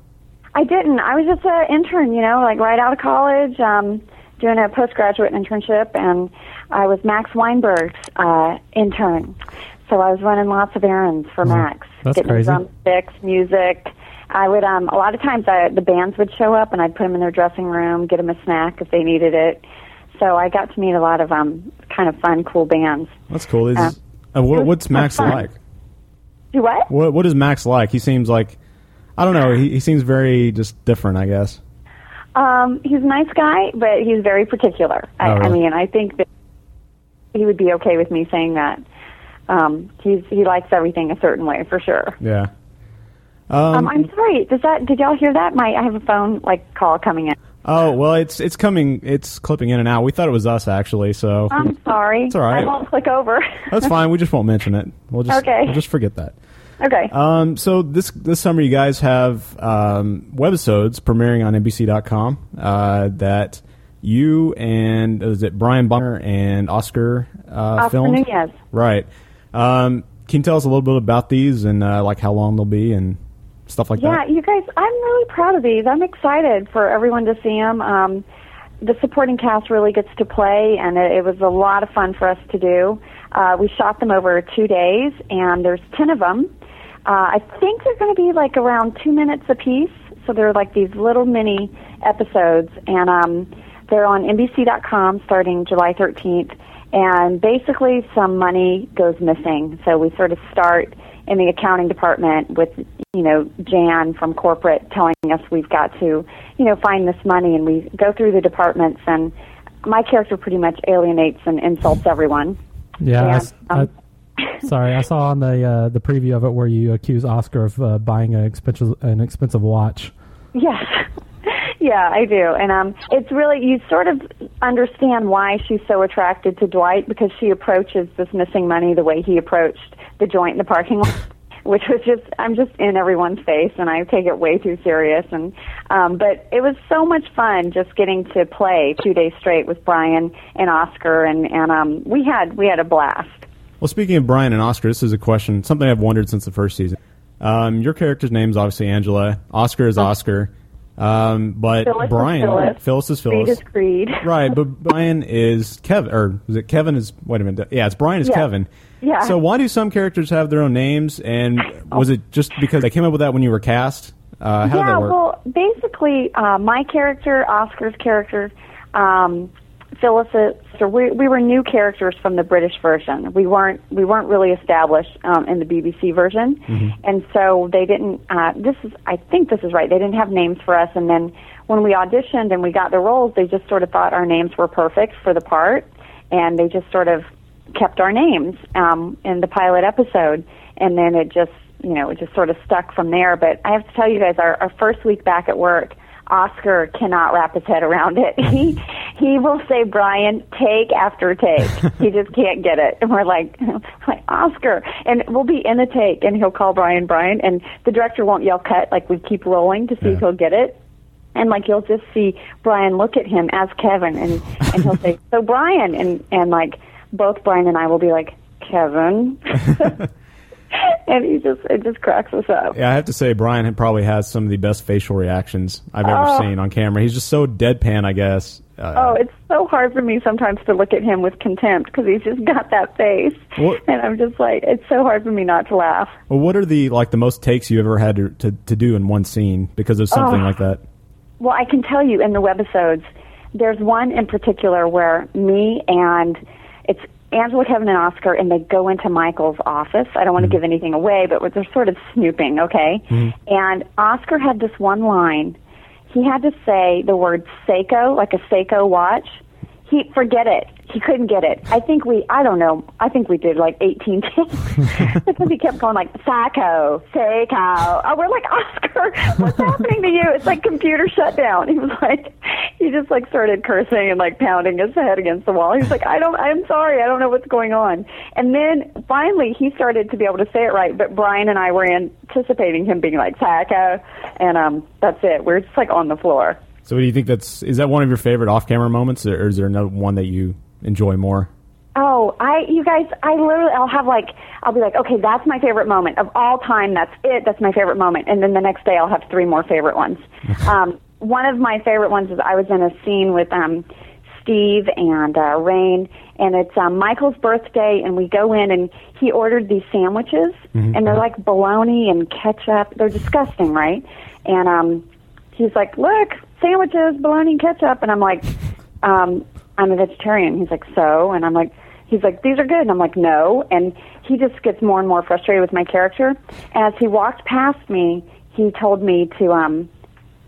Speaker 47: I didn't. I was just an intern, you know, like right out of college, um, doing a postgraduate internship, and I was Max Weinberg's uh, intern. So I was running lots of errands for Max,
Speaker 27: Mm-hmm. that's
Speaker 47: getting
Speaker 27: crazy.
Speaker 47: drumsticks, music. I would um, a lot of times I, the bands would show up, and I'd put them in their dressing room, get them a snack if they needed it. So I got to meet a lot of um, kind of fun, cool bands.
Speaker 1: That's cool. Is,
Speaker 47: Uh,
Speaker 1: uh, what, what's Max
Speaker 47: fun.
Speaker 1: like?
Speaker 47: Do what?
Speaker 1: What What is Max like? He seems like I don't know. He, he seems very just different. I guess.
Speaker 47: Um, he's a nice guy, but he's very particular. I,
Speaker 1: Oh,
Speaker 47: I
Speaker 1: really?
Speaker 47: mean, I think that he would be okay with me saying that. Um, he's he likes everything a certain way for sure.
Speaker 1: Yeah.
Speaker 47: Um,
Speaker 1: Um,
Speaker 47: I'm sorry. Does that did y'all hear that? My I have a phone like call coming in.
Speaker 1: oh well, it's it's coming. It's clipping in and out. We thought it was us actually. So
Speaker 47: I'm sorry.
Speaker 1: Oh. It's all right.
Speaker 47: I won't click over.
Speaker 1: that's fine. We just won't mention it. We'll just
Speaker 47: Okay.
Speaker 1: we'll just forget that.
Speaker 47: okay.
Speaker 1: Um, so this this summer, you guys have um, webisodes premiering on NBC.com uh, that you and uh, is it Brian Bonner and Oscar uh,
Speaker 47: Oscar
Speaker 1: filmed?
Speaker 47: Nunez.
Speaker 1: Right. Um, can you tell us a little bit about these and uh, like how long they'll be and stuff like
Speaker 47: yeah,
Speaker 1: that?
Speaker 47: you guys, I'm really proud of these. I'm excited for everyone to see them. Um, the supporting cast really gets to play, and it, it was a lot of fun for us to do. Uh, we shot them over two days, and there's 10 of them. Uh, I think they're going to be like around two minutes apiece, so they're like these little mini episodes, and um, they're on NBC.com starting July 13th. And basically, some money goes missing, so we sort of start in the accounting department with you know Jan from corporate telling us we've got to you know find this money and we go through the departments and my character pretty much alienates and insults everyone.
Speaker 27: Yeah. I s-
Speaker 47: Yeah, um,
Speaker 27: I- sorry, I saw on the uh, the preview of it where you accuse Oscar of uh, buying an expensive an expensive watch.
Speaker 47: Yes. yeah, I do. And um it's really you sort of understand why she's so attracted to Dwight because she approaches this missing money the way he approached the joint in the parking lot. Which was just I'm just in everyone's face and I take it way too serious and um but it was so much fun just getting to play two days straight with Brian and Oscar and, and um we had we had a blast.
Speaker 1: Well, speaking of Brian and Oscar, this is a question, something I've wondered since the first season. Um, your character's name is obviously Angela. Oscar is Oscar. Um, but
Speaker 47: Phyllis is
Speaker 1: Brian,
Speaker 47: Phyllis.
Speaker 1: is
Speaker 47: Creed
Speaker 1: Phyllis.
Speaker 47: is Creed.
Speaker 1: right, but Brian is Kevin, or is it Kevin is? Wait a minute, yeah, it's Brian is
Speaker 47: Yeah.
Speaker 1: Kevin.
Speaker 47: Yeah.
Speaker 1: So why do some characters have their own names? And was it just because they came up with that when you were cast? Uh, how
Speaker 47: yeah,
Speaker 1: did that work?
Speaker 47: well, basically, uh, my character, Oscar's character, um, Phyllis, so we, we were new characters from the British version. We weren't we weren't really established um, in the BBC version, and so they didn't. Uh, this is I think this is right. They didn't have names for us, and then when we auditioned and we got the roles, they just sort of thought our names were perfect for the part, and they just sort of kept our names um, in the pilot episode, and then it just you know it just sort of stuck from there. But I have to tell you guys, our, our first week back at work, Oscar cannot wrap his head around it. He he will say Brian take after take. he just can't get it, and we're like, like Oscar, and we'll be in a take, and he'll call Brian Brian, and the director won't yell cut. Like we keep rolling to see if he'll get it, and like you'll just see Brian look at him as Kevin, and and he'll say, "So Brian," and and like both Brian and I will be like, "Kevin," and he just it just cracks us up.
Speaker 1: Yeah, I have to say, Brian had- probably has some of the best facial reactions I've ever
Speaker 47: Oh.
Speaker 1: seen on camera. He's just so deadpan, I guess. Uh,
Speaker 47: Oh, it's so hard for me sometimes to look at him with contempt because he's just got that face,
Speaker 1: What-
Speaker 47: and I'm just like, it's so hard for me not to laugh.
Speaker 1: well, what are the like the most takes you ever had to, to, to do in one scene because of something
Speaker 47: Oh.
Speaker 1: like that?
Speaker 47: Well, I can tell you in the webisodes, there's one in particular where me and it's Angela, Kevin, and Oscar, and they go into Michael's office. I don't want to give anything away, but they're sort of snooping, okay?
Speaker 14: Hmm.
Speaker 47: And Oscar had this one line. He had to say the word Seiko, like a Seiko watch. He forget it. He couldn't get it. I think we, I don't know. I think we did like 18 takes because he kept going like Seiko, Seiko. Oh, we're like Oscar. What's happening to you? It's like computer shutdown. He was like, he just like started cursing and like pounding his head against the wall. He was like, I don't, I'm sorry, I don't know what's going on. And then finally he started to be able to say it right, but Brian and I were anticipating him being like Seiko, and um, that's it. We're just like on the floor.
Speaker 1: So, do you think that's is that one of your favorite off camera moments, or is there another one that you enjoy more?
Speaker 47: Oh, I you guys, I literally I'll have like I'll be like, okay, that's my favorite moment of all time. That's it. That's my favorite moment. And then the next day I'll have three more favorite ones. um, one of my favorite ones is I was in a scene with um, Steve and uh, Rain, and it's um, Michael's birthday, and we go in and he ordered these sandwiches,
Speaker 24: Mhm.
Speaker 47: and they're like bologna and ketchup. They're disgusting, right? And um, he's like, look, sandwiches, bologna, and ketchup, and I'm like um, I'm a vegetarian. He's like, so? And I'm like, he's like, these are good. And I'm like, no. And he just gets more and more frustrated with my character. As he walked past me, he told me to, um,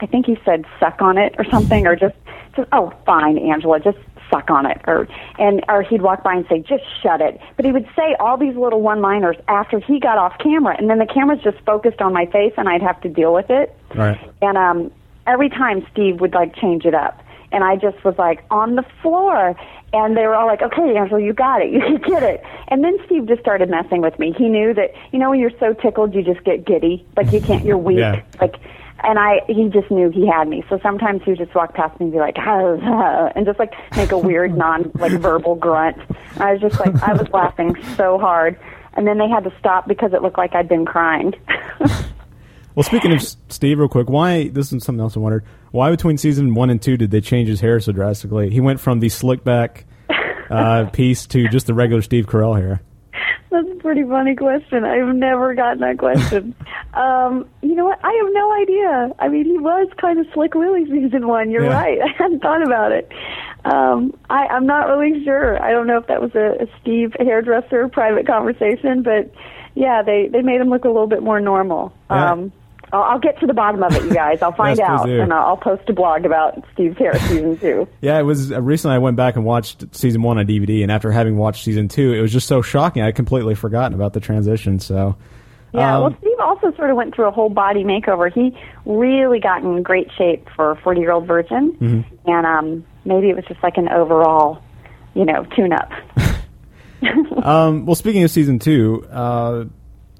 Speaker 47: I think he said suck on it or something, or just, just oh, fine, Angela, just suck on it. Or, and, or he'd walk by and say, just shut it. But he would say all these little one liners after he got off camera. And then the camera's just focused on my face and I'd have to deal with it.
Speaker 1: Right.
Speaker 47: And um, every time Steve would like change it up, and I just was like on the floor, and they were all like, "Okay, Angela, you got it, you get it." And then Steve just started messing with me. He knew that you know when you're so tickled, you just get giddy, like you can't, you're weak,
Speaker 24: Yeah.
Speaker 47: like. And I, he just knew he had me. So sometimes he would just walk past me and be like, and just like make a weird non, like verbal grunt. And I was just like, I was laughing so hard. And then they had to stop because it looked like I'd been crying.
Speaker 1: Well, speaking of S- Steve, real quick, why this is something else I wondered. Why between season one and two did they change his hair so drastically? He went from the slick back uh, piece to just the regular Steve Carell hair.
Speaker 47: That's a pretty funny question. I've never gotten that question. um, you know what? I have no idea. I mean, he was kind of Slick Willie season one. You're
Speaker 24: Yeah.
Speaker 47: right. I hadn't thought about it. Um, I, I'm not really sure. I don't know if that was a, a Steve hairdresser private conversation, but yeah, they they made him look a little bit more normal.
Speaker 24: Yeah.
Speaker 47: Um, I'll, I'll get to the bottom of it, you guys. I'll find
Speaker 1: Yes, please
Speaker 47: out,
Speaker 1: do.
Speaker 47: and I'll, I'll post a blog about Steve's hair season two.
Speaker 1: Yeah, it was uh, recently. I went back and watched season one on DVD, and after having watched season two, it was just so shocking. I had completely forgotten about the transition. So,
Speaker 47: Yeah,
Speaker 1: um,
Speaker 47: well, Steve also sort of went through a whole body makeover. He really got in great shape for a 40 year old virgin,
Speaker 1: mhm.
Speaker 47: and um, maybe it was just like an overall, you know, tune up.
Speaker 1: um, well, speaking of season two, uh,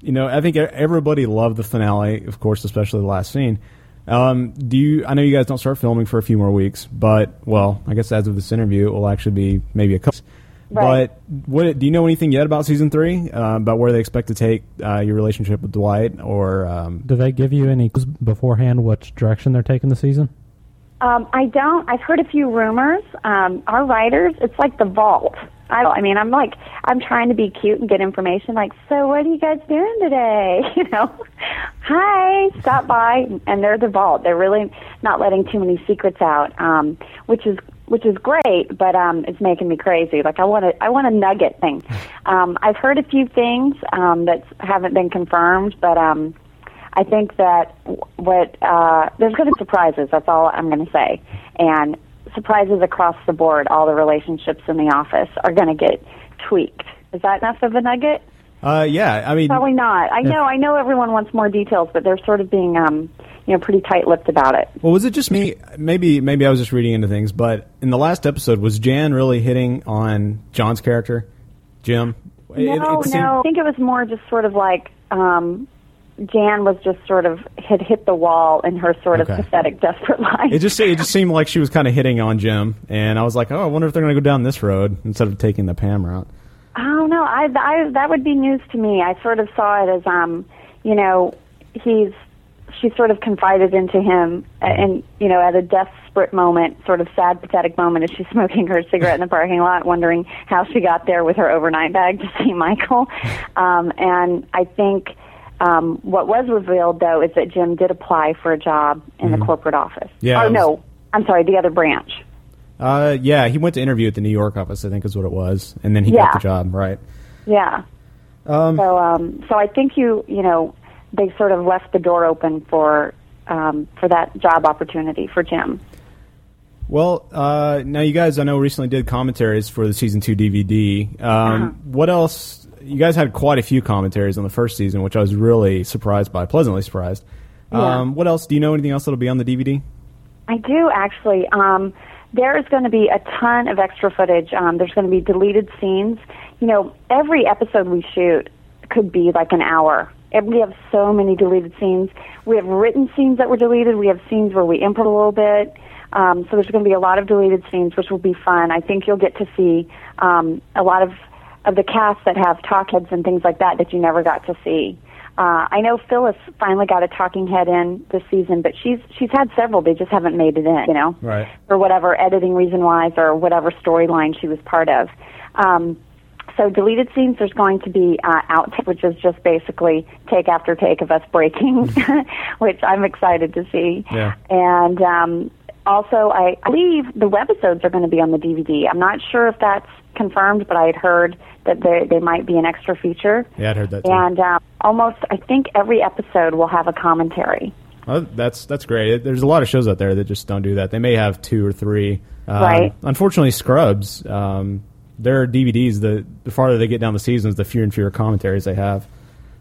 Speaker 1: you know, I think e- everybody loved the finale, of course, especially the last scene. Um, do you? I know you guys don't start filming for a few more weeks, but well, I guess as of this interview, it will actually be maybe a couple.
Speaker 47: Right.
Speaker 1: But what do you know anything yet about season three? Uh, about where they expect to take uh, your relationship with Dwight, or um,
Speaker 27: Do they give you any clues beforehand which direction they're taking the season?
Speaker 47: Um, I don't. I've heard a few rumors. Um, our writers, it's like the vault. I, I mean, I'm like, I'm trying to be cute and get information. Like, so what are you guys doing today? You know, hi, stop by, and they're the vault. They're really not letting too many secrets out, um, which is which is great, but um, it's making me crazy. Like I want a, I want a nugget thing. Um, I've heard a few things um, that haven't been confirmed, but um, I think that w- what uh, there's going to be surprises. That's all I'm going to say, and surprises across the board. All the relationships in the office are going to get tweaked. Is that enough of a nugget?
Speaker 1: Uh, yeah, I mean,
Speaker 47: Probably not. I
Speaker 1: Yeah.
Speaker 47: know. I know everyone wants more details, but they're sort of being um, you know pretty tight-lipped about it.
Speaker 1: Well, was it just me? Maybe maybe I was just reading into things, but in the last episode, was Jan really hitting on John's character, Jim? It- it
Speaker 47: no,
Speaker 1: seemed-
Speaker 47: no. I think it was more just sort of like um, Jan was just sort of had hit the wall in her sort
Speaker 1: Okay.
Speaker 47: of pathetic, desperate life.
Speaker 1: It just it just seemed like she was kind of hitting on Jim, and I was like, oh, I wonder if they're going to go down this road instead of taking the Pam route.
Speaker 47: I don't know. I, I that would be news to me. I sort of saw it as um, you know, he's she sort of confided into him, uh,
Speaker 1: Mm-hmm.
Speaker 47: and you know, at a desperate moment, sort of sad, pathetic moment, as she's smoking her cigarette in the parking lot, wondering how she got there with her overnight bag to see Michael. Um, and I think um, what was revealed though is that Jim did apply for a job in the corporate office.
Speaker 1: Mm-hmm. Yeah,
Speaker 47: Oh
Speaker 1: it was-
Speaker 47: no, I'm sorry, the other branch.
Speaker 1: Uh, yeah, he went to interview at the New York office, I think is what it was, and then he
Speaker 47: Yeah.
Speaker 1: got the job, right?
Speaker 47: Yeah. so, um, so I think you, you know, they sort of left the door open for um, for that job opportunity for Jim.
Speaker 1: Well, uh, now you guys, I know recently did commentaries for the season two DVD. Um,
Speaker 47: Uh-huh.
Speaker 1: What else? You guys had quite a few commentaries on the first season, which I was really surprised by, pleasantly surprised.
Speaker 47: Yeah.
Speaker 1: Um, what else? Do you know anything else that'll be on the DVD?
Speaker 47: I do actually. Um, there is going to be a ton of extra footage. Um, there's going to be deleted scenes. You know, every episode we shoot could be like an hour. And we have so many deleted scenes. We have written scenes that were deleted. We have scenes where we input a little bit. Um, so there's going to be a lot of deleted scenes, which will be fun. I think you'll get to see um, a lot of of the cast that have talk heads and things like that that you never got to see. Uh, I know Phyllis finally got a talking head in this season, but she's she's had several. They just haven't made it in, you know,
Speaker 8: Right.
Speaker 47: for whatever editing reason wise or whatever storyline she was part of. Um, so deleted scenes. There's going to be uh, outtake, which is just basically take after take of us breaking, which I'm excited to see.
Speaker 8: Yeah.
Speaker 47: And um, also, I I believe the webisodes are going to be on the DVD. I'm not sure if that's confirmed, but I had heard that they, they might be an extra feature.
Speaker 1: Yeah, I'd heard that. Too.
Speaker 47: And um, almost, I think every episode will have a commentary.
Speaker 1: Oh, that's that's great. It- There's a lot of shows out there that just don't do that. They may have two or three. Um,
Speaker 47: Right.
Speaker 1: Unfortunately, Scrubs. Um, their DVDs. The, the farther they get down the seasons, the fewer and fewer commentaries they have.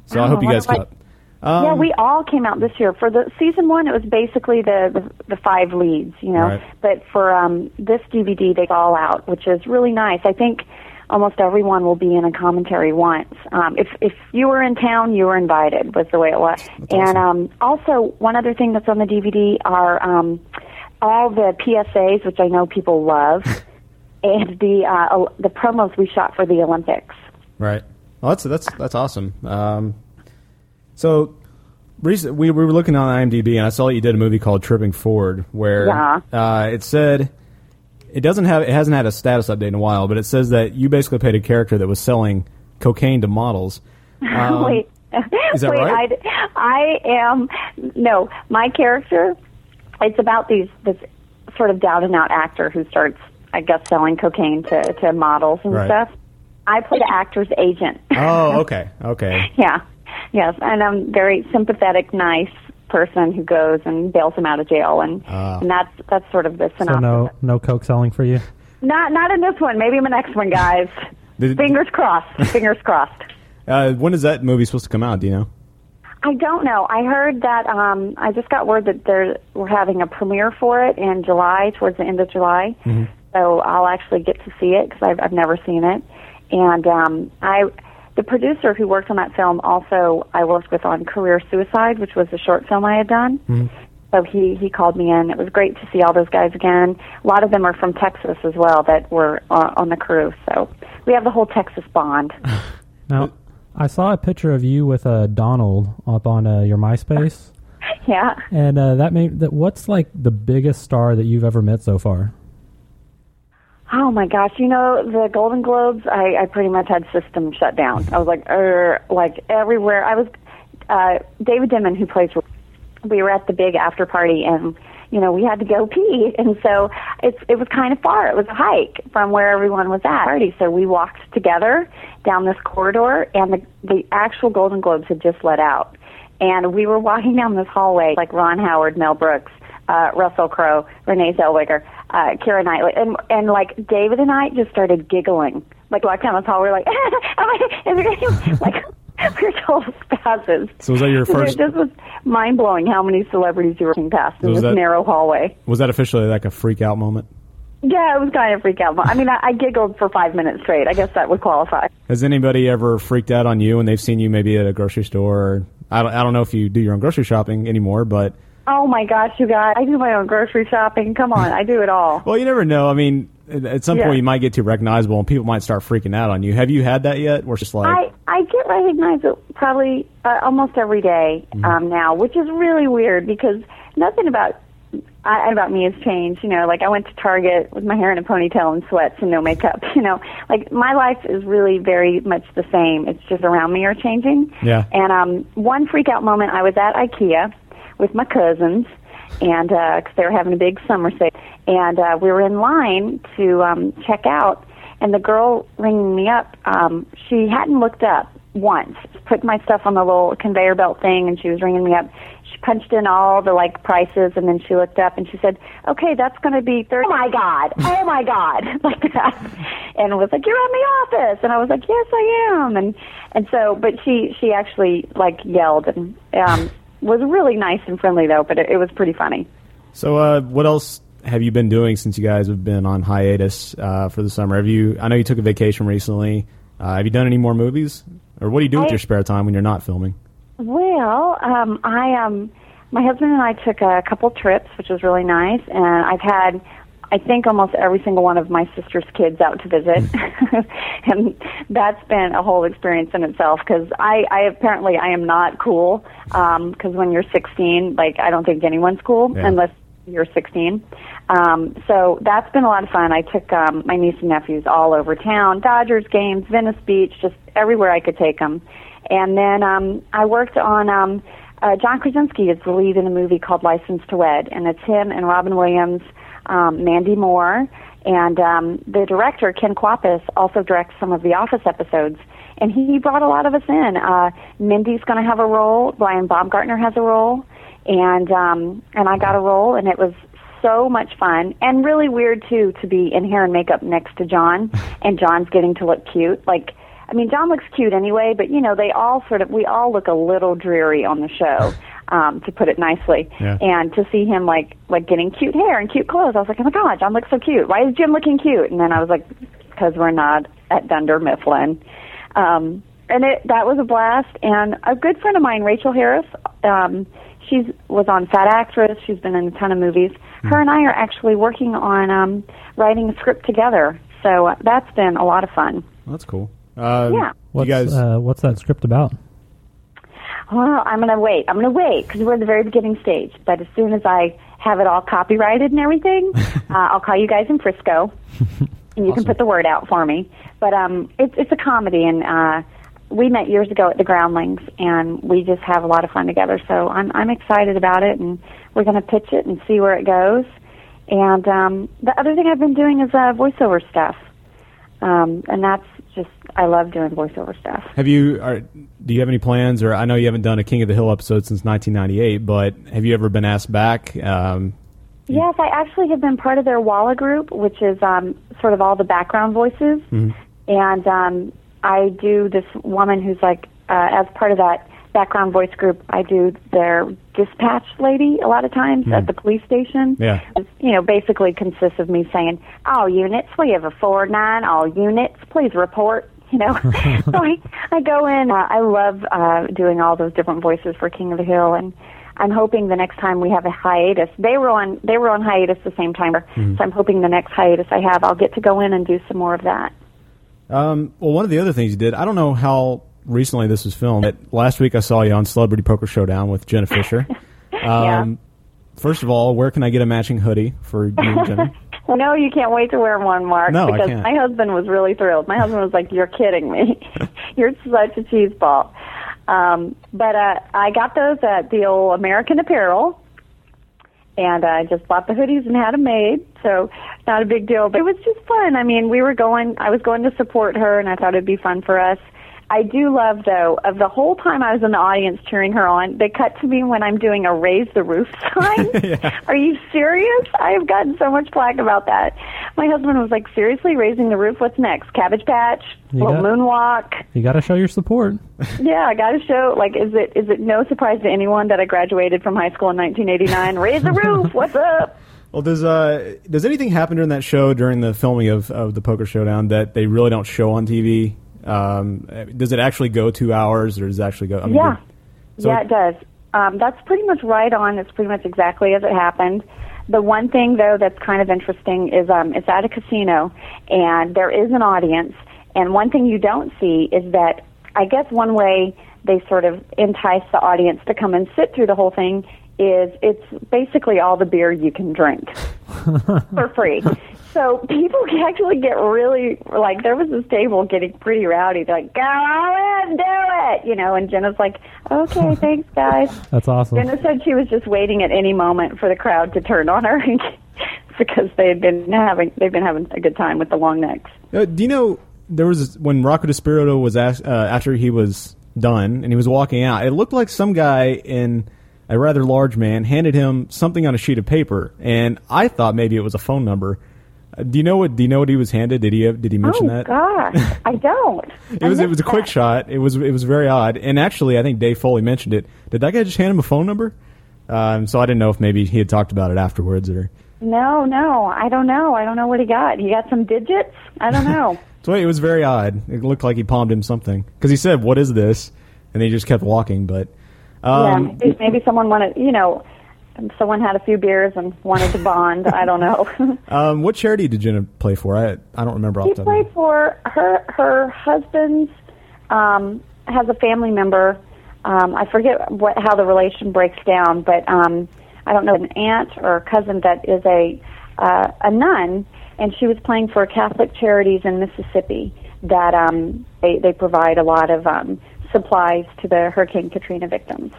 Speaker 1: So I
Speaker 47: Oh,
Speaker 1: hope you
Speaker 47: what
Speaker 1: guys
Speaker 47: do I-
Speaker 1: keep up. Um,
Speaker 47: yeah, we all came out this year for the season one. It was basically the the, the five leads, you know.
Speaker 8: Right.
Speaker 47: But for um, this DVD, they all out, which is really nice. I think almost everyone will be in a commentary once. Um, if if you were in town, you were invited. Was the way it was. and um, also one other thing that's on the DVD are um, all the PSAs, which I know people love, and the uh, o- the promos we shot for the Olympics.
Speaker 1: Right. Well, Oh, that's that's that's awesome. Um, so, recent, we we were looking on IMDb, and I saw that you did a movie called Tripping Forward, where
Speaker 8: Yeah.
Speaker 1: uh, it said it doesn't have it hasn't had a status update in a while, but it says that you basically played a character that was selling cocaine to models. Um,
Speaker 47: Wait.
Speaker 1: is that
Speaker 47: Wait,
Speaker 1: right?
Speaker 47: I, I am no. My character. It's about these this sort of down and out actor who starts, I guess, selling cocaine to to models and
Speaker 1: Right.
Speaker 47: stuff. I play the actor's agent.
Speaker 1: Oh, okay, okay.
Speaker 47: Yeah, yes, and I'm a very sympathetic, nice person who goes and bails him out of jail, and
Speaker 3: Ah.
Speaker 47: and that's that's sort of the
Speaker 3: So
Speaker 47: synopsis.
Speaker 3: no, no coke selling for you.
Speaker 47: Not not in this one. Maybe in the next one, guys.
Speaker 1: Did-
Speaker 47: Fingers crossed. Fingers crossed.
Speaker 1: Uh, when is that movie supposed to come out? Do you know?
Speaker 47: I don't know. I heard that um I just got word that they're we're having a premiere for it in July, towards the end of July. So I'll actually get to see it because I've I've never seen it. And um I the producer who worked on that film also I worked with on Career Suicide, which was the short film I had done. So he he called me in. It was great to see all those guys again. A lot of them are from Texas as well that were uh, on the crew. So we have the whole Texas bond.
Speaker 3: Now, I saw a picture of you with uh, Donald up on uh, your MySpace,
Speaker 47: yeah.
Speaker 3: and uh, that made that. What's like the biggest star that you've ever met so far?
Speaker 47: Oh my gosh! You know the Golden Globes. I, I pretty much had system shut down. I was like, er, like everywhere. I was uh, David Dimon, who plays. We were at the big after party, and you know, we had to go pee. And so it's, it was kind of far. It was a hike from where everyone was at already. So we walked together down this corridor and the, the actual Golden Globes had just let out. And we were walking down this hallway like Ron Howard, Mel Brooks, uh, Russell Crowe, Renee Zellweger, uh, Kira Knightley, and and like David and I just started giggling. Like walked down the hall, we were like, and we were like we were total spazzes.
Speaker 1: So was that your first-
Speaker 47: This was mind blowing how many celebrities you were walking past in
Speaker 1: Was
Speaker 47: this
Speaker 1: that-
Speaker 47: narrow hallway.
Speaker 1: Was that officially like a freak out moment?
Speaker 47: Yeah, it was kind of freak out. I mean, I, I giggled for five minutes straight. I guess that would qualify.
Speaker 1: Has anybody ever freaked out on you when they've seen you maybe at a grocery store? I don't, I don't know if you do your own grocery shopping anymore, but
Speaker 47: Oh my gosh, you guys! I do my own grocery shopping. Come on, I do it all.
Speaker 1: well, you never know. I mean, at- at some
Speaker 47: Yeah.
Speaker 1: point you might get too recognizable and people might start freaking out on you. Have you had that yet? We're just like,
Speaker 47: I, I get recognized probably uh, almost every day,
Speaker 1: Mm-hmm.
Speaker 47: um, now, which is really weird because nothing about I, about me has changed. You know, like I went to Target with my hair in a ponytail and sweats and no makeup. You know, like my life is really very much the same. It's just around me are changing.
Speaker 8: Yeah.
Speaker 47: And um, one freak out moment, I was at IKEA with my cousins, and because they were having a big summer sale, and uh, we were in line to um, check out, and the girl ringing me up, um, she hadn't looked up once, put my stuff on the little conveyor belt thing, and she was ringing me up. She punched in all the like prices, and then she looked up and she said, "Okay, that's going to be thirty. Oh my god! Oh my god! like that, and was like, "You're at my office," and I was like, "Yes, I am," and and so, but she she actually like yelled and um, was really nice and friendly though, but it, it was pretty funny.
Speaker 1: so uh, what else have you been doing since you guys have been on hiatus uh, for the summer? Have you, I know you took a vacation recently. Uh, have you done any more movies? Or what do you do with
Speaker 47: I-
Speaker 1: your spare time when you're not filming?
Speaker 47: Well, um, I um, my husband and I took a couple trips, which was really nice, and I've had. I think almost every single one of my sister's kids out to visit, and that's been a whole experience in itself. Because I, I apparently I am not cool. Because when you're 16, like I don't think anyone's cool
Speaker 8: Yeah.
Speaker 47: unless you're 16. Um, so that's been a lot of fun. I took um, my niece and nephews all over town, Dodgers games, Venice Beach, just everywhere I could take them. And then um, I worked on um, uh, John Krasinski is the lead in a movie called License to Wed, and it's him and Robin Williams, um, Mandy Moore, and um, the director Ken Quapis also directs some of the Office episodes. And he brought a lot of us in. Uh, Mindy's going to have a role. Brian Baumgartner has a role, and um, and I got a role, and it was so much fun and really weird too to be in hair and makeup next to John, and John's getting to look cute. Like I mean, John looks cute anyway, but you know, they all sort of, we all look a little dreary on the show, um, to put it nicely.
Speaker 8: Yeah.
Speaker 47: And to see him like, like getting cute hair and cute clothes, I was like, oh my God, John looks so cute. Why is Jim looking cute? And then I was like, because we're not at Dunder Mifflin. Um, and it, that was a blast. And a good friend of mine, Rachel Harris, um, she's was on Fat Actress. She's been in a ton of movies. Her and I are actually working on um, writing a script together. So uh, that's been a lot of fun.
Speaker 1: that's cool. Uh,
Speaker 47: Yeah.
Speaker 27: What's,
Speaker 1: you guys,
Speaker 27: uh, what's that script about?
Speaker 47: Well, Oh, I'm going to wait. I'm going to wait because we're at the very beginning stage. But as soon as I have it all copyrighted and everything, uh, I'll call you guys in Frisco, and you can put the word out for me. But um, it's it's a comedy, and uh, we met years ago at the Groundlings, and we just have a lot of fun together. So I'm I'm excited about it, and we're going to pitch it and see where it goes. And um, the other thing I've been doing is uh, voiceover stuff, um, and that's just I love doing voiceover stuff.
Speaker 1: Have you? Are, do you have any plans? Or I know you haven't done a King of the Hill episode since 1998, but have you ever been asked back? Um,
Speaker 47: Yes, I actually have been part of their Walla group, which is um, sort of all the background voices. And um, I do this woman who's like, uh, as part of that background voice group, I do their dispatch lady a lot of times at the police station.
Speaker 8: Yeah.
Speaker 47: You know, basically consists of me saying, all units, we have a 4 9, all units, please report. You know, so I, I go in. Uh, I love uh, doing all those different voices for King of the Hill, and I'm hoping the next time we have a hiatus, they were on they were on hiatus the same time. So I'm hoping the next hiatus I have, I'll get to go in and do some more of that.
Speaker 1: um, well, one of the other things you did, I don't know how recently this was filmed. But last week I saw you on Celebrity Poker Showdown with Jenna Fisher. Um,
Speaker 47: Yeah.
Speaker 1: First of all, where can I get a matching hoodie for you, and Jenna?
Speaker 47: Well, no, you can't wait to wear one, Mark.
Speaker 1: No, I
Speaker 47: because
Speaker 1: can't.
Speaker 47: my husband was really thrilled. My husband was like, "You're kidding me! You're such a cheese ball." Um, but uh, I got those at the old American Apparel, and I just bought the hoodies and had them made. So not a big deal, but it was just fun. I mean, we were going. I was going to support her, and I thought it'd be fun for us. I do love though of the whole time I was in the audience cheering her on. They cut to me when I'm doing a raise the roof sign. Are you serious? I have gotten so much flack about that. My husband was like, "Seriously, raising the roof? What's next? Cabbage patch?
Speaker 3: You
Speaker 47: little
Speaker 3: got-
Speaker 47: moonwalk?
Speaker 3: You got to show your support.
Speaker 47: yeah, I got to show. Like, is it is it no surprise to anyone that I graduated from high school in 1989? Raise the roof. What's up?
Speaker 1: Well, does uh, does anything happen during that show during the filming of, of the Poker Showdown that they really don't show on TV? Um, does it actually go two hours, or does it actually go? I mean,
Speaker 47: yeah,
Speaker 1: So-
Speaker 47: yeah, it does. Um, that's pretty much right on. It's pretty much exactly as it happened. The one thing though that's kind of interesting is um, it's at a casino, and there is an audience. And one thing you don't see is that I guess one way they sort of entice the audience to come and sit through the whole thing is it's basically all the beer you can drink for free. So people can actually get really like there was this table getting pretty rowdy. They're like, "Go on, do it," you know. And Jenna's like, "Okay, thanks, guys."
Speaker 3: That's awesome.
Speaker 47: Jenna said she was just waiting at any moment for the crowd to turn on her because they had been having they've been having a good time with the long necks.
Speaker 1: Uh, do you know there was when Rocco Despirito was asked, uh, after he was done and he was walking out? It looked like some guy in a rather large man handed him something on a sheet of paper, and I thought maybe it was a phone number. Uh, do you know what? Do you know what he was handed? Did he uh, did he mention
Speaker 47: Oh
Speaker 1: that?
Speaker 47: gosh, I don't.
Speaker 1: It was it was a quick shot. It was it was very odd. And actually, I think Dave Foley mentioned it. Did that guy just hand him a phone number? Um, so I didn't know if maybe he had talked about it afterwards or.
Speaker 47: No, no, I don't know. I don't know what he got. He got some digits. I don't know.
Speaker 1: So it was very odd. It looked like he palmed him something because he said, "What is this?" and he just kept walking. But um,
Speaker 47: yeah, maybe, maybe someone wanted, you know, someone had a few beers and wanted to bond. I don't know.
Speaker 1: um, what charity did Jenna play for? I I don't remember off
Speaker 47: she
Speaker 1: the top. of my-
Speaker 47: played for her. Her husband's um, has a family member. Um, I forget what how the relation breaks down, but um, I don't know an aunt or a cousin that is a uh, a nun, and she was playing for Catholic Charities in Mississippi that um, they they provide a lot of um, supplies to the Hurricane Katrina victims.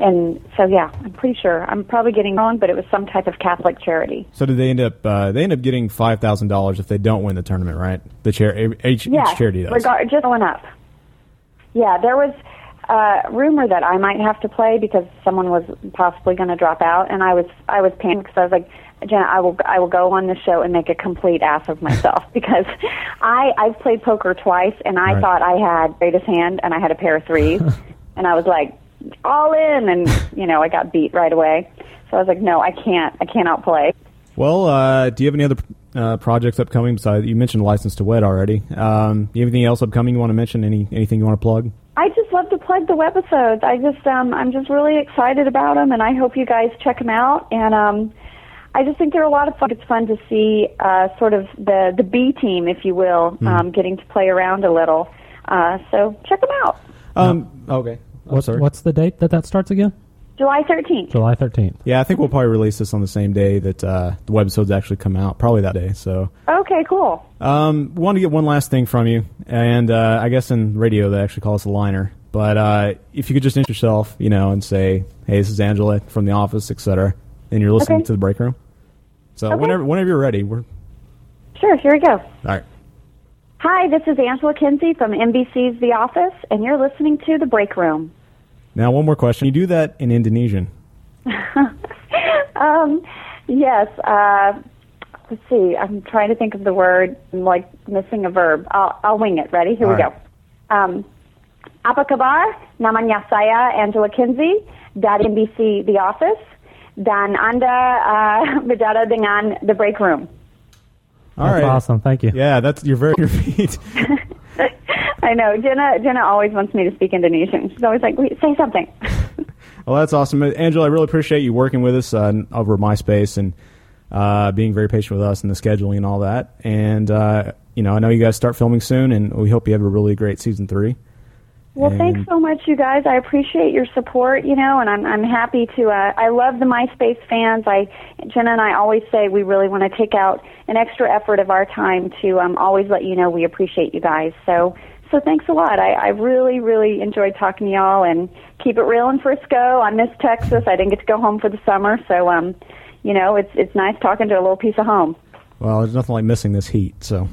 Speaker 47: And so, yeah, I'm pretty sure. I'm probably getting wrong, but it was some type of Catholic charity.
Speaker 1: So did they end up? Uh, they end up getting five thousand dollars if they don't win the tournament, right? The chair each,
Speaker 47: yeah,
Speaker 1: each charity does.
Speaker 47: Regard, just went up. Yeah, there was uh, rumor that I might have to play because someone was possibly going to drop out, and I was I was panicked because I was like, Jenna, I will I will go on this show and make a complete ass of myself because I I've played poker twice and I
Speaker 26: Right.
Speaker 47: thought I had greatest hand and I had a pair of threes, and I was like all in, and you know I got beat right away. So I was like, no, I can't, I cannot play.
Speaker 1: Well, uh, do you have any other uh, projects upcoming besides you mentioned License to Wed already? Um, do you have anything else upcoming you want to mention? Any anything you want to plug?
Speaker 47: I just love to plug the webisodes. I just um, I'm just really excited about them, and I hope you guys check them out. And um, I just think they're a lot of fun. It's fun to see uh, sort of the the B team, if you will,
Speaker 1: Hmm.
Speaker 47: um, getting to play around a little. Uh, so check them out.
Speaker 1: Um, okay.
Speaker 3: What's, what's the date that that starts again?
Speaker 47: July 13th.
Speaker 3: July 13th.
Speaker 1: Yeah, I think we'll probably release this on the same day that uh, the webisodes actually come out, probably that day. So,
Speaker 47: Okay, cool.
Speaker 1: um, want to get one last thing from you, and uh, I guess in radio they actually call us a liner. But uh, if you could just introduce yourself, you know, and say, "Hey, this is Angela from the office, etc," and you're listening
Speaker 47: Okay.
Speaker 1: to the break room. So
Speaker 47: Okay.
Speaker 1: whenever whenever you're ready, we're all
Speaker 47: Sure, here we go.
Speaker 1: right.
Speaker 47: Hi, this is Angela Kinsey from NBC's The Office, and you're listening to The Break Room.
Speaker 1: Now, one more question. You do that in Indonesian.
Speaker 47: um, yes. Uh, let's see. I'm trying to think of the word. I'm like missing a verb. I'll, I'll wing it. Ready? Here
Speaker 26: All
Speaker 47: we
Speaker 26: right.
Speaker 47: go. Um, apa kabar? Namanya saya Angela Kinsey dari NBC The Office. Dan anda uh, berbicara dengan The Break Room.
Speaker 1: All
Speaker 3: That's
Speaker 1: right.
Speaker 3: awesome. Thank you.
Speaker 1: Yeah, that's you're very your feet.
Speaker 47: I know Jenna. Jenna always wants me to speak Indonesian. She's always like, "Wait, "Say something."
Speaker 1: Well, that's awesome,
Speaker 50: Uh,
Speaker 1: Angela. I really appreciate you working with us uh, over at MySpace and uh, being very patient with us and the scheduling and all that. And uh, you know, I know you guys start filming soon, and we hope you have a really great season three.
Speaker 47: Well,
Speaker 1: And-
Speaker 47: thanks so much, you guys. I appreciate your support, you know, and I'm I'm happy to. Uh, I love the MySpace fans. I Jenna and I always say we really want to take out an extra effort of our time to um, always let you know we appreciate you guys. So So thanks a lot. I, I really, really enjoyed talking to y'all and keep it real in Frisco. I miss Texas. I didn't get to go home for the summer, so um, you know, it's it's nice talking to a little piece of home.
Speaker 50: Well, there's nothing like missing this heat. So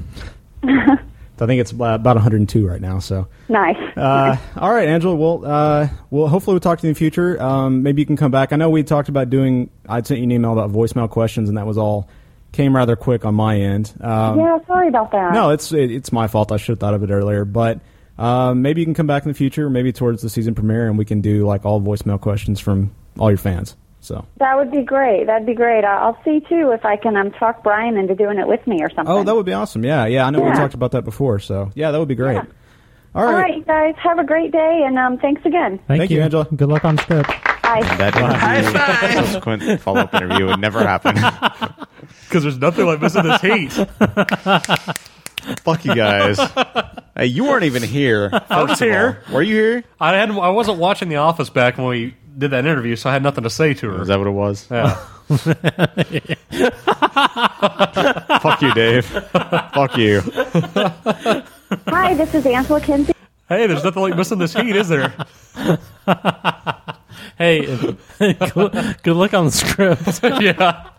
Speaker 50: I think it's about 102 right now. So
Speaker 47: Nice.
Speaker 50: Uh, all right, Angela. Well, uh, well, hopefully we'll talk to you in the future. Um, maybe you can come back. I know we talked about doing. I sent you an email about voicemail questions, and that was all came rather quick on my end. Um,
Speaker 47: yeah, sorry about that.
Speaker 50: No, it's it, it's my fault. I should have thought of it earlier. But um, maybe you can come back in the future, maybe towards the season premiere, and we can do like all voicemail questions from all your fans. So.
Speaker 47: That would be great. That'd be great. I- I'll see too if I can um, talk Brian into doing it with me or something.
Speaker 50: Oh, that would be awesome. Yeah, yeah. I know we talked about that before. So yeah, that would be great. All right.
Speaker 47: All right, you guys. Have a great day, and um, thanks again.
Speaker 50: Thank, you, Angela.
Speaker 4: Good luck on script.
Speaker 47: Bye.
Speaker 1: That interview, subsequent follow up interview would never happen.
Speaker 2: Because there's nothing like missing this heat.
Speaker 1: Fuck you guys. Hey, you weren't even here.
Speaker 2: I was
Speaker 1: first of all.
Speaker 2: here.
Speaker 1: Were you here?
Speaker 2: I hadn't. I wasn't watching The Office back when we did that interview, so I had nothing to say to her.
Speaker 1: Is that what it was?
Speaker 2: Yeah.
Speaker 1: Fuck you, Dave. Fuck you.
Speaker 47: Hi, this is Angela Kinsey.
Speaker 2: Hey, there's nothing like missing this heat, is there?
Speaker 3: Hey, good, good luck on the script.
Speaker 2: yeah.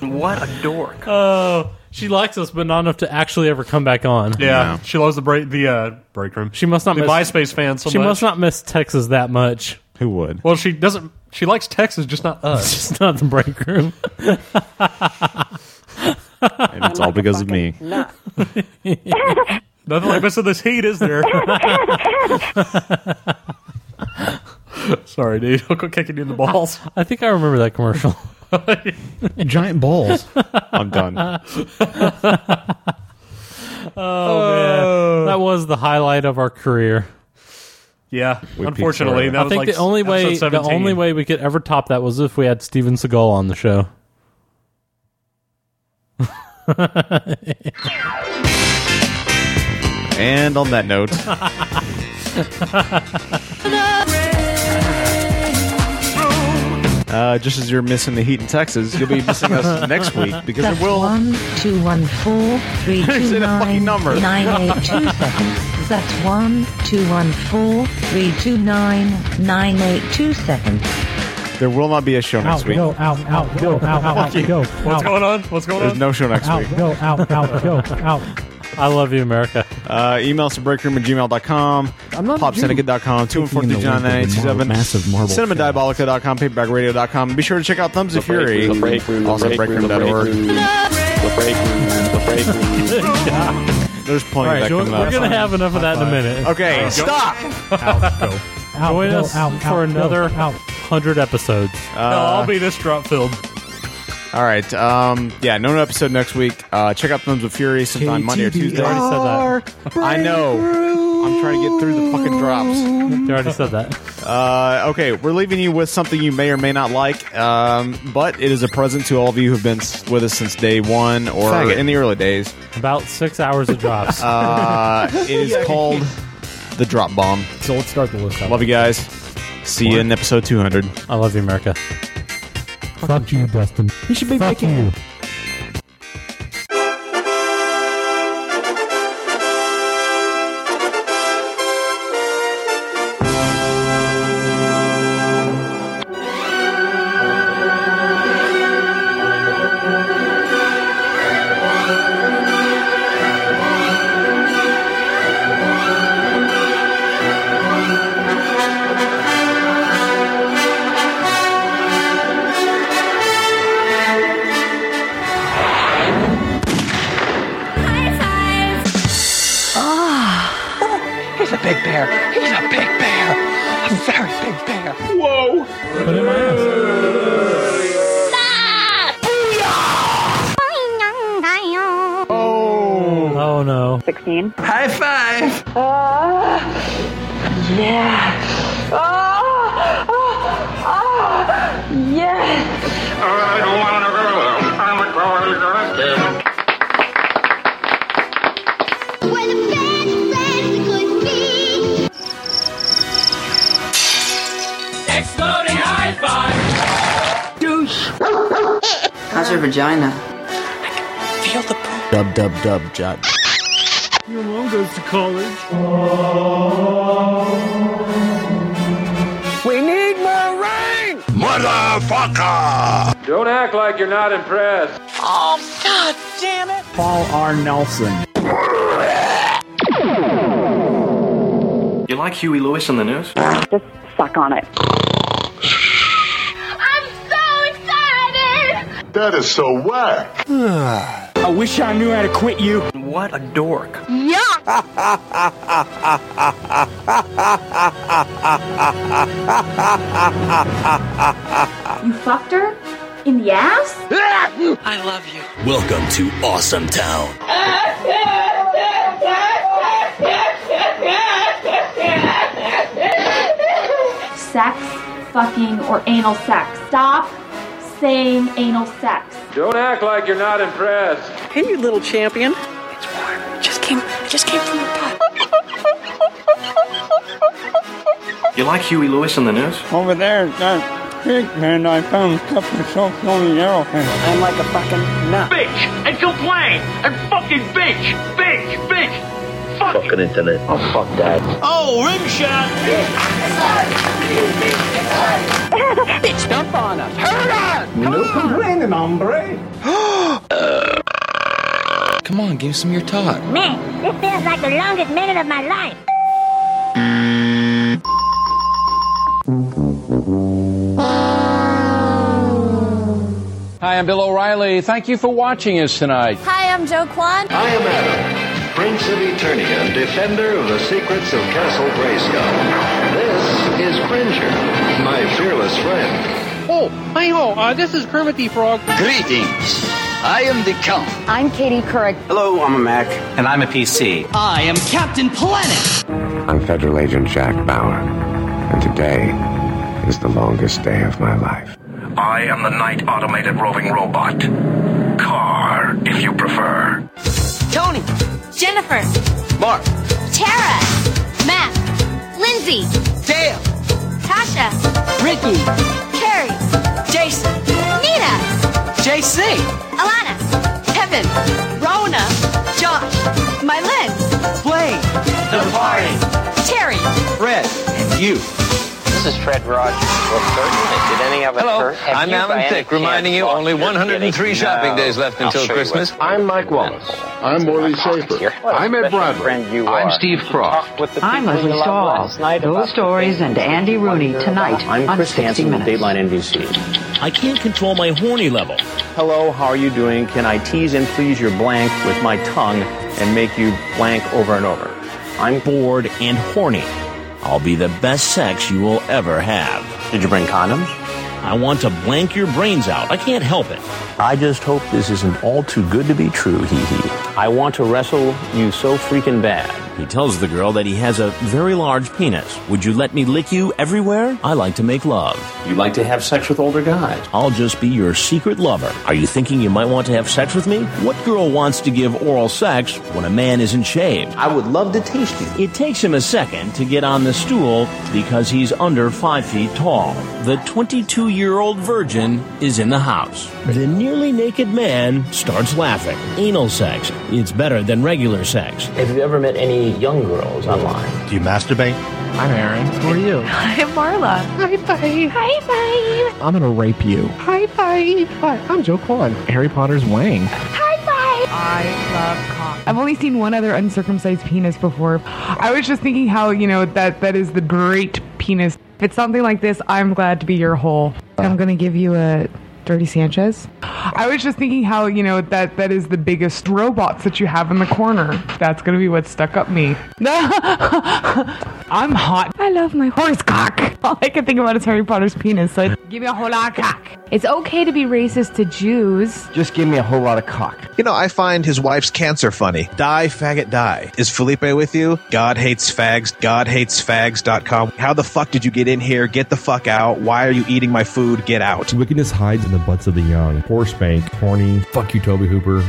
Speaker 3: what a dork. Oh, she likes us, but not enough to actually ever come back on.
Speaker 2: Yeah, she loves the break the uh, break room.
Speaker 3: She must not
Speaker 2: the
Speaker 3: miss-
Speaker 2: MySpace fans. So
Speaker 3: she
Speaker 2: much.
Speaker 3: must not miss Texas that much.
Speaker 1: Who would?
Speaker 2: Well, she doesn't. She likes Texas, just not us.
Speaker 3: just not the break room.
Speaker 1: And it's all because of me.
Speaker 2: Nothing like missing this heat, is there? Sorry, dude. I'll go kicking you in the balls.
Speaker 3: I think I remember that commercial.
Speaker 50: Giant balls.
Speaker 1: I'm done.
Speaker 3: Oh man, that was the highlight of our career.
Speaker 2: Yeah,
Speaker 1: We peaked
Speaker 2: unfortunately,
Speaker 1: early.
Speaker 2: that
Speaker 3: I
Speaker 2: was
Speaker 3: think
Speaker 2: like
Speaker 3: the only way
Speaker 2: episode
Speaker 3: the
Speaker 2: 17.
Speaker 3: only way we could ever top that was if we had Steven Seagal on the show.
Speaker 1: And on that note, uh, just as you're missing the heat in Texas, you'll be missing us next week because it will.
Speaker 8: one two one four three
Speaker 1: Say the fucking
Speaker 8: two nine
Speaker 1: number.
Speaker 8: nine eight two seven. That's one two one four three two nine nine eight two seven.
Speaker 1: There will not be a show next
Speaker 4: Out,
Speaker 3: Oh,
Speaker 1: week.
Speaker 4: go, out, out, go, out, out, go.
Speaker 2: What's
Speaker 4: out.
Speaker 2: going on? What's going
Speaker 1: There's
Speaker 2: on?
Speaker 1: no show next week.
Speaker 4: Out, go, out, out, go, out.
Speaker 3: I love you, America.
Speaker 1: Uh, email us at breakroom at gmail.com, popsyndicate.com, 214 cinema diabolica.com, paperback Be sure to check out Thumbs of Fury, also at breakroom.org. There's plenty that
Speaker 3: Join-
Speaker 1: come
Speaker 3: we're
Speaker 1: out.
Speaker 3: gonna have enough of that in a minute.
Speaker 1: Okay, stop.
Speaker 4: Out,
Speaker 3: Join
Speaker 4: go,
Speaker 3: us
Speaker 4: out, out,
Speaker 3: for
Speaker 4: go,
Speaker 3: another
Speaker 4: out.
Speaker 3: hundred episodes.
Speaker 2: No, uh, I'll be this drop filled.
Speaker 1: Uh, All right. Um, yeah, no new episode next week. Uh, check out Thumbs of Fury sometime Monday or
Speaker 3: They
Speaker 1: Tuesday.
Speaker 3: already said that.
Speaker 1: I know. I'm trying to get through the fucking drops.
Speaker 3: They already said that.
Speaker 1: Uh, okay, we're leaving you with something you may or may not like, um, but it is a present to all of you who've been s- with us since day one or in the early days.
Speaker 3: About six hours of drops.
Speaker 1: Uh, it is called the Drop Bomb.
Speaker 50: So let's start the list. Out.
Speaker 1: Love you guys. See you in episode 200.
Speaker 3: I love you, America.
Speaker 4: Fuck you, Dustin.
Speaker 50: You should be
Speaker 4: Fuck you.
Speaker 15: He's Ah. a big bear. He's a big bear. A very big bear. Whoa.
Speaker 4: Put it in my ass.
Speaker 3: Oh no.
Speaker 47: 16.
Speaker 15: High five. yeah. yeah.
Speaker 51: I don't want to go. I'm a
Speaker 15: Exploding high five. Douche.
Speaker 52: How's your vagina?
Speaker 15: Feel the poop.
Speaker 1: Dub, dub, dub, jub.
Speaker 15: You
Speaker 53: Your mom goes to college. We need more rain!
Speaker 13: Motherfucker!
Speaker 2: Don't act like you're not impressed.
Speaker 15: Um.
Speaker 13: Oh, god damn it!
Speaker 1: Paul R. Nelson.
Speaker 13: You like Huey Lewis in the news?
Speaker 54: Just suck on it.
Speaker 13: That is so whack.
Speaker 4: I wish I knew how to quit you. What a dork.
Speaker 13: I
Speaker 47: You fucked her? In the ass?
Speaker 13: love you.
Speaker 55: Welcome to Awesome Town.
Speaker 47: Sex, fucking, or anal sex. Stop saying anal sex.
Speaker 2: Don't act like you're not impressed.
Speaker 13: Hey, you little champion.
Speaker 2: Just came. Just came from the pot.
Speaker 13: You like Huey Lewis in the news?
Speaker 4: Over there, that big man I found cup of soap on the aeroplane. I'm like a fucking nut.
Speaker 13: Bitch and complain and fucking bitch, bitch, bitch.
Speaker 4: Fucking internet. Oh, fuck that.
Speaker 13: Oh, rim shot. bitch, dump on us. Hurry on.
Speaker 4: No complaining, hombre.
Speaker 13: Come on, give some of your talk.
Speaker 8: Man, this feels like the longest minute of my life.
Speaker 6: Hi, I'm Bill O'Reilly. Thank you for watching us tonight.
Speaker 8: Hi, I'm Joe Kwan.
Speaker 6: I am Adam, Prince of Eternia and defender of the secrets of Castle Grayskull. This is Cringer, my fearless friend. Oh, hi ho, uh, this is Kermit the Frog. Greetings. I am the Count.
Speaker 8: I'm Katie Couric.
Speaker 6: Hello, I'm a Mac.
Speaker 15: And I'm a PC.
Speaker 6: I am Captain Planet.
Speaker 15: I'm Federal Agent Jack Bauer, and today is the longest day of my life.
Speaker 6: I am the Night Automated Roving Robot. Car, if you prefer.
Speaker 8: Tony. Jennifer.
Speaker 6: Mark.
Speaker 8: Tara. Matt. Lindsay. Dale. Tasha. Ricky. Carrie. Jason. Nina. JC. Alana. Kevin. Rona. Josh. Mylin. Blaine.
Speaker 6: The party.
Speaker 8: Terry.
Speaker 6: Fred. And you. This is Fred Rogers. Did any of Hello, I'm
Speaker 15: you by
Speaker 6: Alan
Speaker 15: any
Speaker 6: Thick, reminding you only 103 shopping days left
Speaker 15: I'll
Speaker 6: until
Speaker 15: show you
Speaker 6: Christmas.
Speaker 15: what-
Speaker 6: I'm Mike Wallace. I'm Morley Schaefer. I'm Ed Bradley. I'm Steve Croft.
Speaker 29: I'm Leslie Stahl. Those stories and Andy Rooney tonight on 60 Minutes.
Speaker 6: Dateline NBC. I can't control my horny level. Hello, how are you doing? Can I tease and please your blank with my tongue and make you blank over and over? I'm bored and horny. I'll be the best sex you will ever have. Did you bring condoms? I want to blank your brains out. I can't help it. I just hope this isn't all too good to be true, hee hee. I want to wrestle you so freaking bad. He tells the girl that he has a very large penis. Would you let me lick you everywhere? I like to make love. You like to have sex with older guys. I'll just be your secret lover. Are you thinking you might want to have sex with me? What girl wants to give oral sex when a man isn't shaved? I would love to taste you. It takes him a second to get on the stool because he's under five feet tall. The 22 year old virgin is in the house. The nearly naked man starts laughing. Anal sex. It's better than regular sex. Have you ever met any young girls online? Do you masturbate? I'm Aaron. Who are you?
Speaker 29: I'm Marla. Hi, babe. Hi, babe.
Speaker 6: I'm gonna rape you.
Speaker 29: Hi, babe. Hi, I'm Joe Kwan.
Speaker 6: Harry Potter's Wang.
Speaker 29: Hi, babe. I love cock. I've only seen one other uncircumcised penis before. I was just thinking how, you know, that that is the great penis. If it's something like this, I'm glad to be your hole. I'm going to give you a Dirty Sanchez. I was just thinking how, you know, that that is the biggest robots that you have in the corner. That's going to be what stuck up me. I'm hot. I love my horse cock. All I can think about is Harry Potter's penis. So give me a whole lot of cock. It's okay to be racist to Jews.
Speaker 6: Just give me a whole lot of cock.
Speaker 22: You know, I find his wife's cancer funny. Die, faggot, die. Is Felipe with you? God hates fags. God hates fags.com. How the fuck did you get in here? Get the fuck out. Why are you eating my food? Get out.
Speaker 25: Wickedness hides in the butts of the young. Horse bank, horny. Fuck you, Toby Hooper.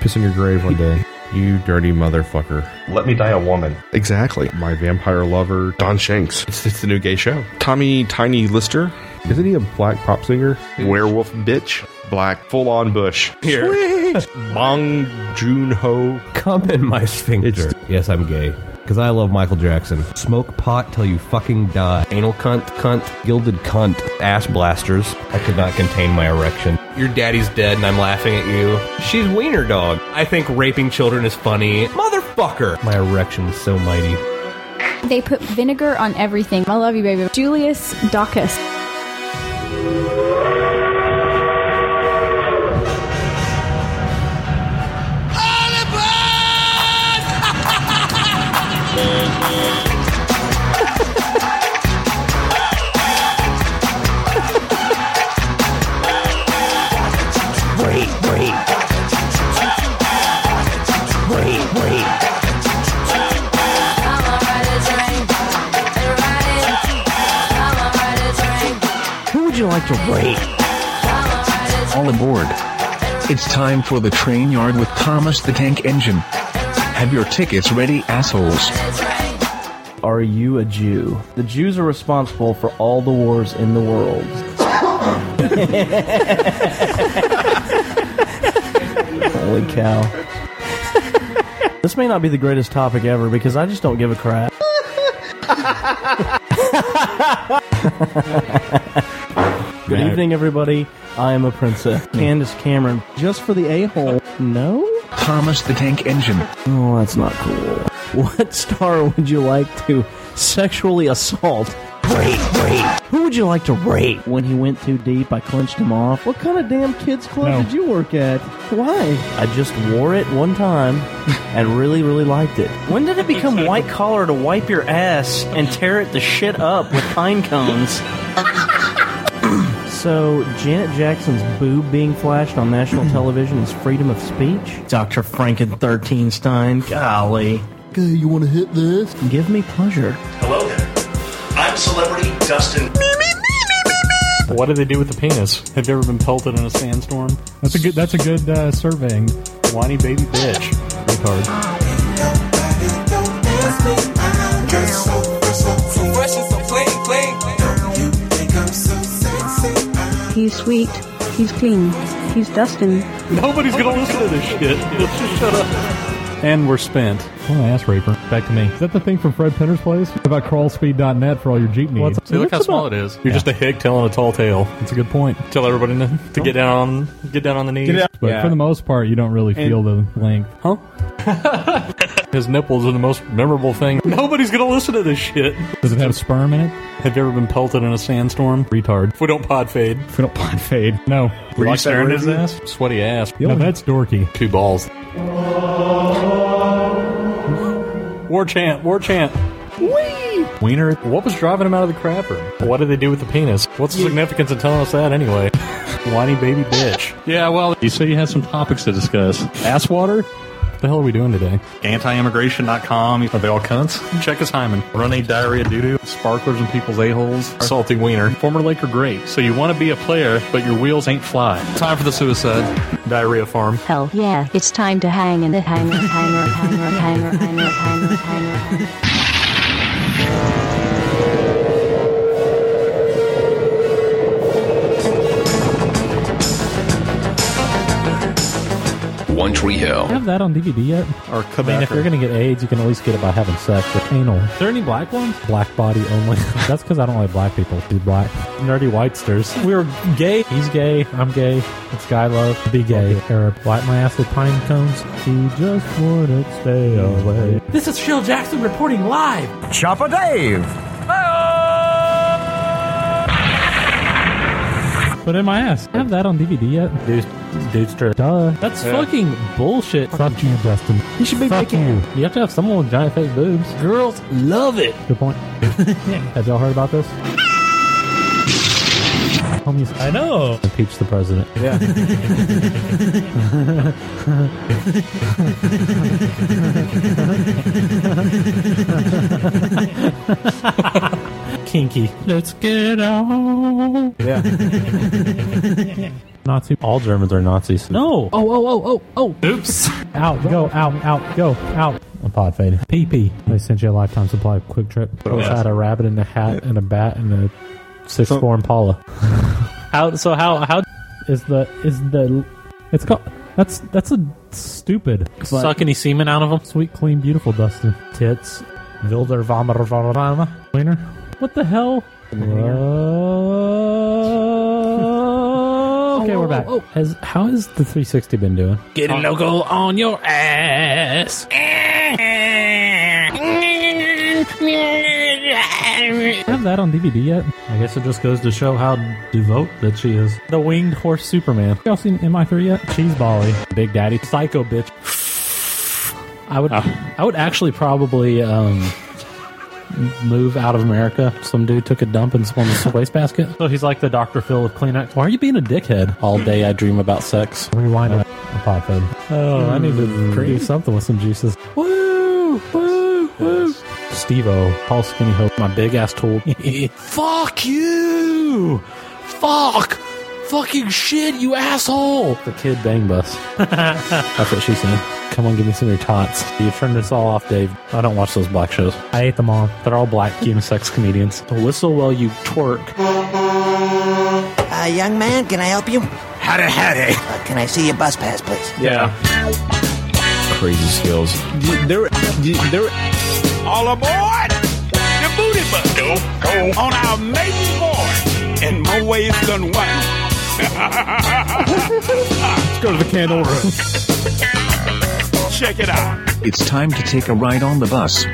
Speaker 25: Piss in your grave one day. You dirty motherfucker.
Speaker 15: Let me die a woman.
Speaker 25: Exactly. My vampire lover, Don Shanks. It's, it's the new gay show. Tommy Tiny Lister. Isn't he a black pop singer? Werewolf bitch. Black full on bush. Here.
Speaker 1: right? Bong Joon Ho. Come in my sphincter. yes, I'm gay. Because I love Michael Jackson. Smoke pot till you fucking die. Anal cunt, cunt, gilded cunt, ass blasters. I could not contain my erection. Your daddy's dead and I'm laughing at you. She's wiener dog. I think raping children is funny. Motherfucker! My erection is so mighty.
Speaker 18: They put vinegar on everything. I love you, baby. Julius Docus.
Speaker 56: Wait, wait. Wait, wait.
Speaker 15: Who would you like to rate? All aboard. It's time for the train yard with Thomas the Tank Engine. Have your tickets ready, assholes.
Speaker 13: Are you a Jew? The Jews are responsible for all the wars in the world. Holy cow. this may not be the greatest topic ever because I just don't give a crap. Good
Speaker 56: night.
Speaker 13: evening, everybody. I am a princess. Candace Cameron. Just for the a hole. No?
Speaker 15: Thomas the Tank Engine.
Speaker 13: Oh, that's not cool. What star would you like to sexually assault? Wait, wait. Who would you like to rape? When he went too deep, I clenched him off. What kind of damn kids club
Speaker 57: No.
Speaker 13: did you work at? Why? I just wore it one time and really, really liked it. When did it become white collar to wipe your ass and tear it the shit up with pine cones? So, Janet Jackson's boob being flashed on national television is freedom of speech? Dr. Franken 13 Stein, golly. you want to hit this? Give me pleasure.
Speaker 6: Hello there. I'm celebrity Dustin.
Speaker 2: What do they do with the penis? Have you ever been pelted in a sandstorm?
Speaker 3: That's a good. That's a good uh, surveying.
Speaker 2: Whiny baby bitch. Retard.
Speaker 8: He's sweet. He's clean. He's Dustin.
Speaker 2: Nobody's gonna listen to this shit. Let's just shut up. And we're spent.
Speaker 58: I'm an ass raper. Back to me. Oh, Is that the thing from Fred Penner's place? What about crawlspeed.net for all your Jeep needs?
Speaker 2: See, look how small it is. You're just a hick telling a tall tale.
Speaker 58: That's a good point.
Speaker 2: Tell everybody to, to get down, on, get down on the knees.
Speaker 58: But for the most part, you don't really
Speaker 2: And-
Speaker 58: feel the length.
Speaker 2: Huh? His nipples are the most memorable thing. Nobody's gonna listen to this shit.
Speaker 58: Does it have sperm in it?
Speaker 2: Have you ever been pelted in a sandstorm?
Speaker 58: Retard.
Speaker 2: If we don't pod fade.
Speaker 58: If we don't pod fade. No.
Speaker 2: Were you staring at his ass? Sweaty ass.
Speaker 58: Now that's dorky.
Speaker 2: Two balls. War chant, war chant. Wee! Wiener, what was driving him out of the crapper? What did they do with the penis? What's the significance in telling us that anyway? Whiny baby bitch. Yeah, well, you say you had some topics to discuss. Ass water? What the hell are we doing today? Antiimmigration.com. Are they all cunts? Check his hymen. Runny diarrhea doo doo. Sparklers in people's a-holes. Salty wiener. Former Laker great. So you want to be a player, but your wheels ain't fly. Time for the suicide. Diarrhea farm.
Speaker 11: Hell yeah, it's time to hang in the hanger, hanger, hanger, hanger, hanger, hanger, hanger.
Speaker 59: One Tree
Speaker 3: Do
Speaker 59: Hill.
Speaker 3: you have that on DVD yet?
Speaker 2: Or
Speaker 3: I mean, if
Speaker 2: Quebecer.
Speaker 3: you're going to get AIDS, you can at least get it by having sex or anal. Is there any black ones? Black body only. That's because I don't like black people. Be black. Nerdy whitesters. We're gay. He's gay. I'm gay. It's guy love. Be gay. Arab. Wipe my ass with pine cones. He just wanna stay away.
Speaker 12: This is Phil Jackson reporting live.
Speaker 3: Chopper Dave. Put in my ass. I have that on DVD yet? Dude, dude, duh.
Speaker 12: That's fucking bullshit.
Speaker 3: Fuck you, Dustin.
Speaker 12: You should be
Speaker 3: Fuck
Speaker 12: making-
Speaker 3: you. You have to have someone with giant fake boobs. Girls love it. Good point. have y'all heard about this? Homies, I know. Impeach the president.
Speaker 56: Yeah.
Speaker 3: Kinky. Let's get on. Yeah. Nazi.
Speaker 12: All Germans are Nazis.
Speaker 3: No. Oh, oh, oh, oh, oh. Oops. Out, go, out, out, go, out. A pod fade. PP. They sent you a lifetime supply of Quick Trip.
Speaker 12: Oh,
Speaker 3: I
Speaker 12: yeah.
Speaker 3: had a rabbit and a hat and a bat and a six form Paula.
Speaker 12: How? So how? How
Speaker 3: is the is the it's called That's that's a stupid.
Speaker 8: Suck any semen out of them.
Speaker 3: Sweet, clean, beautiful, Dustin. Tits. Wilder Vomiter Vomiter. Wiener. What the hell? Whoa. Okay, we're back. Has how has the 360 been doing?
Speaker 8: Get a logo on your ass.
Speaker 3: I have that on DVD yet. I guess it just goes to show how devout that she is. The winged horse Superman. Y'all seen MI3 yet? Cheese Bolly, Big Daddy, Psycho Bitch. I would, I would actually probably um, move out of America. Some dude took a dump in someone's wastebasket. So he's like the Dr. Phil of Kleenex. Why are you being a dickhead? All day I dream about sex. Uh, Rewind it. A pod fade. Oh, I need to create something with some juices. Woo! Woo! Woo! Steve O, Paul Skinny Hope, my big ass tool.
Speaker 8: Fuck you! Fuck! Fucking shit, you asshole!
Speaker 3: The kid bang bus. That's what she said. Come on, give me some of your tots. You turned this all off, Dave. I don't watch those black shows. I hate them all. They're all black unisex comedians. Whistle while you twerk.
Speaker 7: Uh, young man, can I help you?
Speaker 12: Howdy, howdy.
Speaker 7: Uh, can I see your bus pass, please?
Speaker 12: Yeah.
Speaker 1: Crazy skills. They're, they're
Speaker 12: All aboard the booty bus. Go, go. On our maiden board. In more ways than one.
Speaker 4: Let's go to the candle room.
Speaker 12: Check it out.
Speaker 15: It's time to take a ride on the bus.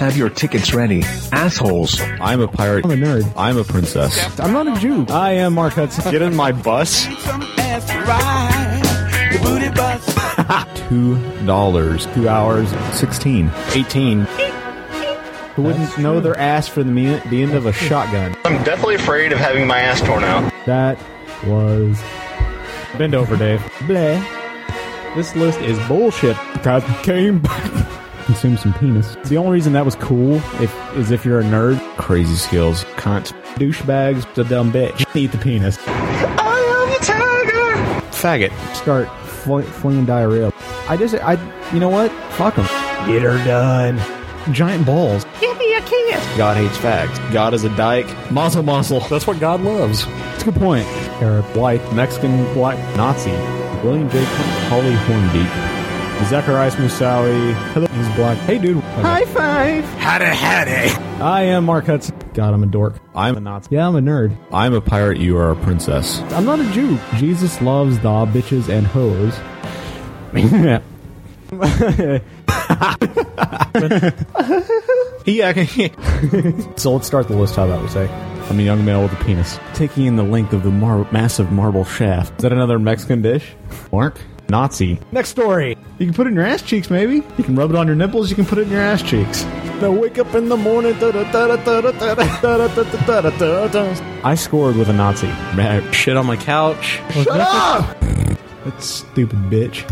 Speaker 15: Have your tickets ready, assholes.
Speaker 1: I'm a pirate. I'm a nerd. I'm a princess. I'm not a Jew. I am Mark Hudson. Get in my bus.
Speaker 12: Ass ride. The booty bus.
Speaker 1: Two dollars. Two hours. Sixteen. Eighteen. Who wouldn't know their ass for the, me- the end of a shotgun?
Speaker 2: I'm definitely afraid of having my ass torn out.
Speaker 1: That was. Bend over, Dave. Bleh. This list is bullshit. I came back. Consume some penis. The only reason that was cool if, is if you're a nerd. Crazy skills. Cunt. Douchebags. The dumb bitch. Eat the penis.
Speaker 2: I
Speaker 1: Faggot. Start fl- flinging diarrhea. I just, I, you know what? Fuck them. Get her done. Giant balls.
Speaker 2: Give me a kiss.
Speaker 1: God hates fags. God is a dyke. Muscle, muscle. That's what God loves. It's a good point. Arab, white, Mexican, white, Nazi. William J. Holly Hornbeak. Zacharias Musawi. Hello, he's black. Hey, dude.
Speaker 7: High five.
Speaker 12: Howdy, howdy.
Speaker 1: I am Mark Hudson. God, I'm a dork. I'm a Nazi. Yeah, I'm a nerd. I'm a pirate. You are a princess. I'm not a Jew. Jesus loves the bitches and hoes. yeah. so let's start the list. How about we say? I'm a young male with a penis. Taking in the length of the mar- massive marble shaft. Is that another Mexican dish? Mark? Nazi. Next story. You can put it in your ass cheeks, maybe. You can rub it on your nipples. You can put it in your ass cheeks. Now wake up in the morning. I scored with a Nazi. Shit on my couch. Shut up! That's stupid, bitch.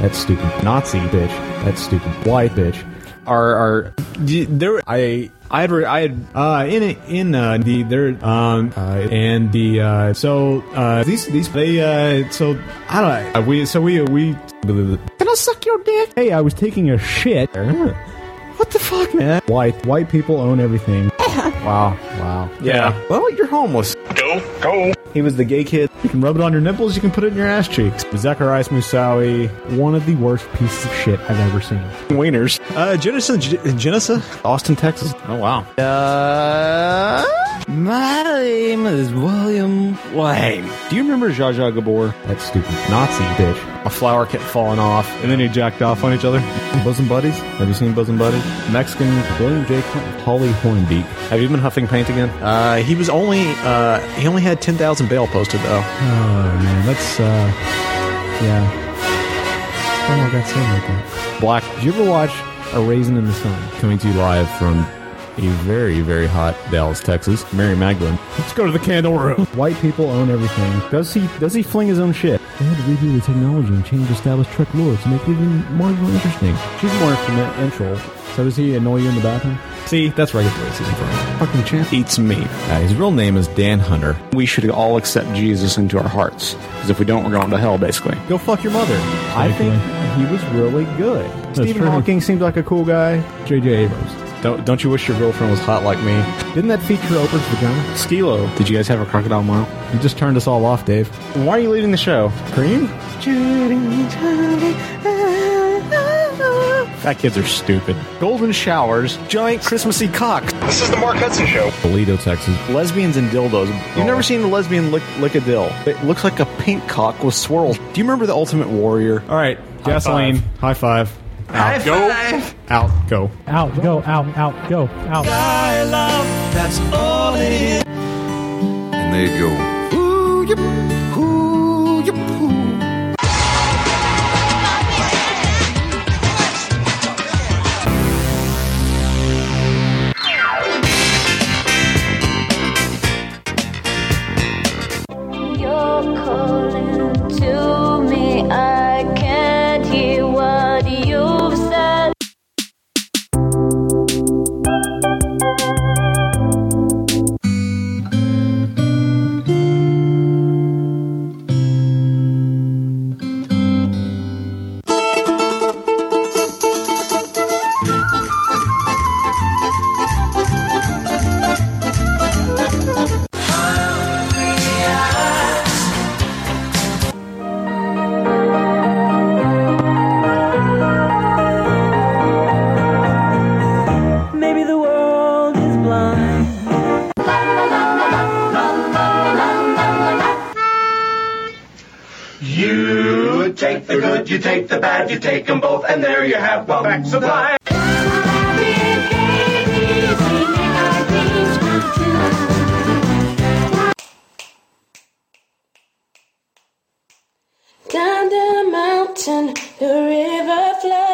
Speaker 1: That's stupid. Nazi, bitch. That's stupid. White, bitch. Are are y- there? I I had re- I had uh, in it- in uh, the there um uh, and the uh, so uh, these these they uh, so I don't know, we so we we can I suck your dick? Hey, I was taking a shit. What the fuck, man? White white people own everything. wow, wow.
Speaker 12: Yeah.
Speaker 1: Well, you're homeless.
Speaker 12: Go, go.
Speaker 1: He was the gay kid. You can rub it on your nipples, you can put it in your ass cheeks. Zacharias Musawi, one of the worst pieces of shit I've ever seen. Wieners.
Speaker 60: Uh, Jenison, Jenison,
Speaker 1: Austin, Texas. Oh wow.
Speaker 60: Uh,
Speaker 1: my name is William Wayne. Do you remember Zsa Zsa Gabor? That stupid Nazi bitch. A flower kept falling off, and then he jacked off on each other. Bosom buddies. Have you seen Bosom Buddies? Mexican William J. Clinton, Holly Hornbeak. Have you been huffing paint again?
Speaker 60: Uh, he was only uh, he only had ten thousand bail posted though.
Speaker 1: Oh man, that's uh, yeah. Oh my god, saying like that. Black. Did you ever watch A Raisin in the Sun? Coming to you live from a very, very hot Dallas, Texas. Mary Magdalene. Let's go to the candle room. White people own everything. Does he? Does he fling his own shit? They had to redo the technology and change established trick lore to make it even more interesting. She's more intro. So does he annoy you in the bathroom? See, that's regular racism for him. Fucking champ eats me. Uh, his real name is Dan Hunter.
Speaker 12: We should all accept Jesus into our hearts. Because if we don't, we're going to hell, basically.
Speaker 1: Go fuck your mother. I think he was really good. Stephen
Speaker 12: true.
Speaker 1: Hawking seems like a cool guy. J.J. Abrams. Don't, don't you wish your girlfriend was hot like me? Didn't that feature Oprah's vagina? Skilo. Did you guys have a crocodile mile? You just turned us all off, Dave. Why are you leaving the show? Cream?
Speaker 7: Judy, Judy, uh,
Speaker 1: Fat kids are stupid. Golden showers, giant Christmassy cocks. This is the Mark Hudson Show. Oh.
Speaker 61: Toledo, Texas.
Speaker 1: Lesbians and dildos. You've never seen a lesbian lick, lick a dill. It looks like a pink cock with swirls. Do you remember the Ultimate Warrior? All right,
Speaker 61: gasoline. High five.
Speaker 1: High
Speaker 61: Out. Go. Out. Go.
Speaker 3: Out, go, out, out, go, out.
Speaker 7: I love, that's all it is.
Speaker 9: And there you go.
Speaker 7: Ooh, yip, ooh, yip, ooh.
Speaker 8: You're calling to me. I can't hear what you've said. Maybe the world is blind.
Speaker 7: You take the good, you take the bad, you take them both, and there you have one back supply.
Speaker 8: Down the mountain, the river flows.